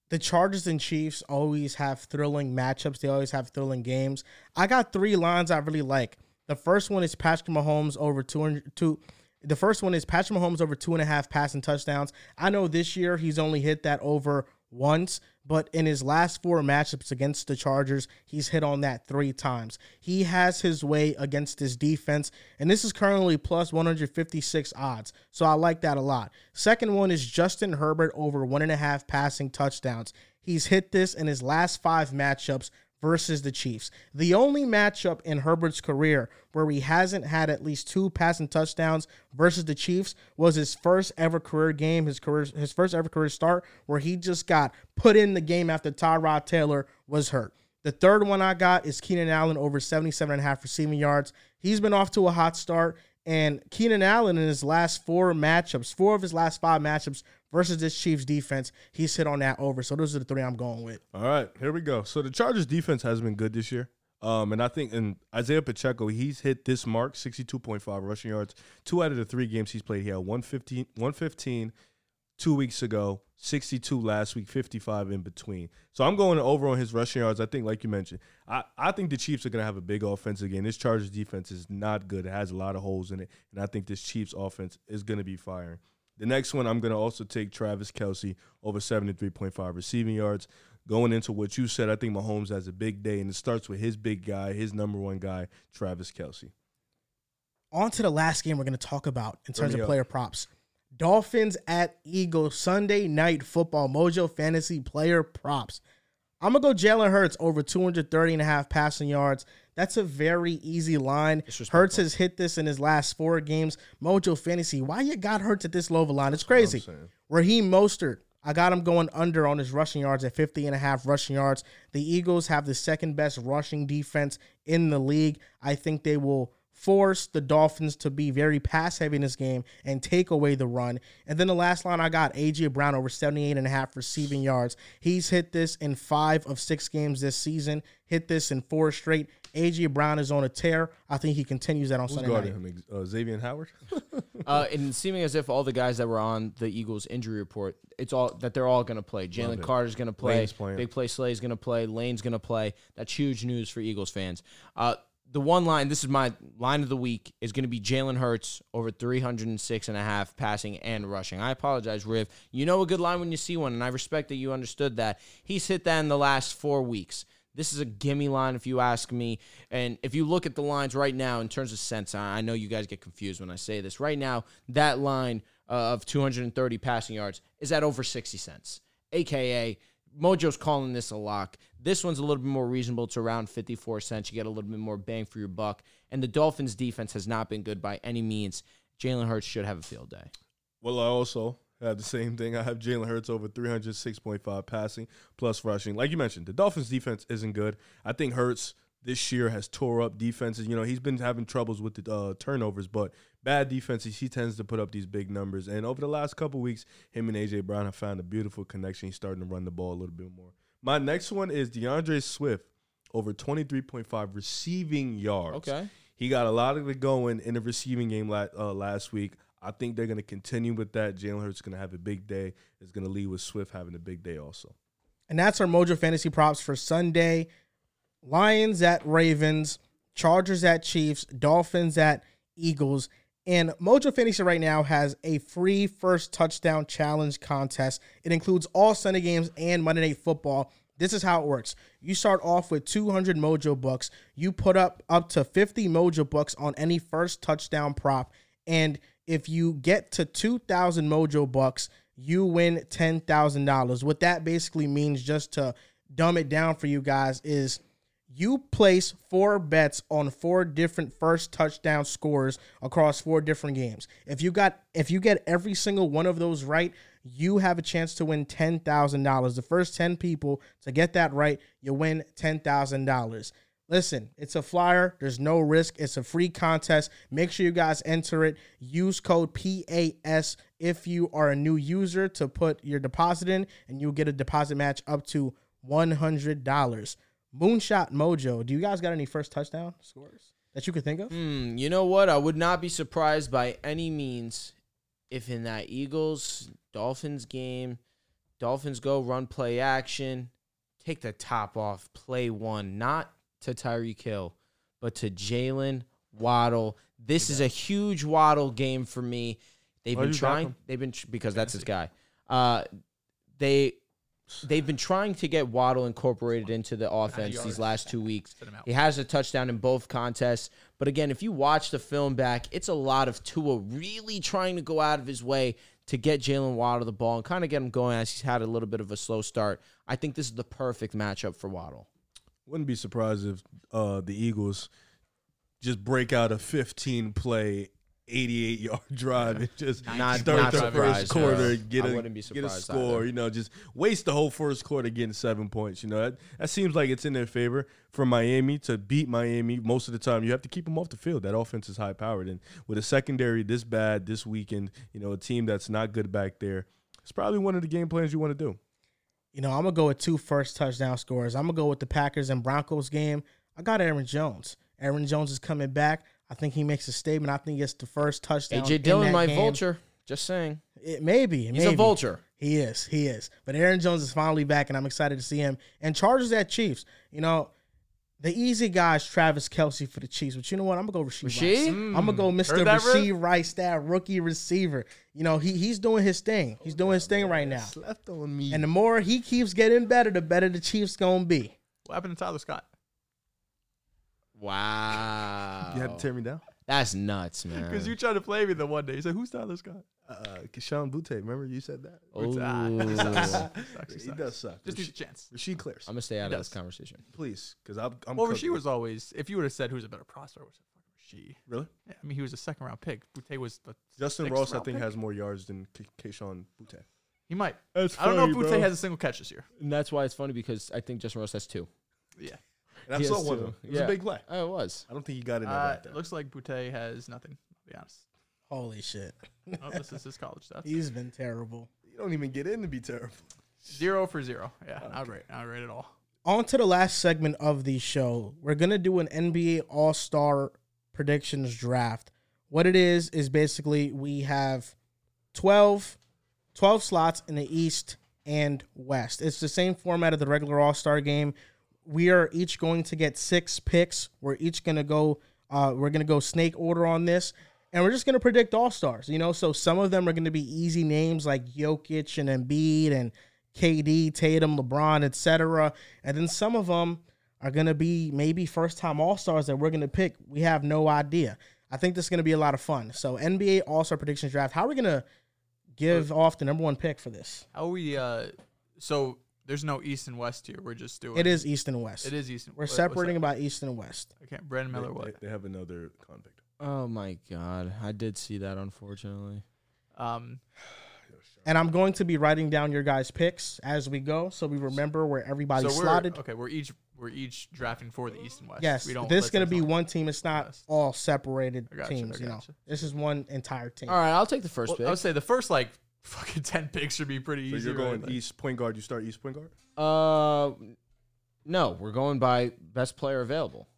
The Chargers and Chiefs always have thrilling matchups. They always have thrilling games. I got three lines I really like. The first one is Patrick Mahomes over 200. Two, the first one is Patrick Mahomes over two and a half passing touchdowns. I know this year he's only hit that over once, but in his last four matchups against the Chargers, he's hit on that three times. He has his way against this defense, and this is currently plus 156 odds, so I like that a lot. Second one is Justin Herbert over one and a half passing touchdowns. He's hit this in his last five matchups versus the Chiefs. The only matchup in Herbert's career where he hasn't had at least two passing touchdowns versus the Chiefs was his first ever career game, his career his first ever career start where he just got put in the game after Tyrod Taylor was hurt. The third one I got is Keenan Allen over 77 and a half receiving yards. He's been off to a hot start and Keenan Allen in his last four matchups, four of his last five matchups versus this Chiefs defense, he's hit on that over. So those are the three I'm going with. All right, here we go. So the Chargers defense has been good this year. Um, and I think and Isaiah Pacheco, he's hit this mark, 62.5 rushing yards. Two out of the three games he's played, he had 115, 115 two weeks ago, 62 last week, 55 in between. So I'm going over on his rushing yards. I think, like you mentioned, I, I think the Chiefs are going to have a big offense again. This Chargers defense is not good. It has a lot of holes in it. And I think this Chiefs offense is going to be firing. The next one, I'm going to also take Travis Kelsey over 73.5 receiving yards. Going into what you said, I think Mahomes has a big day, and it starts with his big guy, his number one guy, Travis Kelsey. on to the last game we're going to talk about in terms me of up. player props. Dolphins at Eagles Sunday night football mojo fantasy player props. I'm going to go Jalen Hurts over 230 and a half passing yards. That's a very easy line. Hurts has hit this in his last four games. Mojo fantasy, why you got Hurts at this low of a line? It's crazy. Raheem Mostert, I got him going under on his rushing yards at 50 and a half rushing yards. The Eagles have the second best rushing defense in the league. I think they will force the Dolphins to be very pass heavy in this game and take away the run. And then the last line I got, AJ Brown over 78 and a half receiving yards. He's hit this in five of six games this season, hit this in four straight. AJ Brown is on a tear. I think he continues that on Who's Sunday night. guarding him? Uh, Xavier Howard? Uh, and seeming as if all the guys that were on the Eagles injury report, it's all that they're all going to play. Jalen Carter's going to play. Lane's playing. Big play Slay's going to play. Lane's going to play. That's huge news for Eagles fans. Uh, the one line, this is my line of the week, is going to be Jalen Hurts over 306 and a half passing and rushing. I apologize, Riv. You know a good line when you see one, and I respect that you understood that. He's hit that in the last four weeks. This is a gimme line, if you ask me. And if you look at the lines right now in terms of cents, I I know you guys get confused when I say this. Right now, that line uh, of 230 passing yards is at over 60 cents, aka Mojo's calling this a lock. This one's a little bit more reasonable. It's around 54 cents. You get a little bit more bang for your buck. And the Dolphins' defense has not been good by any means. Jalen Hurts should have a field day. Well, I also have the same thing. I have Jalen Hurts over 306.5 passing plus rushing. Like you mentioned, the Dolphins defense isn't good. I think Hurts this year has tore up defenses. You know, he's been having troubles with the uh, turnovers, but bad defenses, he tends to put up these big numbers. And over the last couple weeks, him and A.J. Brown have found a beautiful connection. He's starting to run the ball a little bit more. My next one is DeAndre Swift over 23.5 receiving yards. Okay. He got a lot of it going in the receiving game la- uh, last week. I think they're going to continue with that. Jalen Hurts is going to have a big day. It's going to lead with Swift having a big day also. And that's our Mojo Fantasy props for Sunday. Lions at Ravens, Chargers at Chiefs, Dolphins at Eagles. And Mojo Fantasy right now has a free first touchdown challenge contest. It includes all Sunday games and Monday Night Football. This is how it works. You start off with 200 Mojo bucks. You put up up to 50 Mojo bucks on any first touchdown prop. And if you get to 2,000 Mojo bucks, you win $10,000. What that basically means, just to dumb it down for you guys, is you place four bets on four different first touchdown scores across four different games. If you got if you get every single one of those right, you have a chance to win $10,000. The first 10 people to get that right, you win $10,000. Listen, it's a flyer. There's no risk. It's a free contest. Make sure you guys enter it. Use code PAS if you are a new user to put your deposit in, and you'll get a deposit match up to $100. Moonshot Mojo, do you guys got any first touchdown scores that you could think of? Hmm, you know what? I would not be surprised by any means if in that Eagles Dolphins game, Dolphins go run play action, take the top off, play one, not to Tyreek Hill, but to Jalen Waddle. This is a huge Waddle game for me. They've Why'd been you back trying. him? They've been tr- because that's his guy. Uh, they they've been trying to get Waddle incorporated into the offense these last two weeks. He has a touchdown in both contests. But again, if you watch the film back, it's a lot of Tua really trying to go out of his way to get Jalen Waddle the ball and kind of get him going as he's had a little bit of a slow start. I think this is the perfect matchup for Waddle. Wouldn't be surprised if uh, the Eagles just break out a 15 play, 88 yard drive and just Not- start not the surprised, first no. quarter, get I a, wouldn't be get a surprised score, either. you know, just waste the whole first quarter getting seven points. You know, that, that seems like it's in their favor for Miami to beat Miami. Most of the time, you have to keep them off the field. That offense is high powered. And with a secondary this bad this weekend, you know, a team that's not good back there, it's probably one of the game plans you want to do. You know, I'm gonna go with two first touchdown scores. I'm gonna go with the Packers and Broncos game. I got Aaron Jones. Aaron Jones is coming back. I think he makes a statement. I think it's the first touchdown. AJ in Dillon, that my game. vulture. Just saying. It maybe He's a vulture. He is. He is. But Aaron Jones is finally back, and I'm excited to see him. And Chargers at Chiefs. You know, the easy guy is Travis Kelsey for the Chiefs. But you know what? I'm gonna go Rasheed. Rasheed? Rice. I'm gonna go Mr. Heard that, Riff? Rasheed Rice, that rookie receiver. You know, he he's doing his thing. He's doing his thing right now. Left on me. And the more he keeps getting better, the better the Chiefs gonna be. What happened to Tyler Scott? Wow. you had to tear me down? That's nuts, man. Because you tried to play me the one day. You said, "Who's Tyler Scott?" Uh, Sean Butte, remember you said that? Ooh. Ah, I'm sucks, He sucks. does suck. Just needs a Rasheed, chance. Rasheed clears. gonna stay out He of this does. conversation. Please, because I'm. I'm Well, cooking. Rasheed was always. If you would have said who's a better prospect, I would have said Rasheed. really. Yeah, I mean, he was a second round pick. Butte was the Justin sixth Ross, I round think, pick. has more yards than K- Kayshawn Butte. He might. That's I don't know if funny, Butte bro. has a single catch this year. And that's why it's funny because I think Justin Ross has two. Yeah. And I He saw has one of two. them. It was Yeah. a big play. Oh, it was. I don't think he got it. Uh, right there. it looks like Butte has nothing. I'll be honest. Holy shit. Oh, this is his college stats. He's been terrible. you don't even get in to be terrible. Zero for zero. Yeah, not great. Not great at all. On to the last segment of the show. We're gonna do an NBA All Star predictions draft. What it is is basically we have 12, 12 slots in the East and West. It's the same format of the regular All Star game. We are each going to get six picks. We're each gonna go. Uh, we're gonna go snake order on this, and we're just gonna predict All Stars. You know, so some of them are gonna be easy names like Jokic and Embiid and KD, Tatum, LeBron, etc. And then some of them are going to be maybe first time All Stars that we're going to pick. We have no idea. I think this is going to be a lot of fun. So, NBA All Star Predictions Draft, how are we going to give off the number one pick for this? How we? Uh, so there's no east and west here. We're just doing. It is East and West. It is east. And, We're what- what's separating that? by East and West. Okay, Brandon Miller. They, What? they have another convict. Oh my god, I did see that. Unfortunately, Um, And I'm going to be writing down your guys' picks as we go so we remember where so everybody's we're slotted. okay. We're each we're each drafting for the east and west. Yes, we don't. this is list going to be as one. one team. It's not West. all separated I gotcha, I teams. You know, gotcha. this is one entire team. all right, I'll take the first Well, I would say the first like fucking ten picks should be pretty So easy. you're going right? East point guard. You start East point guard. pick. Uh, no, we're going by best player available.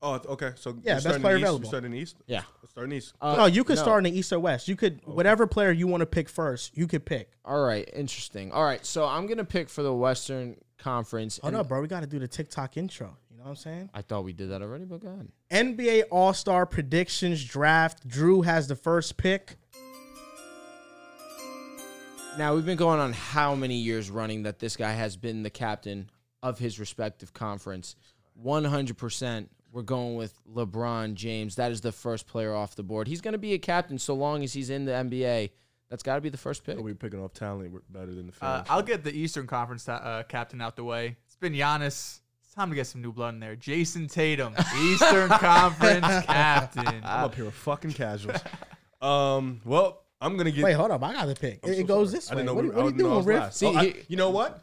Oh, th- okay. So Yeah, you're best starting player East, you available. Starting East. Yeah. Starting East. Uh, no, you could start in the East or West. You could whatever player you want to pick first. You could pick. All right, interesting. All right, so I'm gonna pick for the Western Conference. Hold and- up, Oh, bro. We got to do the TikTok intro. You know what I'm saying? I thought we did that already, but God, NBA All Star predictions draft. Drew has the first pick. Now we've been going on how many years running that this guy has been the captain of his respective conference. One hundred percent, we're going with LeBron James. That is the first player off the board. He's going to be a captain so long as he's in the NBA. That's got to be the first pick. Are we picking off talent We're better than the Uh, fans? I'll get the Eastern Conference ta- uh, captain out the way. It's been Giannis. It's time to get some new blood in there. Jason Tatum, Eastern Conference captain. I'm up here with fucking casuals. um. Well, I'm gonna get. Wait, hold up. I got the pick. It, I'm it so goes sorry. this I way. didn't know what, we are- were- I what are you didn't know I doing, was Riff? last. See, Oh, I- he- Mm. you know what?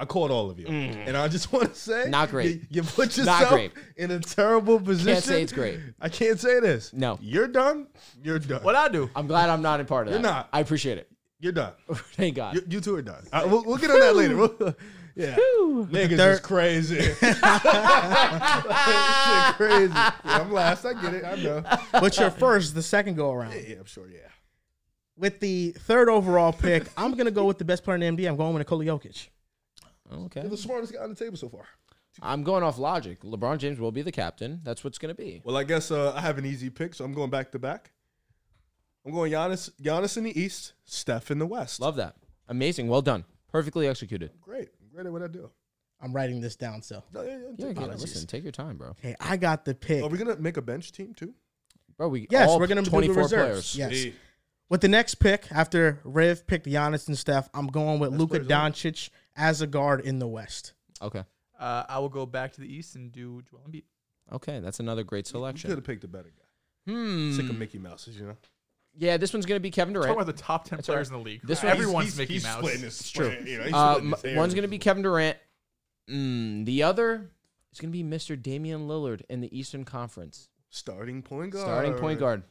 I called all of you, and I just want to say, Not great. You, you put yourself great. in a terrible position. say it's great. I can't say this. No. you're done. You're done. What I do? I'm glad I'm not in part of that. You're not. I appreciate it. You're done. Thank God. You, you two are done. Uh, we'll, we'll get on that later. We'll- yeah, niggas is Third- crazy. Shit crazy. Yeah, I'm last. I get it. I know. But you're first, the second go around. Yeah, I'm sure. Yeah. With the third overall pick, I'm gonna go with the best player in the NBA. I'm going with Nikola Jokic. okay. You're the smartest guy on the table so far. I'm going off logic. LeBron James will be the captain. That's what's going to be. Well, I guess uh, I have an easy pick, so I'm going back to back. I'm going Giannis, Giannis in the East, Steph in the West. Love that. Amazing. Well done. Perfectly executed. Great. I'm great at what I do. I'm writing this down. So No, yeah, yeah, Yeah, take again, it easy. listen, take your time, bro. okay, I got the pick. Are we gonna make a bench team too? Bro, we Yes, all we're gonna do the 24 reserves. players. Yes. With the next pick after Rev picked Giannis and Steph, I'm going with Luka players only. Doncic as a guard in the West. Okay. Uh, I will go back to the East and do Joel Embiid. Okay, that's another great You could selection. have picked a better guy. Hmm. Sick of Mickey Mouse's, you know. Yeah, this one's gonna be Kevin Talk Durant. about the top ten That's all players right. in the league. This one's- everyone's Mickey he's Mouse. splitting his- splitting, you know, he's Uh, splitting m- his hair. one's gonna be Kevin Durant. Mm, the other is gonna be Mr. Damian Lillard in the Eastern Conference, starting point guard. starting point guard.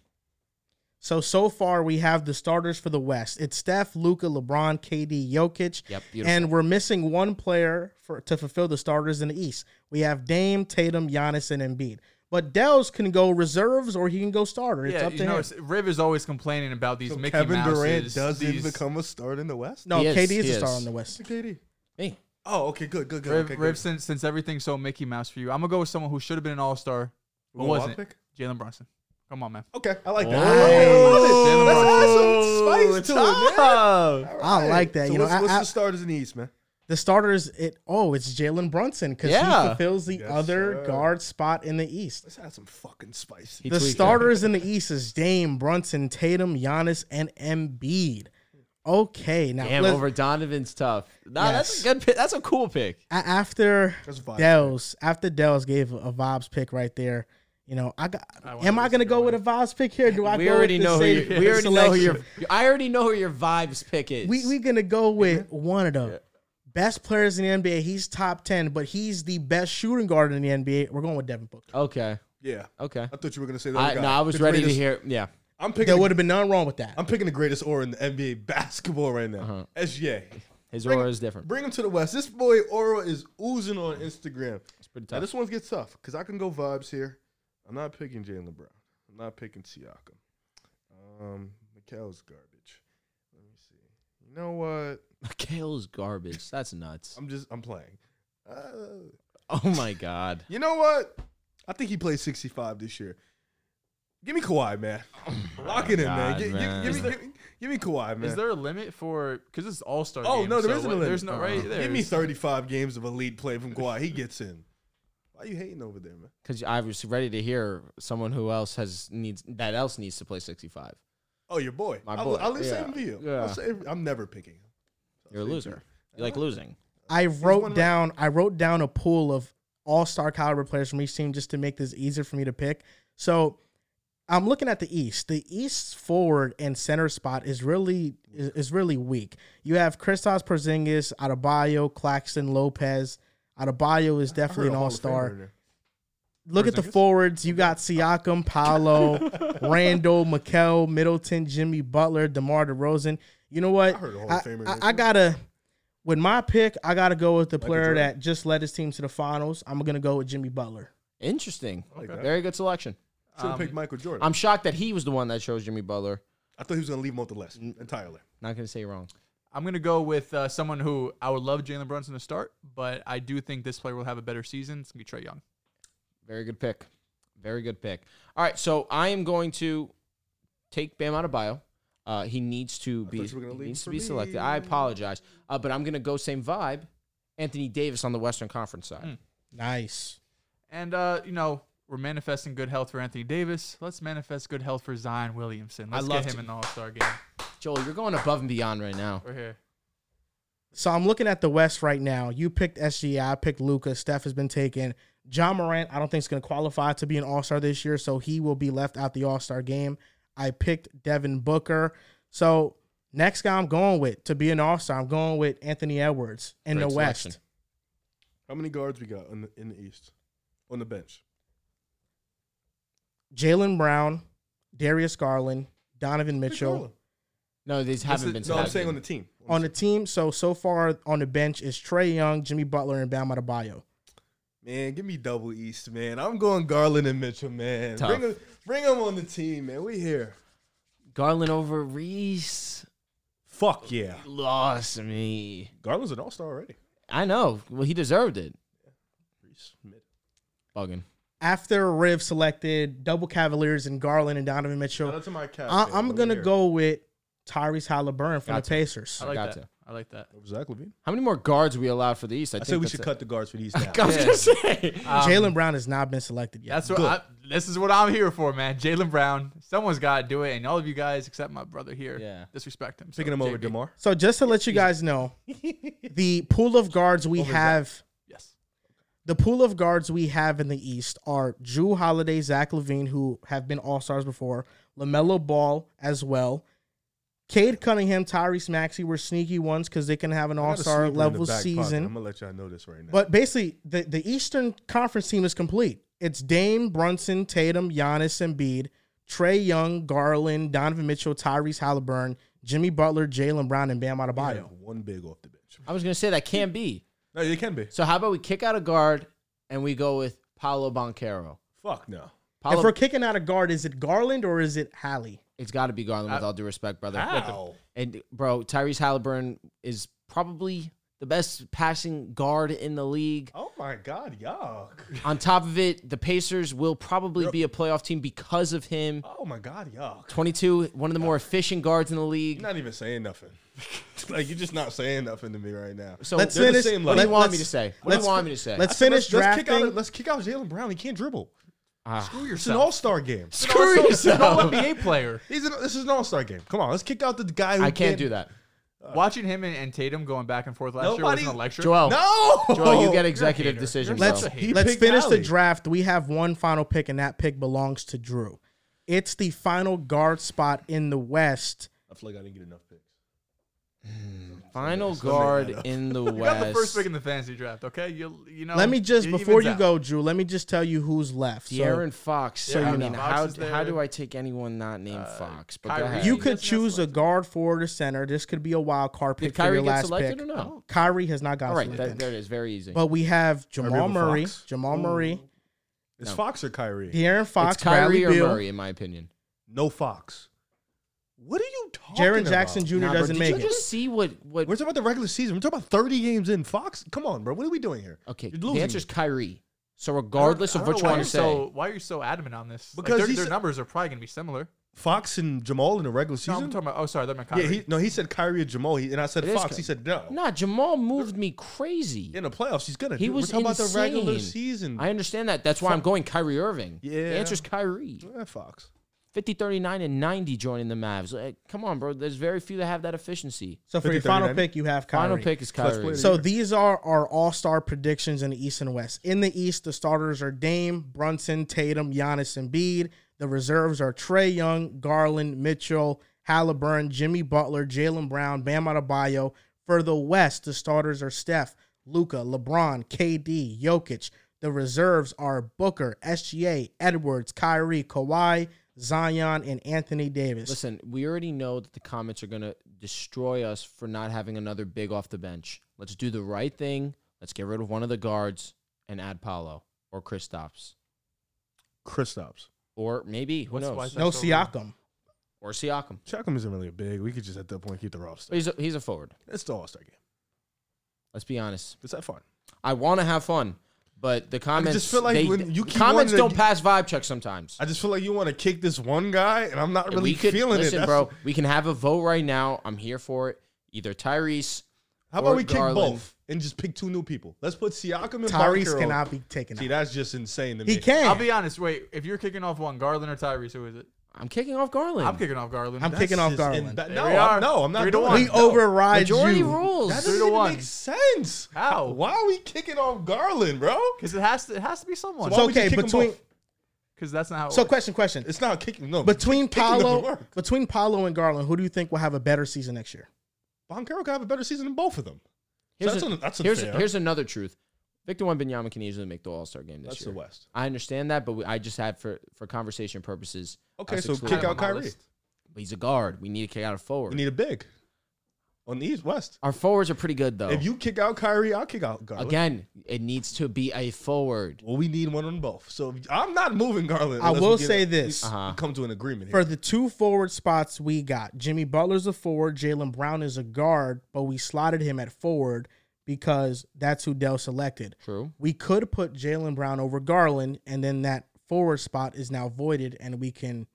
So so far we have the starters for the West. It's Steph, Luka, LeBron, KD, Jokic. Yep, beautiful. And we're missing one player for to fulfill the starters in the East. We have Dame, Tatum, Giannis, and Embiid. But Dells can go reserves or he can go starter. It's Yeah, up to you know, him. it's- Riv is always complaining about these So Mickey Kevin Mouses. Durant doesn't these- become a star in the West. No, He is, KD is, he a star is. on the West. KD. Hey, Oh, okay, good, good, good. Riv, okay, good. Riv since, since everything's so Mickey Mouse for you, I'm gonna go with someone who should have been an All Star but You want a wild wasn't. pick? Jalen Brunson. Come on, man. Okay, I like that. Oh, I like that. That's awesome. Spice to it, man. All I like that. So You know, what's, I- what's I- the starters in the East, man? The starters, it oh, it's Jalen Brunson because he Yeah. fulfills the Yes, other sir. guard spot in the East. Let's add some fucking spice. he the tweaked it. starters in the East is Dame, Brunson, Tatum, Giannis, and Embiid. Okay, now Damn, let's- over Donovan's tough. Nah, that's Yes. a good pick. That's a cool pick. a- after That's a vibe Dells, after Dells gave a vibes pick right there. You know, I got. wanted am to I gonna say go one. with a vibes pick here? Do I? we go already with the know who same your, we already know who your selection? I already know who your vibes pick is. We we gonna go with one of them. Best players in the NBA. He's top ten, but he's the best shooting guard in the NBA. We're going with Devin Booker. okay Yeah. okay. I thought you were gonna say that. I, no, I was ready to hear. Yeah, I'm picking. There the- would have been none wrong with that. I'm picking the greatest aura in the NBA basketball right now. SGA. his Bring- Uh-huh. aura is different. Bring him to the West. This boy aura is oozing on Instagram. It's pretty Now tough. this one gets tough because I can go vibes here. I'm not picking Jalen Brown. I'm not picking Siakam. Um, Mikel's garbage. Let me see. You know what? Mikhail's garbage. That's nuts. I'm just I'm playing. Uh, Oh my god. you know what? I think he plays 65 this year. Give me Kawhi, man. Lock it in, man. God, Gi- gi- man. Give, Is me, give, me, give me Kawhi, man. Is there a limit for? Because it's All Star. oh no, there so isn't a what- limit. Uh-uh. There's no right there. Give me is- 35 games of elite play from Kawhi. He gets in. Why you hating over there, man? Because I was ready to hear someone who else has needs that else needs to play sixty five. Oh, your boy. My I'll, boy. I'll leave Yeah. him for you. Yeah. I'll save, I'm never picking him. You're a loser. You like losing. I one wrote of- down I wrote down a pool of all star caliber players from each team just to make this easier for me to pick. So I'm looking at the East. The East's forward and center spot is really is, is really weak. You have Christos Porzingis, Adebayo, Claxton, Lopez. Adebayo is I heard definitely a an Hall all of Famer in star. there. Look at the forwards. You got Siakam, Paolo, Randall, Mikel, Middleton, Jimmy Butler, DeMar DeRozan. You know what? I heard a Hall I, of Famer in I- there, I too. gotta with my pick, I gotta go with the player Jordan. that just led his team to the finals. I'm gonna go with Jimmy Butler. Interesting. like that. Very good selection. Should have picked Michael Jordan. I'm shocked that he was the one that chose Jimmy Butler. I thought he was going to leave him off the list entirely. Not gonna say you're wrong. I'm gonna go with uh, someone who I would love Jalen Brunson to start, but I do think this player will have a better season. It's gonna be Trey Young. Very good pick. Very good pick. All right, so I am going to take Bam out of bio. Uh, he needs to be thought you were gonna he leave needs to for be me. selected. I apologize, uh, but I'm going to go same vibe. Anthony Davis on the Western Conference side. Hmm. Nice. And uh, you know, we're manifesting good health for Anthony Davis. Let's manifest good health for Zion Williamson. Let's love get to- him in the All Star game. Joel, you're going above and beyond right now. We're here. So I'm looking at the West right now. You picked SGA, I picked Luca. Steph has been taken. John Morant, I don't think is gonna qualify to be an All Star this year, so he will be left out the All Star game. I picked Devin Booker. So next guy I'm going with to be an All Star, I'm going with Anthony Edwards in Great the selection. West. How many guards we got in the, in the East? On the bench? Jalen Brown, Darius Garland, Donovan Pick Mitchell Garland. No, these haven't been. No, I'm selected. saying on the team. on the team. So so far on the bench is Trey Young, Jimmy Butler, and Bam Adebayo. Man, give me double East, man. I'm going Garland and Mitchell, man. Tough. Bring 'em- Bring them on the team, man. We here. Garland over Reese Fuck yeah. lost me. Garland's an all star already. I know. Well, he deserved it. Reese, mid. Bugging. After Riv selected double Cavaliers and Garland and Donovan Shout Mitchell, out to my cat. I, I'm gonna go with Tyrese Halliburton from Gotcha. the Pacers. I like Got that. to. I like that. Over Zach Levine. How many more guards we allowed for the East? I, I think said we that's should it. cut the guards for these now. I was gonna say. Um, Jalen Brown has not been selected yet. That's what I, this is what I'm here for, man. Jalen Brown. Someone's got to do it, and all of you guys, except my brother here, Yeah. disrespect him. So, Picking him over JB. Demar. So just to let you guys know, the pool of guards we have, Yes. the pool of guards we have in the East are Drew Holiday, Zach Levine, who have been All Stars before, Lamelo Ball as well, Cade Cunningham, Tyrese Maxey were sneaky ones because they can have an All Star level season. I'm gonna let y'all know this right now. But basically, the, the Eastern Conference team is complete. It's Dame, Brunson, Tatum, Giannis, Embiid, Trey Young, Garland, Donovan Mitchell, Tyrese Halliburton, Jimmy Butler, Jalen Brown, and Bam I Adebayo. have one big off the bench. I was gonna say that can't be. No, they can be. So how about we kick out a guard and we go with Paolo Boncaro? Fuck no. Paolo, If we're kicking out a guard, is it Garland or is it Hallie? it's got to be Garland. Uh, With all due respect, brother. How? And bro, Tyrese Halliburton is probably the best passing guard in the league. Oh my god, yuck. On top of it, the Pacers will probably be a playoff team because of him. Oh my god, yuck. 22, one of the more efficient guards in the league. You're not even saying nothing. like you're just not saying nothing to me right now. So Let's They're the finish. same What do you level. let- want me to let's- say? What do you let's- want me to say? Let's finish let's drafting. Kick out, let's kick out Jalen Brown. He can't dribble. Screw It's an yourself. all star game. Ah. Screw yourself. All NBA player. He's an, this is an all star game. Come on, let's kick out the guy who I can't do that. Watching him and, and Tatum going back and forth last year Nobody- was an electric. Joel, No, Joel, you get You're a executive hater. decision, You're bro. such Let's a hater. let's picked finish the Allie. draft. We have one final pick, and that pick belongs to Drew. It's the final guard spot in the West. I feel like I didn't get enough picks. Final Let's not make guard that up. in the You got the West. first pick in the fantasy draft, okay? You you know. let me just it before evens you out. go, Drew. Let me just tell you who's left. So De'Aaron Fox. So I you mean, know. how, Fox is how do there. I take anyone not named Fox? But go Kyrie. ahead. you He could doesn't have choose a selected. guard, forward, or center. This could be a wild card pick Did for Kyrie your get last selected pick. or no? Kyrie has not All gotten right, that, selected. there it is. Very easy. But we have Jamal Remember Murray, Fox? Jamal Murray, It's Fox or Kyrie? De'Aaron Fox, it's Kyrie Bradley or Beal, Murray, in my opinion. No Fox. What are you talking Jaron about? Jackson Jr. Nah, bro, doesn't did make you it. just see what what? We're talking about the regular season. We're talking about 30 games in. Fox, come on, bro. What are we doing here? Okay, You're the losing answer is me. Kyrie. So I don't- regardless I of don't what know you why want you're to say, So, why are you so adamant on this? Like, Because their- he's- their numbers are probably going to be similar. Fox and Jamal in the regular No, I'm season. talking about. Oh, sorry, they're my Kyrie. yeah, he, no, he said Kyrie or Jamal, he, and I said It is Fox. Ky- He said no. nah, Jamal moved me crazy. In the playoffs, he's gonna. he do it. was We're talking insane. about the regular season. I understand that. That's why I'm going Kyrie Irving. Yeah. The answer is Kyrie. Eh, Fox. 50, 39, and 90 joining the Mavs. Like, come on, bro. There's very few that have that efficiency. So for your 50, final 39. pick, you have Kyrie. Final pick is Clutch Kyrie. player. So these are our all-star predictions in the East and West. In the East, the starters are Dame, Brunson, Tatum, Giannis, Embiid. The reserves are Trey Young, Garland, Mitchell, Halliburton, Jimmy Butler, Jalen Brown, Bam Adebayo. For the West, the starters are Steph, Luca, LeBron, KD, Jokic. The reserves are Booker, SGA, Edwards, Kyrie, Kawhi, Zion, and Anthony Davis. Listen, we already know that the comments are going to destroy us for not having another big off the bench. Let's do the right thing. Let's get rid of one of the guards and add Paolo or Kristaps Kristaps. or maybe who What's- why knows is that? no That's so Siakam. wrong. or Siakam. Chatham isn't really a big. We could just at that point keep the roster. But he's a, he's a forward. It's the All Star game. Let's be honest. It's that fun. I want to have fun, but the comments just feel like they- when you keep comments wanting to don't get- pass vibe check sometimes. I just feel like you want to kick this one guy, and I'm not And really we could feeling listen, it, That's- bro. We can have a vote right now. I'm here for it. Either Tyrese. How about or we kick Garland. both and just pick two new people? Let's put Siakam and Tyrese Bonkero. cannot be taken See, out. that's just insane to me. He can. I'll be honest. Wait, if you're kicking off one, Garland or Tyrese, who is it? I'm kicking off Garland. I'm kicking off Garland. I'm That's kicking off just in- Garland. that- There no, we are. I'm, no, I'm not. Three to doing one. it. We No. override Majority you. rules. That Three doesn't to even one. make sense. How? Why are we kicking off Garland, bro? Because it has to. It has to be someone. Why So don't we just okay, kick 'em between both? Because that's not how. It so works. question question it's not kicking. No, between kicking doesn't Paolo work. between Paolo and Garland, who do you think will have a better season next year? Boncaro could have a better season than both of them. Here's, that's a- un- that's here's, unfair. here's another truth. Victor Wembanyama can easily make the All Star game this That's year. the West. I understand that, but we, I just had for for conversation purposes. Okay, us so excluding kick him. on out my Kyrie. list. But he's a guard. We need to kick out a forward. We need a big on the East West. Our forwards are pretty good though. If you kick out Kyrie, I'll kick out Garland. Again, it needs to be a forward. Well, we need one on both. So if- I'm not moving Garland. I unless will we get say a- this. we Uh-huh. Come to an agreement. For Here. the two forward spots we got, Jimmy Butler's a forward, Jalen Brown is a guard, but we slotted him at forward because that's who Dell selected. True. We could put Jalen Brown over Garland, and then that forward spot is now voided, and we can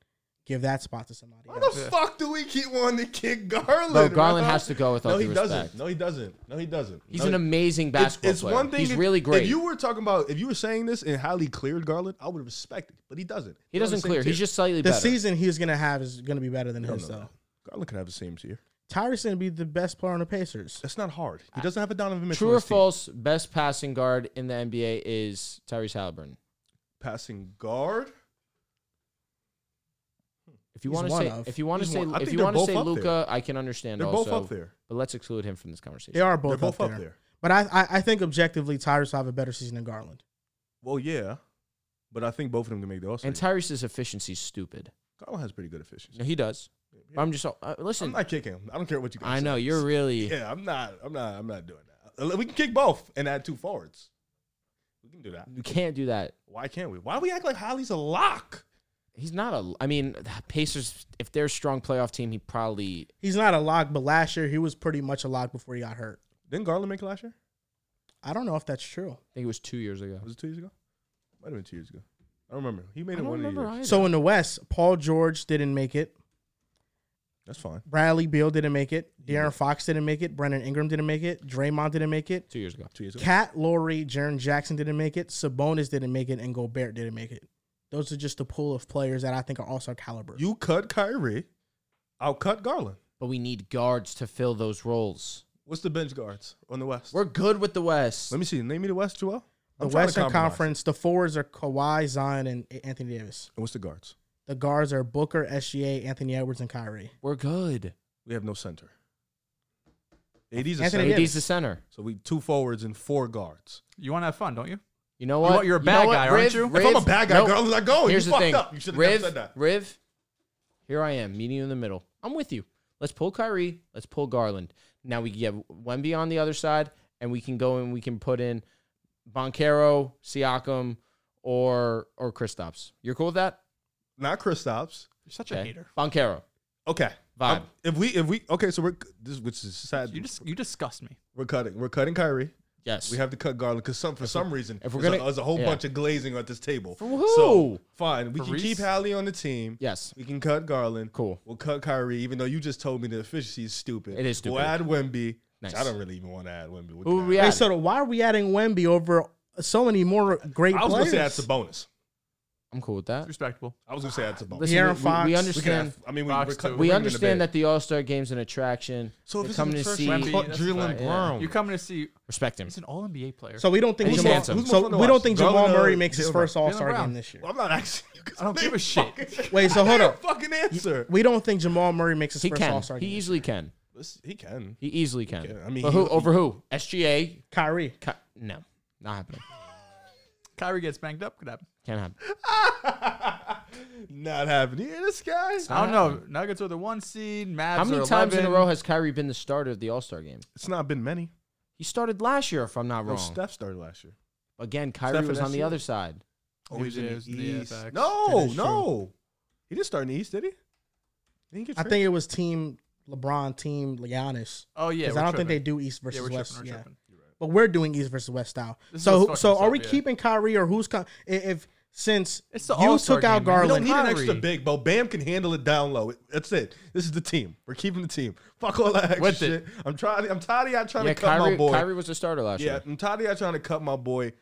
give that spot to somebody. Why else. the fuck do we keep wanting to kick Garland? No, Garland bro? has to go with all No, due he respect. doesn't. No, he doesn't. No, he doesn't. He's No, an he- amazing It's- basketball it's player. one thing He's if- really great. If you were talking about, if you were saying this and how he cleared Garland, I would respect it. But he doesn't. he They're on the doesn't same clear. tier. He's just slightly the better. season he's gonna have is gonna be better than No, his no, no. though. Garland could have the same tier. Tyrese gonna be the best player on the Pacers. That's not hard. He doesn't have a Donovan Mitchell. Ah. True on or his team. false? Best passing guard in the NBA is Tyrese Halliburton. Passing guard. If you He's want to one say, of. if you want to He's say, one- I if think you they're want to both say up there. Luca, I can understand. They're also, both up there. but let's exclude him from this conversation. They are They're both, both up, there. But I, I I think objectively Tyrese will have a better season than Garland. Well, yeah, but I think both of them can make the All Star. And Tyrese's efficiency is stupid. Garland has pretty good efficiency. No, he does. But I'm just uh, I'm listen. not kicking him. I don't care what you. guys I say. know you're really. Yeah, I'm not. I'm not. I'm not doing that. Uh, We can kick both and add two forwards. We can do that. You can't do that. Why can't we? Why do we act like Holly's a lock? He's not a. I mean, the Pacers. If they're a strong playoff team, he probably. He's not a lock, but last year he was pretty much a lock before he got hurt. Didn't Garland make it last year? I don't know if that's true. I think it was two years ago. Was it two years ago? Might have been two years ago. I don't remember. He I made it don't one remember. of the years. Either. So in the West, Paul George didn't make it. That's fine. Bradley Beal didn't make it. De'Aaron Fox didn't make it. Brendan Ingram didn't make it. Draymond didn't make it. two years ago. Two years ago. Cat, Laurie, Jaron Jackson didn't make it. Sabonis didn't make it, and Gobert didn't make it. Those are just a pool of players that I think are also caliber. You cut Kyrie. I'll cut Garland. But we need guards to fill those roles. What's the bench guards on the West? We're good with the West. Let me see. Name me the West, Joel. the I'm trying to Western compromise. Conference, the forwards are Kawhi, Zion, and Anthony Davis. And what's the guards? The guards are Booker, SGA, Anthony Edwards, and Kyrie. We're good. We have no center. AD's a Anthony center. Davis. AD's the center. So we two forwards and four guards. You want to have fun, don't you? You know what? want- you're a bad know what, guy, aren't Riv? you? If If I'm a Riv, bad guy, nope. Garland's not going. Here's you the fucked thing. up. You should have Riv, never said that. Riv, here I am, meeting you in the middle. I'm with you. Let's pull Kyrie. Let's pull Garland. Now we get Wemby on the other side, and we can go and we can put in Boncaro, Siakam, or or Kristaps. You're cool with that? Not Chris stops. You're such a Okay. hater. Boncaro. Okay. Vibe. Um, If we if we okay, so we're this which is sad. You just you disgust me. we're cutting. We're cutting Kyrie. Yes. We have to cut Garland because some for some reason if we're there's, gonna- a, there's a whole yeah. bunch of glazing at this table. For who? So fine, we For can Reese? keep Hallie on the team. yes. We can cut Garland. Cool. We'll cut Kyrie, even though you just told me the efficiency is stupid. It is stupid. We'll add Wemby. Nice. Nice. I don't really even want to add Wemby. We Who can we add- add? Hey, so why are we adding Wemby over so many more great I was players? gonna say that's a bonus. I'm cool with that. It's respectable. I was gonna say that's a bonus. Listen, De'Aaron we- we, Fox. we We can understand. have, I mean, we, Fox we're cut- too. we're We bringing the understand bed. that the All Star Game's an attraction. So if They're it's coming to see, attraction, cut that's Jalen fine. Yeah. Brown. You're coming to see. respect him. He's an All NBA player. So we don't think He's Jamal, handsome. Who's more so fun to we don't watch? think Garland Jamal or Murray makes his Jalen first Brown? All Star Jalen Brown. game this year. Well, I'm not asking you. 'cause I don't give a shit. Wait, so hold up. Fucking answer. We don't think Jamal Murray makes his He first All can. Star He game. easily can. Listen, He can. He easily can. can. I mean, but he- who over who? SGA? Kyrie. Ki- no, not happening. Kyrie gets banged up. Could happen. Can't happen. Not happening. Yeah, this guy. I don't know. Nuggets are the one seed. Mavs How many are times in a 11. row has Kyrie been the starter of the All Star game? It's not been many. He started last year, if I'm not No, wrong. Oh, Steph started last year. Again, Kyrie Steph was and on the SGA. other side. Oh, he was in the East. facts. No, That is no. He didn't start in the East, did he? Didn't he get I think it was team LeBron, team Giannis. Oh yeah. 'Cause we're I don't think tripping. they do East versus Yeah, we're West. tripping. We're yeah. tripping. But we're doing East versus West style. This is so what's so fucking are us we up, yeah. keeping Kyrie or who's com- i- if since It's the you All-Star took out game, man. We We Garland? don't need an Kyrie. extra big, Bo. Bam can handle it down low. It- That's it. This is the team. We're keeping the team. Fuck all that extra With it. shit. I'm trying. I'm tired of y'all trying Yeah, to cut Kyrie, my boy. Kyrie was the starter last yeah, year. I'm tired of y'all trying to cut my boy.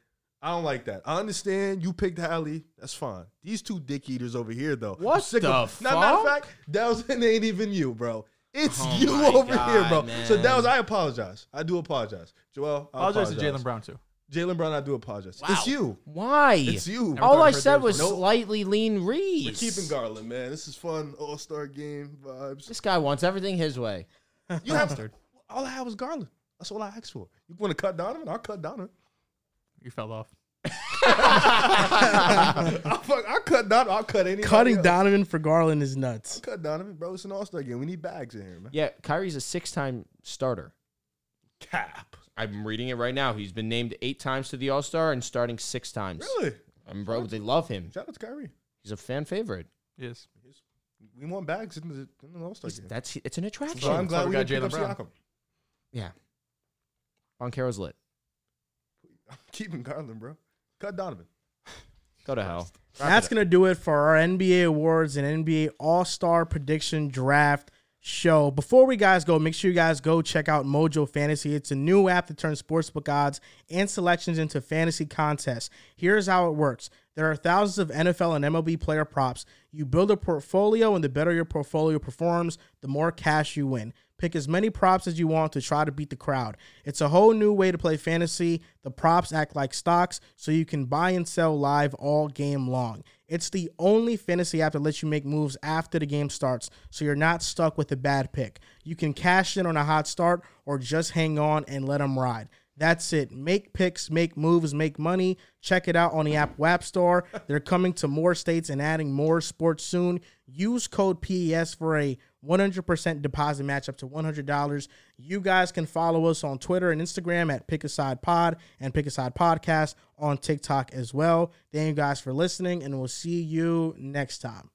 I don't like that. I understand you picked Hallie. That's fine. These two dick eaters over here, though. I'm What sick the of, Now, matter of fuck? fact, Dells, it ain't even you, bro. It's Oh you my over here, God, bro. So man. Dells, I apologize. I do apologize. Joel, I Apologize to Jalen Brown too. Jalen Brown, I do apologize. It's you. Why? It's you. All I Never said heard was those words. slightly lean Reeves. We're keeping Garland, man. This is fun. All star game vibes. This guy wants everything his way. You have all I had was Garland. That's all I asked for. You want to cut Donovan? I'll cut Donovan. You fell off. I'll, fuck, I'll cut Donovan. I'll cut anybody. Cutting else. Donovan for Garland is nuts. Cut Donovan, bro. It's an all star game. We need bags in here, man. Yeah, Kyrie's a six time starter. Cap. I'm reading it right now. He's been named eight times to the All Star and starting six times. Really? Um, bro, they love him. Shout out to Kyrie. He's a fan favorite. Yes. We want bags in the, in the all star He's- game. that's it's an attraction. So I'm glad we we got got Jalen Jalen Brown. Siakam. Yeah. Boncaro's lit. I'm keeping Garland, bro. Cut Donovan. Go to hell. That's going to do it for our NBA awards and NBA All Star prediction draft show. Before we guys go, make sure you guys go check out Mojo Fantasy. It's a new app that turns sportsbook odds and selections into fantasy contests. Here's how it works there are thousands of NFL and MLB player props. You build a portfolio, and the better your portfolio performs, the more cash you win. Pick as many props as you want to try to beat the crowd. It's a whole new way to play fantasy. The props act like stocks, so you can buy and sell live all game long. It's the only fantasy app that lets you make moves after the game starts, so you're not stuck with a bad pick. You can cash in on a hot start or just hang on and let them ride. That's it. Make picks, make moves, make money. Check it out on the app Web Store. They're coming to more states and adding more sports soon. Use code PES for a 100% deposit match up to $100. You guys can follow us on Twitter and Instagram at Pick Aside Pod and Pick Aside Podcast on TikTok as well. Thank you guys for listening, and we'll see you next time.